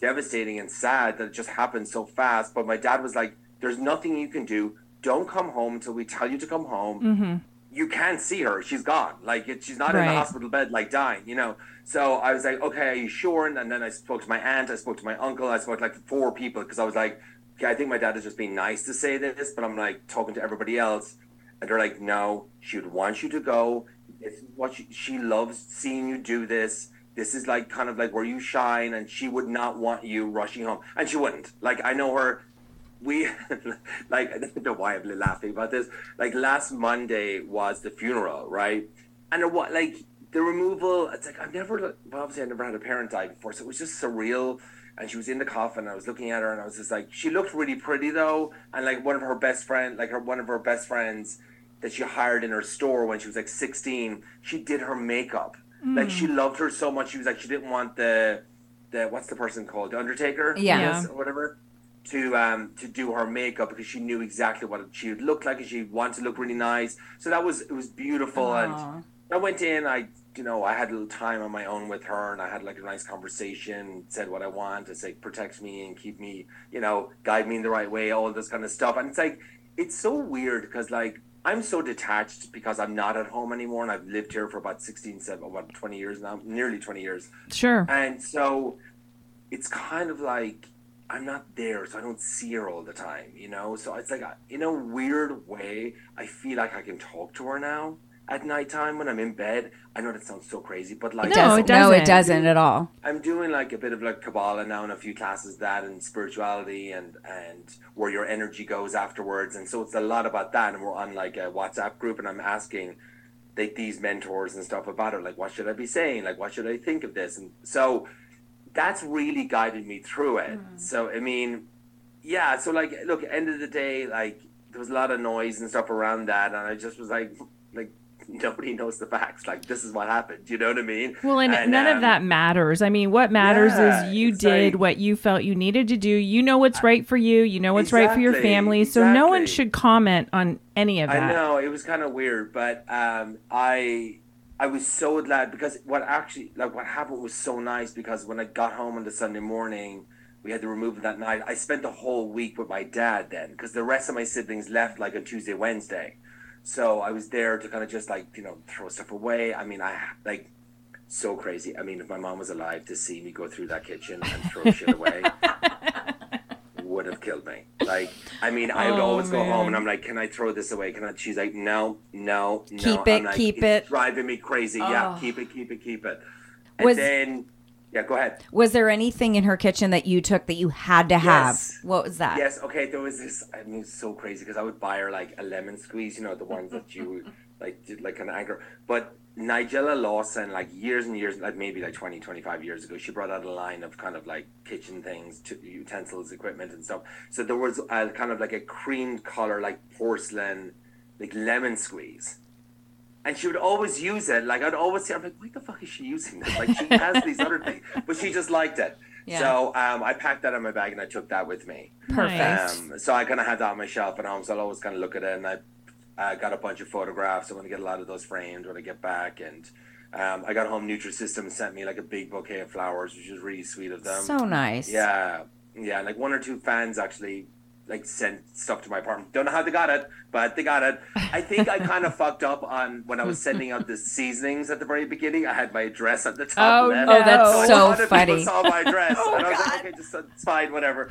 S5: devastating and sad that it just happened so fast but my dad was like there's nothing you can do don't come home until we tell you to come home you can't see her. She's gone. Like it, she's not in
S3: Right.
S5: the hospital bed, like dying. You know. So I was like, okay, are you sure? And then I spoke to my aunt. I spoke to my uncle. I spoke to like four people because I was like, okay, I think my dad is just being nice to say this, but I'm like talking to everybody else, and they're like, no, she would want you to go. It's what she, she loves seeing you do this. This is like kind of like where you shine, and she would not want you rushing home, and she wouldn't. Like I know her we like I don't know why I'm laughing about this. Like last Monday was the funeral, right? And it what like the removal. It's like I've never well obviously I never had a parent die before, so it was just surreal. And she was in the coffin. And I was looking at her, and I was just like, she looked really pretty though, and like one of her best friend, like her one of her best friends that she hired in her store when she was like 16, she did her makeup. Like she loved her so much, she was like she didn't want the the what's the person called the Undertaker,
S2: Yeah.
S5: Yes, or whatever to um to do her makeup because she knew exactly what she would look like and she wanted to look really nice. So that was it was beautiful and I went in, I you know, I had a little time on my own with her and I had like a nice conversation, said what I want, I said protect me and keep me, you know, guide me in the right way, all this kind of stuff. And it's like it's so weird because like I'm so detached because I'm not at home anymore and I've lived here for about 16, 17, about 20 years now, nearly 20 years.
S3: sure.
S5: And so it's kind of like I'm not there, so I don't see her all the time, you know? So it's like, I- in a weird way, I feel like I can talk to her now at nighttime when I'm in bed. I know that sounds so crazy, but like,
S3: No, it
S2: No, it
S3: doesn't.
S2: doesn't at all.
S5: I'm doing like a bit of like Kabbalah now and a few classes that and spirituality and and where your energy goes afterwards and so it's a lot about that and we're on like a WhatsApp group and I'm asking like these mentors and stuff about it like what should I be saying like what should I think of this and so that's really guided me through it
S3: Hmm.
S5: so I mean yeah so like look end of the day like there was a lot of noise and stuff around that and I just was like like nobody knows the facts. Like this is what happened. You know what I mean?
S3: Well, and, none
S5: um,
S3: of that matters. I mean, what matters
S5: Yeah,
S3: is you
S5: it's
S3: did
S5: like-
S3: what you felt you needed to do. You know what's right for you. You know what's right for your
S5: Exactly,
S3: family. So no one
S5: exactly.
S3: should comment on any of
S5: I
S3: that.
S5: know it was kind of weird, but um, I I was so glad because what actually like what happened was so nice because when I got home on the Sunday morning, we had to remove it that night. I spent the whole week with my dad then because the rest of my siblings left like on Tuesday, Wednesday, so I was there to kind of just like you know throw stuff away. I mean, I like so crazy. I mean, if my mom was alive to see me go through that kitchen and throw shit away. Would have killed me. Like, I mean, I would
S3: Oh,
S5: always go
S3: man.
S5: home and I'm like, "Can I throw this away?" Can I? She's like, "No, no, no."
S2: Keep
S5: I'm
S2: it,
S5: like,
S2: keep
S5: it's
S2: it. Oh.
S5: Driving me crazy. Yeah, keep it, keep it, keep it. And
S2: Was-
S5: then, yeah, go ahead.
S2: Was there anything in her kitchen that you took that you had to have?
S5: Yes.
S2: What was that?
S5: Yes, okay. There was this. I mean, it's so crazy because I would buy her like a lemon squeeze, you know, the ones that you would, like, did, like an anger. But Nigella Lawson, like years and years, like maybe like 20, 25 years ago, she brought out a line of kind of like kitchen things, to, utensils, equipment, and stuff. So there was a kind of like a cream color, like porcelain, like lemon squeeze. And she would always use it. Like I'd always see, her, I'm like, why the fuck is she using this? Like she has these other things, but she just liked it.
S2: Yeah.
S5: So um, I packed that in my bag and I took that with me.
S3: Perfect.
S5: Um, so I kind of had that on my shelf at home, so I'll always kind of look at it. And I uh, got a bunch of photographs. I'm going to get a lot of those framed when I get back. And um, I got home, Nutrisystem sent me like a big bouquet of flowers, which is really sweet of them.
S2: so nice.
S5: um, yeah, yeah. Like one or two fans actually like sent stuff to my apartment. Don't know how they got it, but they got it. I think I kind of fucked up on when I was sending out the seasonings at the very beginning. I had my address at the top.
S3: Oh,
S5: left.
S3: no. Oh, that's
S5: a
S2: so
S5: lot of
S2: funny. Oh,
S5: People saw my address, and I was like, okay, just it's fine, whatever.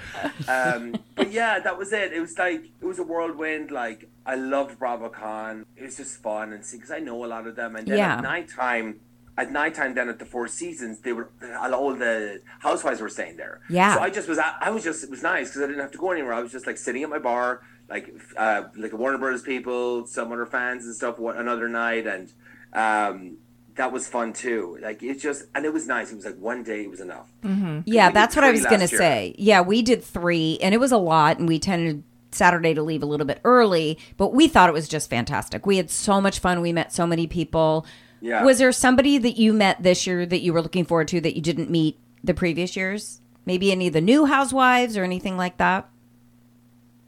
S5: Um, but yeah, that was it. It was like it was a whirlwind. Like I loved BravoCon. It was just fun and see because I know a lot of them. And then
S2: Yeah.
S5: at nighttime, at nighttime, then at the Four Seasons, they were uh, all the housewives were staying there.
S2: Yeah.
S5: So I just was I was just it was nice because I didn't have to go anywhere. I was just like sitting at my bar, like uh, like Warner Brothers people, some other fans and stuff. What another night and. Um, that was fun too. Like it just, and it was nice. It was like one day it was enough.
S2: Yeah,
S5: We did
S2: that's what I
S5: three
S2: was
S5: last
S2: going to
S5: year.
S2: say. Yeah, we did three, and it was a lot, and we tended Saturday to leave a little bit early, but we thought it was just fantastic. We had so much fun. We met so many people.
S5: Yeah.
S2: Was there somebody that you met this year that you were looking forward to that you didn't meet the previous years? Maybe any of the new housewives or anything like that?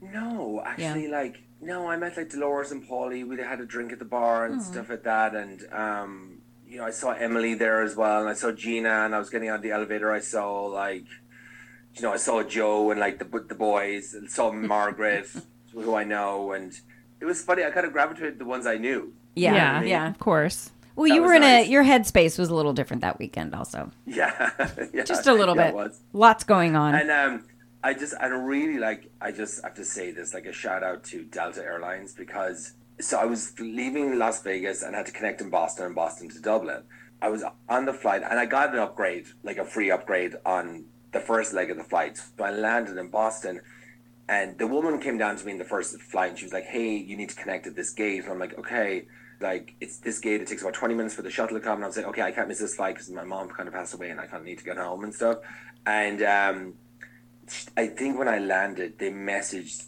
S5: No, actually, like no, I met like Dolores and Paulie. We had a drink at the bar and stuff like that, and um, you know, I saw Emily there as well, and I saw Gina, and I was getting on the elevator. I saw like, you know, I saw Joe and like the the boys, and saw Margaret, who I know, and it was funny. I kind of gravitated to the ones I knew.
S2: Yeah.
S3: yeah,
S2: Yeah.
S3: of course.
S2: Well, you
S5: That was
S2: were in
S5: nice.
S2: a, your headspace was a little different that weekend, also.
S5: Yeah, yeah.
S2: Just a little
S5: yeah, it
S2: bit.
S5: was.
S2: Lots going on.
S5: And um, I just, I don't really like, I just have to say this, like a shout out to Delta Airlines because, so I was leaving Las Vegas and had to connect in Boston and Boston to Dublin. I was on the flight and I got an upgrade, like a free upgrade on the first leg of the flight. So I landed in Boston and the woman came down to me in the first flight and she was like, Hey, you need to connect at this gate. And I'm like, Okay. Like, it's this gate. It takes about 20 minutes for the shuttle to come. And I was like, Okay, I can't miss this flight because my mom kind of passed away and I kind of need to get home and stuff. And um, I think when I landed, they messaged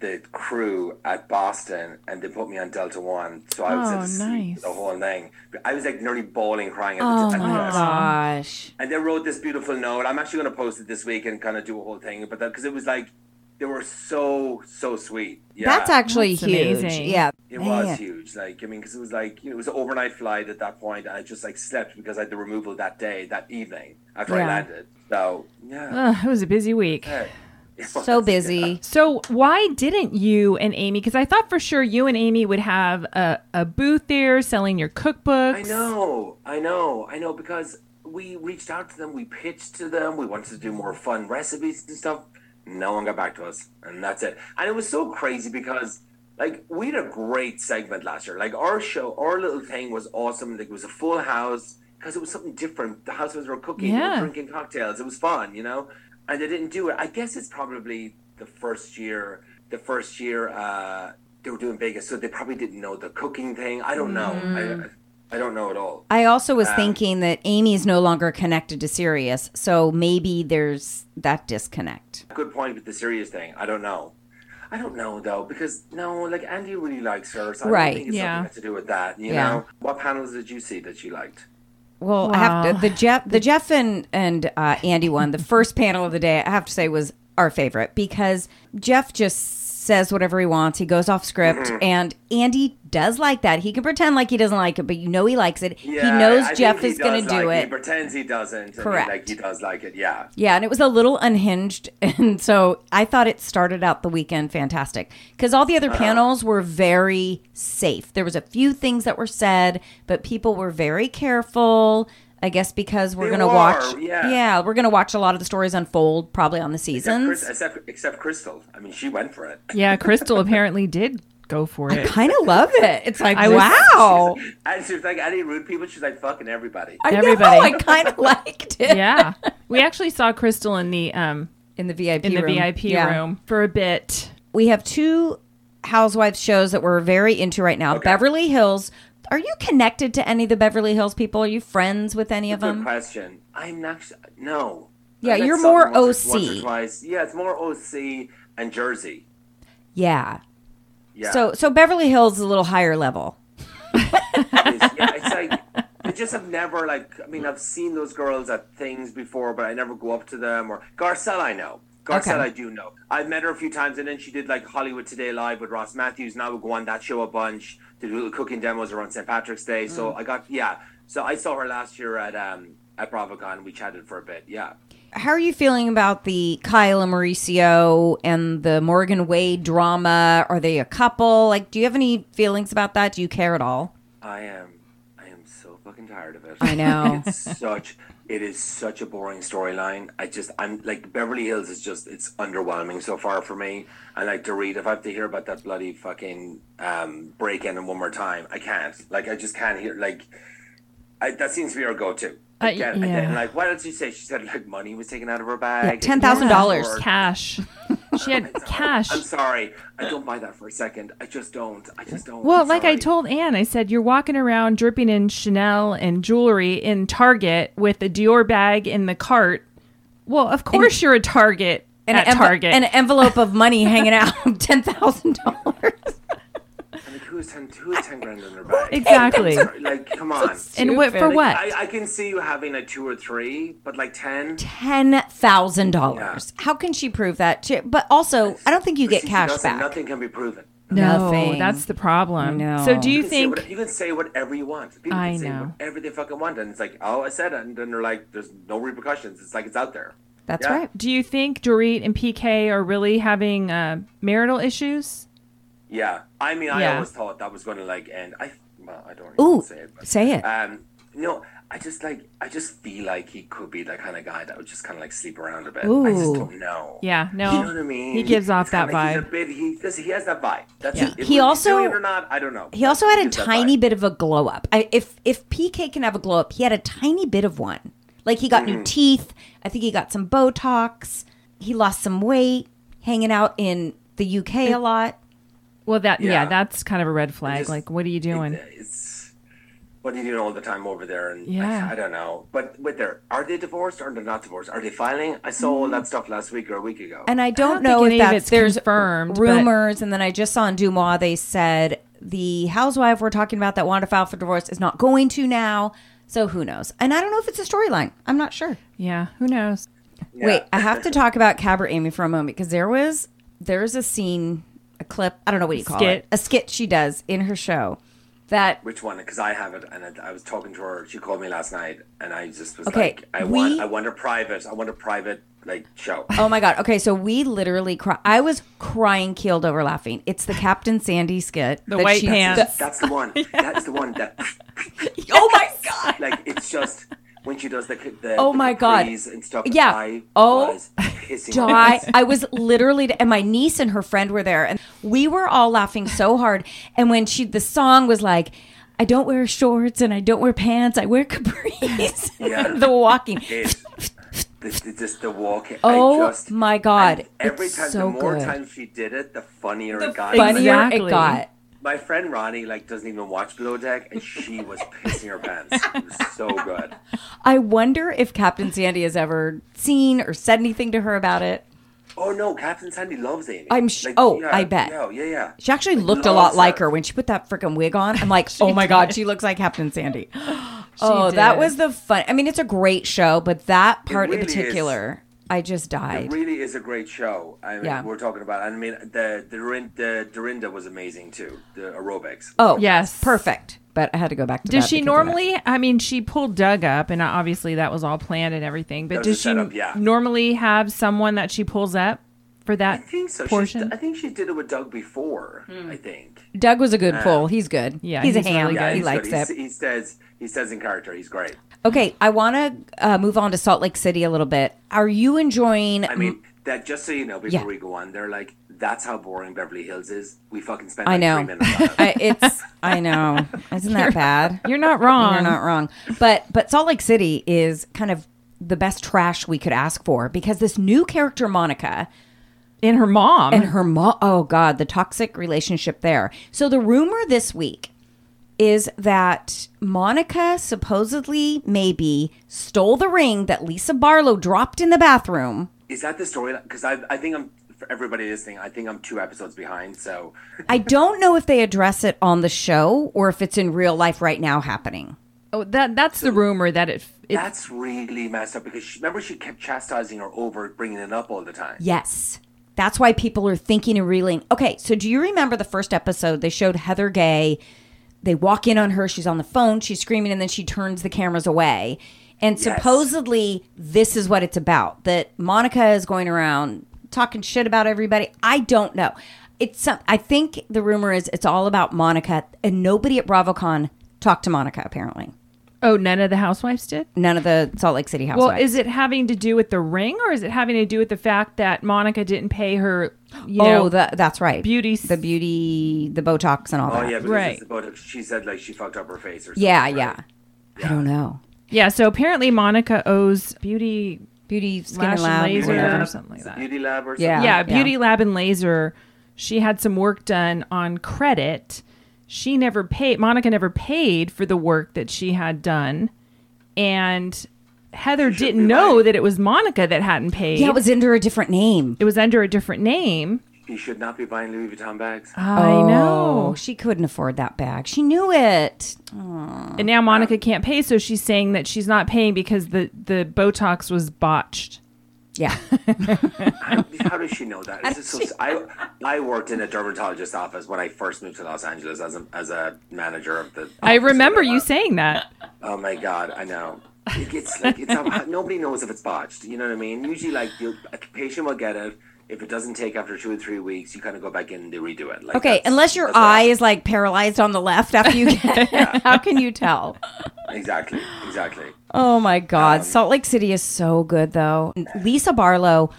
S5: the crew at Boston and they put me on Delta One. So I was
S3: Oh,
S5: in the, seat
S3: nice.
S5: the whole thing. But I was like nearly bawling, crying at the
S2: oh,
S5: at the
S2: my
S5: desk.
S2: gosh.
S5: And they wrote this beautiful note. I'm actually going to post it this week and kind of do a whole thing, but that because it was like they were so so sweet. Yeah,
S2: That's actually
S3: That's
S2: huge.
S3: amazing.
S2: Yeah.
S5: it was
S2: Man.
S5: huge. Like I mean, because it was like you know, it was an overnight flight at that point, and I just like slept because I had the removal that day, that evening after
S2: Yeah.
S5: I landed. So yeah,
S3: Ugh, it was a busy week.
S5: Hey. It
S2: So
S5: was, yeah.
S2: busy.
S3: So why didn't you and Amy? Because I thought for sure you and Amy would have a, a booth there selling your cookbooks.
S5: I know, I know, I know, because we reached out to them, we pitched to them, we wanted to do more fun recipes and stuff. No one got back to us, and that's it. And it was so crazy because, like, we had a great segment last year. Like, our show, our little thing was awesome. Like, it was a full house because it was something different. The housewives were cooking, they
S3: Yeah.
S5: were drinking cocktails. It was fun, you know? And they didn't do it. I guess it's probably the first year, the first year uh, they were doing Vegas, so they probably didn't know the cooking thing. I don't know. I, I, I don't know at all.
S2: I also was
S5: Um,
S2: thinking that Amy's no longer connected to Sirius, so maybe there's that disconnect.
S5: Good point with the serious thing. I don't know. I don't know though because no, like Andy really likes her, so I
S2: Right.
S5: don't think it's
S3: Yeah.
S5: something to do with that. You
S2: Yeah.
S5: know, what panels did you see that you liked?
S2: Well, I have to, the Jeff, the Jeff and and uh, Andy one. The first panel of the day, I have to say, was our favorite because Jeff just says whatever he wants. He goes off script,
S5: Mm-hmm.
S2: and Andy does like that. He can pretend like he doesn't like it, but you know he likes it. he knows
S5: I think
S2: Jeff
S5: he
S2: is going to
S5: does
S2: do
S5: like- He
S2: it.
S5: pretends he doesn't. and he,
S2: Correct.
S5: like he does like it. Yeah.
S2: Yeah, and it was a little unhinged, and so I thought it started out the weekend fantastic because all the other panels were very safe. There was a few things that were said, but people were very careful. I guess because we're
S5: They
S2: gonna
S5: were,
S2: watch,
S5: yeah.
S2: we're gonna watch a lot of the stories unfold probably on the
S5: Except,
S2: seasons.
S5: Chris, except, except Crystal. I mean, she went for it.
S3: Yeah, Crystal apparently did go for it.
S2: Kind of love it. It's like
S3: I was-
S2: wow,
S5: And she was like, I didn't rude people. She's like, fucking everybody.
S2: I know,
S3: Everybody.
S2: I kind of liked it
S3: yeah, we actually saw Crystal in the um
S2: in the VIP
S3: in the
S2: room.
S3: VIP
S2: Yeah.
S3: room for a bit.
S2: we have two housewives shows that we're very into right now. Beverly Hills. Are you connected to any of the Beverly Hills people? Are you friends with any of
S5: Good
S2: them?
S5: question. I'm not. sh- No.
S2: Yeah,
S5: I met
S2: you're
S5: Sutton
S2: more
S5: once or- once or
S2: OC.
S5: twice. Yeah, it's more OC and Jersey.
S2: Yeah.
S5: Yeah.
S2: So so Beverly Hills is a little higher level.
S5: it's, yeah, it's like I just have never like. I mean, I've seen those girls at things before, but I never go up to them. Or Garcelle, I know. Garcelle,
S2: Okay.
S5: I do know. I've met her a few times, and then she did like Hollywood Today live with Ross Matthews, and I would go on that show a bunch to do little cooking demos around St. Patrick's Day. So
S2: Mm.
S5: I got yeah. So I saw her last year at um at BravoCon. We chatted for a bit. Yeah.
S2: How are you feeling about the Kyle and Mauricio and the Morgan Wade drama? Are they a couple? Like, do you have any feelings about that? Do you care at all?
S5: I am. I am so fucking tired of it.
S2: I know.
S5: It's such. It is such a boring storyline. I just. I'm like Beverly Hills is just. It's underwhelming so far for me. And like to read. If I have to hear about that bloody fucking um, break in one more time, I can't. Like I just can't hear. Like I, that seems to be our go-to.
S3: Uh,
S5: Again, and
S3: yeah.
S5: then, like, what else did you say? She said, like, money was taken out of her bag. and-
S2: $10,000.
S5: Or-
S3: Cash. She had cash.
S5: I'm sorry. I don't buy that for a second. I just don't. I just don't.
S3: Well,
S5: I'm
S3: like I
S5: sorry.
S3: told Anne, I said you're walking around dripping in Chanel and jewelry in Target with a Dior bag in the cart. Well, of course you're a Target
S2: And
S3: at
S2: an, enve-
S3: Target.
S2: an envelope of money hanging out, ten thousand dollars.
S5: Like, who's ten? Who is ten grand in their bag?
S3: exactly.
S5: like, come on.
S3: and what for
S2: Like,
S3: what?
S5: I, I can see you having like two or three, but like ten.
S2: ten thousand dollars. How can she prove that? She- But also, I don't think you get
S5: She
S2: cash
S5: doesn't-
S2: back.
S5: Nothing can be proven.
S3: no,
S2: Nothing.
S3: that's the problem.
S2: I know.
S3: So do you
S5: You can, say
S3: think?
S5: what, you can say whatever you want. People
S3: I
S5: can say
S3: know.
S5: whatever they fucking want, and it's like, oh, I said it, and then they're like, there's no repercussions. It's like it's out there.
S2: That's
S5: Yeah.
S2: right.
S3: Do you think Dorit and PK are really having uh, marital issues?
S5: Yeah, I mean, I
S3: Yeah.
S5: always thought that was going to like end. I well, I don't.
S2: Ooh,
S5: Even say it. But,
S2: say it.
S5: Um, no, I just like I just feel like he could be the kind of guy that would just kind of like sleep around a bit. I just
S2: Ooh.
S5: don't know.
S3: Yeah, no.
S5: You know what I mean?
S3: He gives off
S5: It's
S3: that
S5: kinda like he's
S3: vibe.
S5: a bit. He does. He has that vibe. That's it.
S2: He
S5: Whether he's
S2: also-
S5: doing it or not, I don't know.
S2: He also had a
S5: gives that
S2: tiny
S5: vibe.
S2: bit of a glow up. I, if if PK can have a glow up, he had a tiny bit of one. Like he got new
S5: Mm.
S2: teeth. I think he got some Botox. He lost some weight. Hanging out in the UK a lot.
S3: Well, that yeah,
S5: Yeah.
S3: that's kind of a red flag.
S5: just-
S3: like, what are you doing?
S5: It's what are you doing all the time over there? And
S3: Yeah.
S5: I, I don't know. But with their are they divorced or they're not divorced? Are they filing? I saw all
S2: Mm.
S5: that stuff last week or a week ago.
S2: And I don't,
S3: don't
S2: know if
S3: think any of
S2: that's
S3: it's
S2: there's
S3: confirmed, but-
S2: rumors. And then I just saw on Dumois they said the housewife we're talking about that wanted to file for divorce is not going to now. So who knows? And I don't know if it's a storyline. I'm not sure.
S3: yeah, who knows?
S2: Wait, I have to talk about Cabra Amy for a moment because there was there's a scene, a clip. I don't know what do you call
S3: Skit.
S2: it, a skit she does in her show. That
S5: Which one? Because I have it, and I, I was talking to her. She called me last night, and I just was
S2: Okay,
S5: like, "I
S2: we-
S5: want, I want a private, I want a private like show."
S2: oh my god. Okay, so we literally cry. I was crying, keeled over, laughing. It's the Captain Sandy skit. The
S3: white pants.
S5: That's the one. That is the one that,
S2: oh my god.
S5: like, it's just when she does the the
S2: Oh
S5: the
S2: my God.
S5: capris and stuff.
S2: Yeah.
S5: I
S2: Oh,
S5: was pissing
S2: die. I was literally, and my niece and her friend were there, and we were all laughing so hard. And when she, the song was like, I don't wear shorts and I don't wear pants, I wear capris.
S5: Yeah.
S2: the walking.
S5: It, the, the, just the walk. I
S2: Oh
S5: just-
S2: my God.
S5: and Every
S2: It's
S5: time,
S2: so
S5: the more
S2: good.
S5: times she did it, the funnier it got.
S2: Funnier
S3: Exactly.
S2: it got.
S5: My friend Ronnie like doesn't even watch Below Deck, and she was pissing her pants. It was so good.
S2: I wonder if Captain Sandy has ever seen or said anything to her about it.
S5: Oh no, Captain Sandy loves Amy.
S2: I'm sh- oh, I bet.
S5: Yeah, yeah, yeah.
S2: She actually
S5: Like,
S2: looked a lot
S5: loves
S2: like
S5: her.
S2: her when she put that freaking wig on. I'm like, oh my god, she looks like Captain Sandy. oh, that
S3: did.
S2: was the fun. I mean, it's a great show, but that part
S5: really
S2: in
S5: is.
S2: particular, I just
S5: It
S2: died.
S5: really is a great show. I mean,
S2: Yeah.
S5: we're talking about. I mean, the the Dorin- the Dorinda was amazing too. The aerobics.
S2: oh,
S3: Yes.
S2: perfect. But I had to go back to.
S3: Does
S2: that
S3: she
S2: because of that.
S3: normally? I mean, she pulled Doug up, and obviously that was all planned and everything. But
S5: That was
S3: does
S5: a
S3: she
S5: setup, yeah.
S3: normally have someone that she pulls up for that
S5: I think so. She's,
S3: portion?
S5: I think she did it with Doug before. I think.
S2: Doug was a good pull. He's good.
S3: yeah,
S2: he's,
S3: he's
S2: a ham.
S3: really good.
S2: he
S5: he's
S2: likes
S5: good. He's-
S2: it.
S5: He says he says in character, he's great.
S2: Okay, I want to uh, move on to Salt Lake City a little bit. Are you enjoying?
S5: I mean, that just so you know, before
S2: Mm. Yeah.
S5: we go on, they're like, that's how boring Beverly Hills is. We fucking spent. Like
S2: I know.
S5: Three minutes on it.
S2: I, it's I know. Isn't that bad?
S3: You're not wrong.
S2: You're not wrong. But but Salt Lake City is kind of the best trash we could ask for because this new character Monica
S3: in her mom.
S2: and her mom. Oh God, the toxic relationship there. So the rumor this week is that Monica supposedly maybe stole the ring that Lisa Barlow dropped in the bathroom.
S5: Is that the story? Because I, I think I'm for everybody listening. I think I'm two episodes behind. So
S2: I don't know if they address it on the show or if it's in real life right now happening.
S3: oh, that that's the rumor that it. it
S5: that's really messed up. Because she, remember, she kept chastising her over bringing it up all the time.
S2: Yes. That's why people are thinking and reeling. Okay, so do you remember the first episode? They showed Heather Gay. They walk in on her. She's on the phone. She's screaming, and then she turns the cameras away. And supposedly, this is what it's about that Monica is going around talking shit about everybody. I don't know. It's some, I think the rumor is it's all about Monica, and nobody at BravoCon talked to Monica, apparently.
S3: oh, none of the housewives did.
S2: None of the Salt Lake City housewives.
S3: Well, is it having to do with the ring, or is it having to do with the fact that Monica didn't pay her? You
S2: oh,
S3: know,
S2: the, that's right.
S3: beauty s-
S2: The beauty, the Botox, and all
S5: Oh
S2: that.
S5: yeah, because
S3: Right.
S5: it's about, she said like she fucked up her face or something.
S2: Yeah,
S5: right?
S2: yeah. I don't know.
S3: yeah. So apparently, Monica owes beauty
S2: Beauty, skin,
S3: lash
S2: and lab,
S3: and laser
S2: whatever.
S3: or something like
S5: Is it
S3: that.
S5: Beauty lab or
S2: Yeah.
S5: something.
S3: yeah, Beauty Lab and Laser. She had some work done on credit. She never paid. Monica never paid for the work that she had done, and Heather didn't know that it was Monica that hadn't paid.
S2: Yeah, it was under a different name.
S3: It was under a different name.
S5: You should not be buying Louis Vuitton bags.
S3: I
S2: Oh,
S3: know.
S2: she couldn't afford that bag. She knew it.
S3: And now Monica can't pay, so she's saying that she's not paying because the the Botox was botched.
S2: Yeah.
S5: How does she know that? Is it so, I I worked in a dermatologist's office when I first moved to Los Angeles as a as a manager of the.
S3: I remember you saying that.
S5: Oh my god, I know. It gets like it's nobody knows if it's botched. You know what I mean? Usually, like the a patient will get it. If it doesn't take after two or three weeks, you kind of go back in and they redo it. Like,
S2: Okay,
S5: that's-
S2: unless your
S5: that's what
S2: eye
S5: happened.
S2: is like paralyzed on the left after you get How can you tell?
S5: Exactly, exactly.
S2: Oh my God. Salt Lake City is so good though. Lisa Barlow,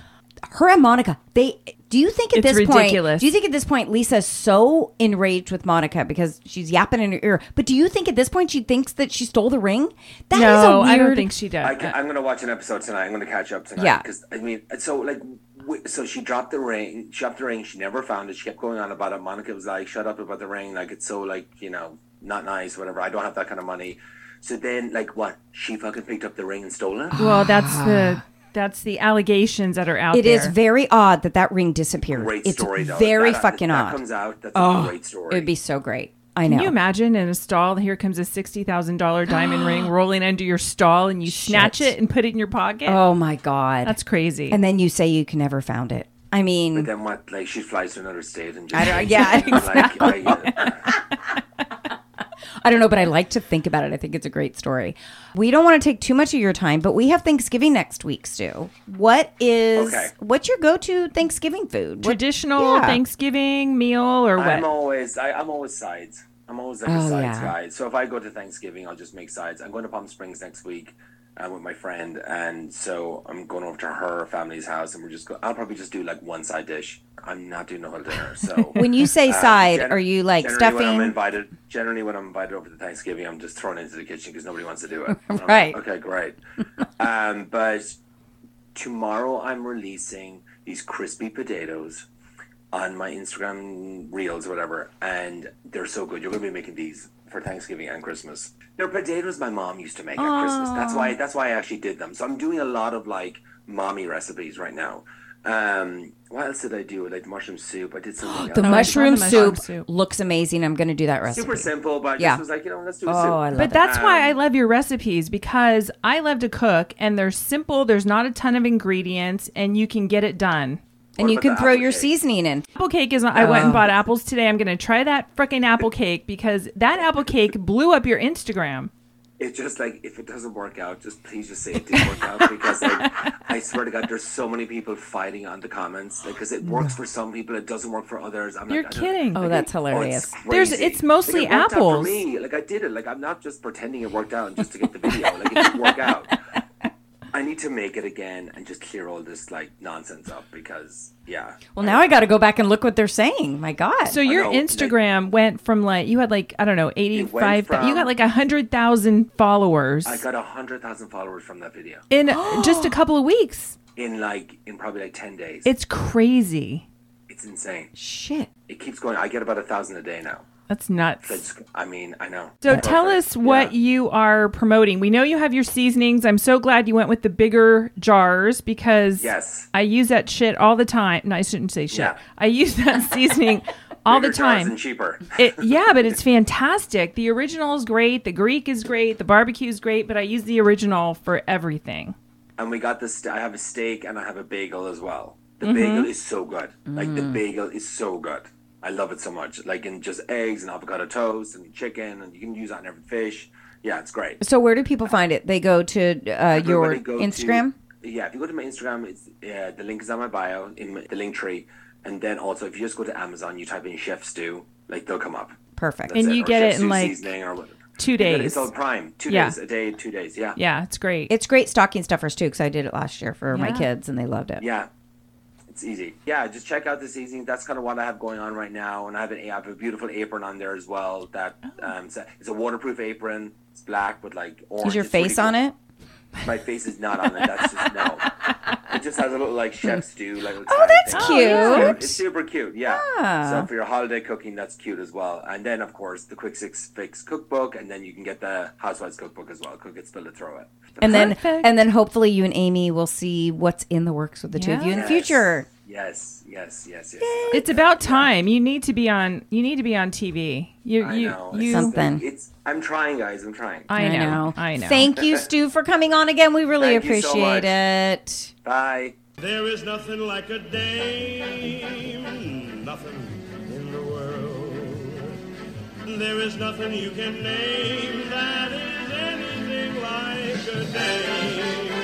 S2: her and Monica, they do you think at
S3: It's
S2: this point
S3: ridiculous.
S2: do you think at this point Lisa's so enraged with Monica because she's yapping in her ear. But do you think at this point she thinks that she stole the ring? That is
S3: No,
S2: a weird
S3: I don't think she does.
S5: I am going to watch an episode tonight. I'm going to catch up tonight.
S2: Yeah.
S5: Because, I mean, so, like, w- so she dropped the ring. She dropped the ring. She never found it. She kept going on about it. Monica was like, shut up about the ring. Like, it's so, like, you know, not nice, whatever. I don't have that kind of money. So then, like, what? She fucking picked up the ring and stole it?
S3: well, that's
S2: Ah.
S3: the that's the allegations that are out
S2: It
S3: there.
S2: is very odd that that ring disappeared.
S5: Great
S2: it's
S5: story, though. If
S2: Very
S5: that,
S2: fucking
S5: if that
S2: odd.
S5: comes out. That's a great story.
S2: it would be so great. I
S3: Can
S2: know.
S3: you imagine in a stall? Here comes a sixty thousand dollar diamond ring rolling under your stall, and you snatch
S2: Shit.
S3: it and put it in your pocket.
S2: oh my god,
S3: that's crazy.
S2: And then you say you can never found it. I mean,
S5: then what? Like, she flies to another state and just.
S2: I don't- yeah,
S5: Like, I,
S2: I don't know, but I like to think about it. I think it's a great story. We don't want to take too much of your time, but we have Thanksgiving next week, Stu. What is
S5: Okay.
S2: what's your go-to Thanksgiving food? What-
S3: Traditional
S2: Yeah.
S3: Thanksgiving meal or what?
S5: I'm always, I, I'm always sides. I'm always like a
S2: Oh,
S5: sides
S2: yeah.
S5: guy. So if I go to Thanksgiving, I'll just make sides. I'm going to Palm Springs next week uh, with my friend, and so I'm going over to her family's house, and we're just. Go- I'll probably just do like one side dish. I'm not doing a whole dinner. So
S2: when you say
S5: uh,
S2: side,
S5: gen-
S2: are you like
S5: generally When I'm
S2: stuffing?
S5: invited, generally when I'm invited over to Thanksgiving, I'm just thrown into the kitchen because nobody wants to do it. I'm like,
S2: Right.
S5: okay, great. um, but tomorrow I'm releasing these crispy potatoes on my Instagram reels or whatever, and they're so good. You're gonna be making these for Thanksgiving and Christmas. They're potatoes my mom used to make at Christmas. That's why that's why I actually did them. So I'm doing a lot of like mommy recipes right now. Um, what else did I do? Like mushroom soup. I did something.
S6: The
S5: else.
S6: mushroom
S3: the mushroom
S6: soup,
S3: soup.
S6: looks amazing. I'm going to do that recipe.
S5: Super simple, but I
S6: Yeah.
S5: just was like, you know, let's do a
S6: oh,
S5: soup.
S6: I love
S3: But
S6: it.
S3: that's why I love your recipes because I love to cook and they're simple. There's not a ton of ingredients and you can get it done.
S6: and you
S5: about
S6: can
S5: the
S6: throw
S5: apple
S6: your
S5: cake?
S6: seasoning in.
S3: Apple cake is. I
S2: Oh.
S3: went and bought apples today. I'm going to try that freaking apple cake because that apple cake blew up your Instagram.
S5: it's just like if it doesn't work out, just please just say it didn't work out because like I swear to God, there's so many people fighting on the comments because it works for some people, it doesn't work for others. I'm
S3: You're
S5: like, I don't-
S3: kidding.
S6: Oh,
S5: like,
S6: that's
S5: it- it's
S6: hilarious.
S3: There's-
S5: crazy.
S3: it's mostly
S5: like, it worked out
S3: apples.
S5: for me, like I did it. Like I'm not just pretending it worked out just to get the video. Like it didn't work out. I need to make it again and just clear all this like nonsense up because yeah.
S6: Well, now I got to go back and look what they're saying. My God.
S3: So your
S5: know, like-
S3: Instagram went from like you had like I don't know eighty five.
S5: from-
S3: You got like hundred thousand followers
S5: I got a hundred thousand followers from that video
S3: in just a couple of weeks.
S5: in like in probably like ten days.
S3: It's crazy.
S5: it's insane.
S6: shit.
S5: It keeps going. I get about a thousand a day now.
S3: That's nuts.
S5: It's, I mean, I know.
S3: So
S5: It's
S3: tell
S5: perfect.
S3: us what
S5: Yeah.
S3: you are promoting. We know you have your seasonings. I'm so glad you went with the bigger jars because
S5: Yes.
S3: I use that shit all the time. No, I shouldn't say shit.
S5: Yeah.
S3: I use that seasoning all the
S5: Bigger jars
S3: time.
S5: and cheaper.
S3: It, yeah, but it's fantastic. The original is great. The Greek is great. The barbecue is great. But I use the original for everything.
S5: and we got this. st- I have a steak and I have a bagel as well.
S3: Mm-hmm.
S5: The bagel is so good. Like
S3: Mm.
S5: the bagel is so good. I love it so much. Like in just eggs and avocado toast and chicken and you can use it on every fish. Yeah, it's great.
S6: So where do people find it? They go to uh, your
S5: Everybody go to-
S6: Instagram.
S5: yeah, if you go to my Instagram, it's uh, the link is on my bio in my, the link tree, and then also if you just go to Amazon, you type in chef stew, like they'll come up.
S6: Perfect.
S3: And you
S5: or
S3: get it
S5: Chef
S3: in,
S5: Stew
S3: like,
S5: seasoning or whatever.
S3: two
S5: You get it.
S3: days.
S5: It's all prime. Two
S3: Yeah.
S5: days a day, two days. Yeah.
S3: Yeah, it's great.
S6: It's great stocking stuffers too, because I did it last year for my
S3: Yeah.
S6: kids and they loved it.
S5: Yeah. It's easy. Yeah, just check out this easy. That's kind of what I have going on right now, and I have an I have a beautiful apron on there as well. That
S3: Oh.
S5: um, it's, a, it's a waterproof apron. It's black with like orange.
S6: Is your
S5: It's really
S6: face on
S5: cool.
S6: it?
S5: My face is not on it. That's just no. It just has a little like chef's do like.
S6: Oh, that's cute.
S5: It's super cute. Yeah. So for your holiday cooking, that's cute as well. And then of course the quick six fix cookbook, and then you can get the housewives cookbook as well. Cook it, spill it, throw it.
S6: And then
S3: Perfect.
S6: and then hopefully you and Amy will see what's in the works with the two of you in the
S5: Yes.
S6: future.
S5: Yes. Yes. Yes. Yes.
S3: It's about time. You need to be on. You need to be on TV. You,
S5: I
S3: you,
S5: know.
S3: you.
S5: It's-
S6: Something.
S5: It's. I'm trying, guys. I'm trying.
S3: I know. I know.
S6: Thank you, Stu, for coming on again. We really
S5: Thank you
S6: appreciate
S5: so much.
S6: it.
S5: Bye.
S7: There is nothing like a dame, nothing in the world. There is nothing you can name that is anything like a dame.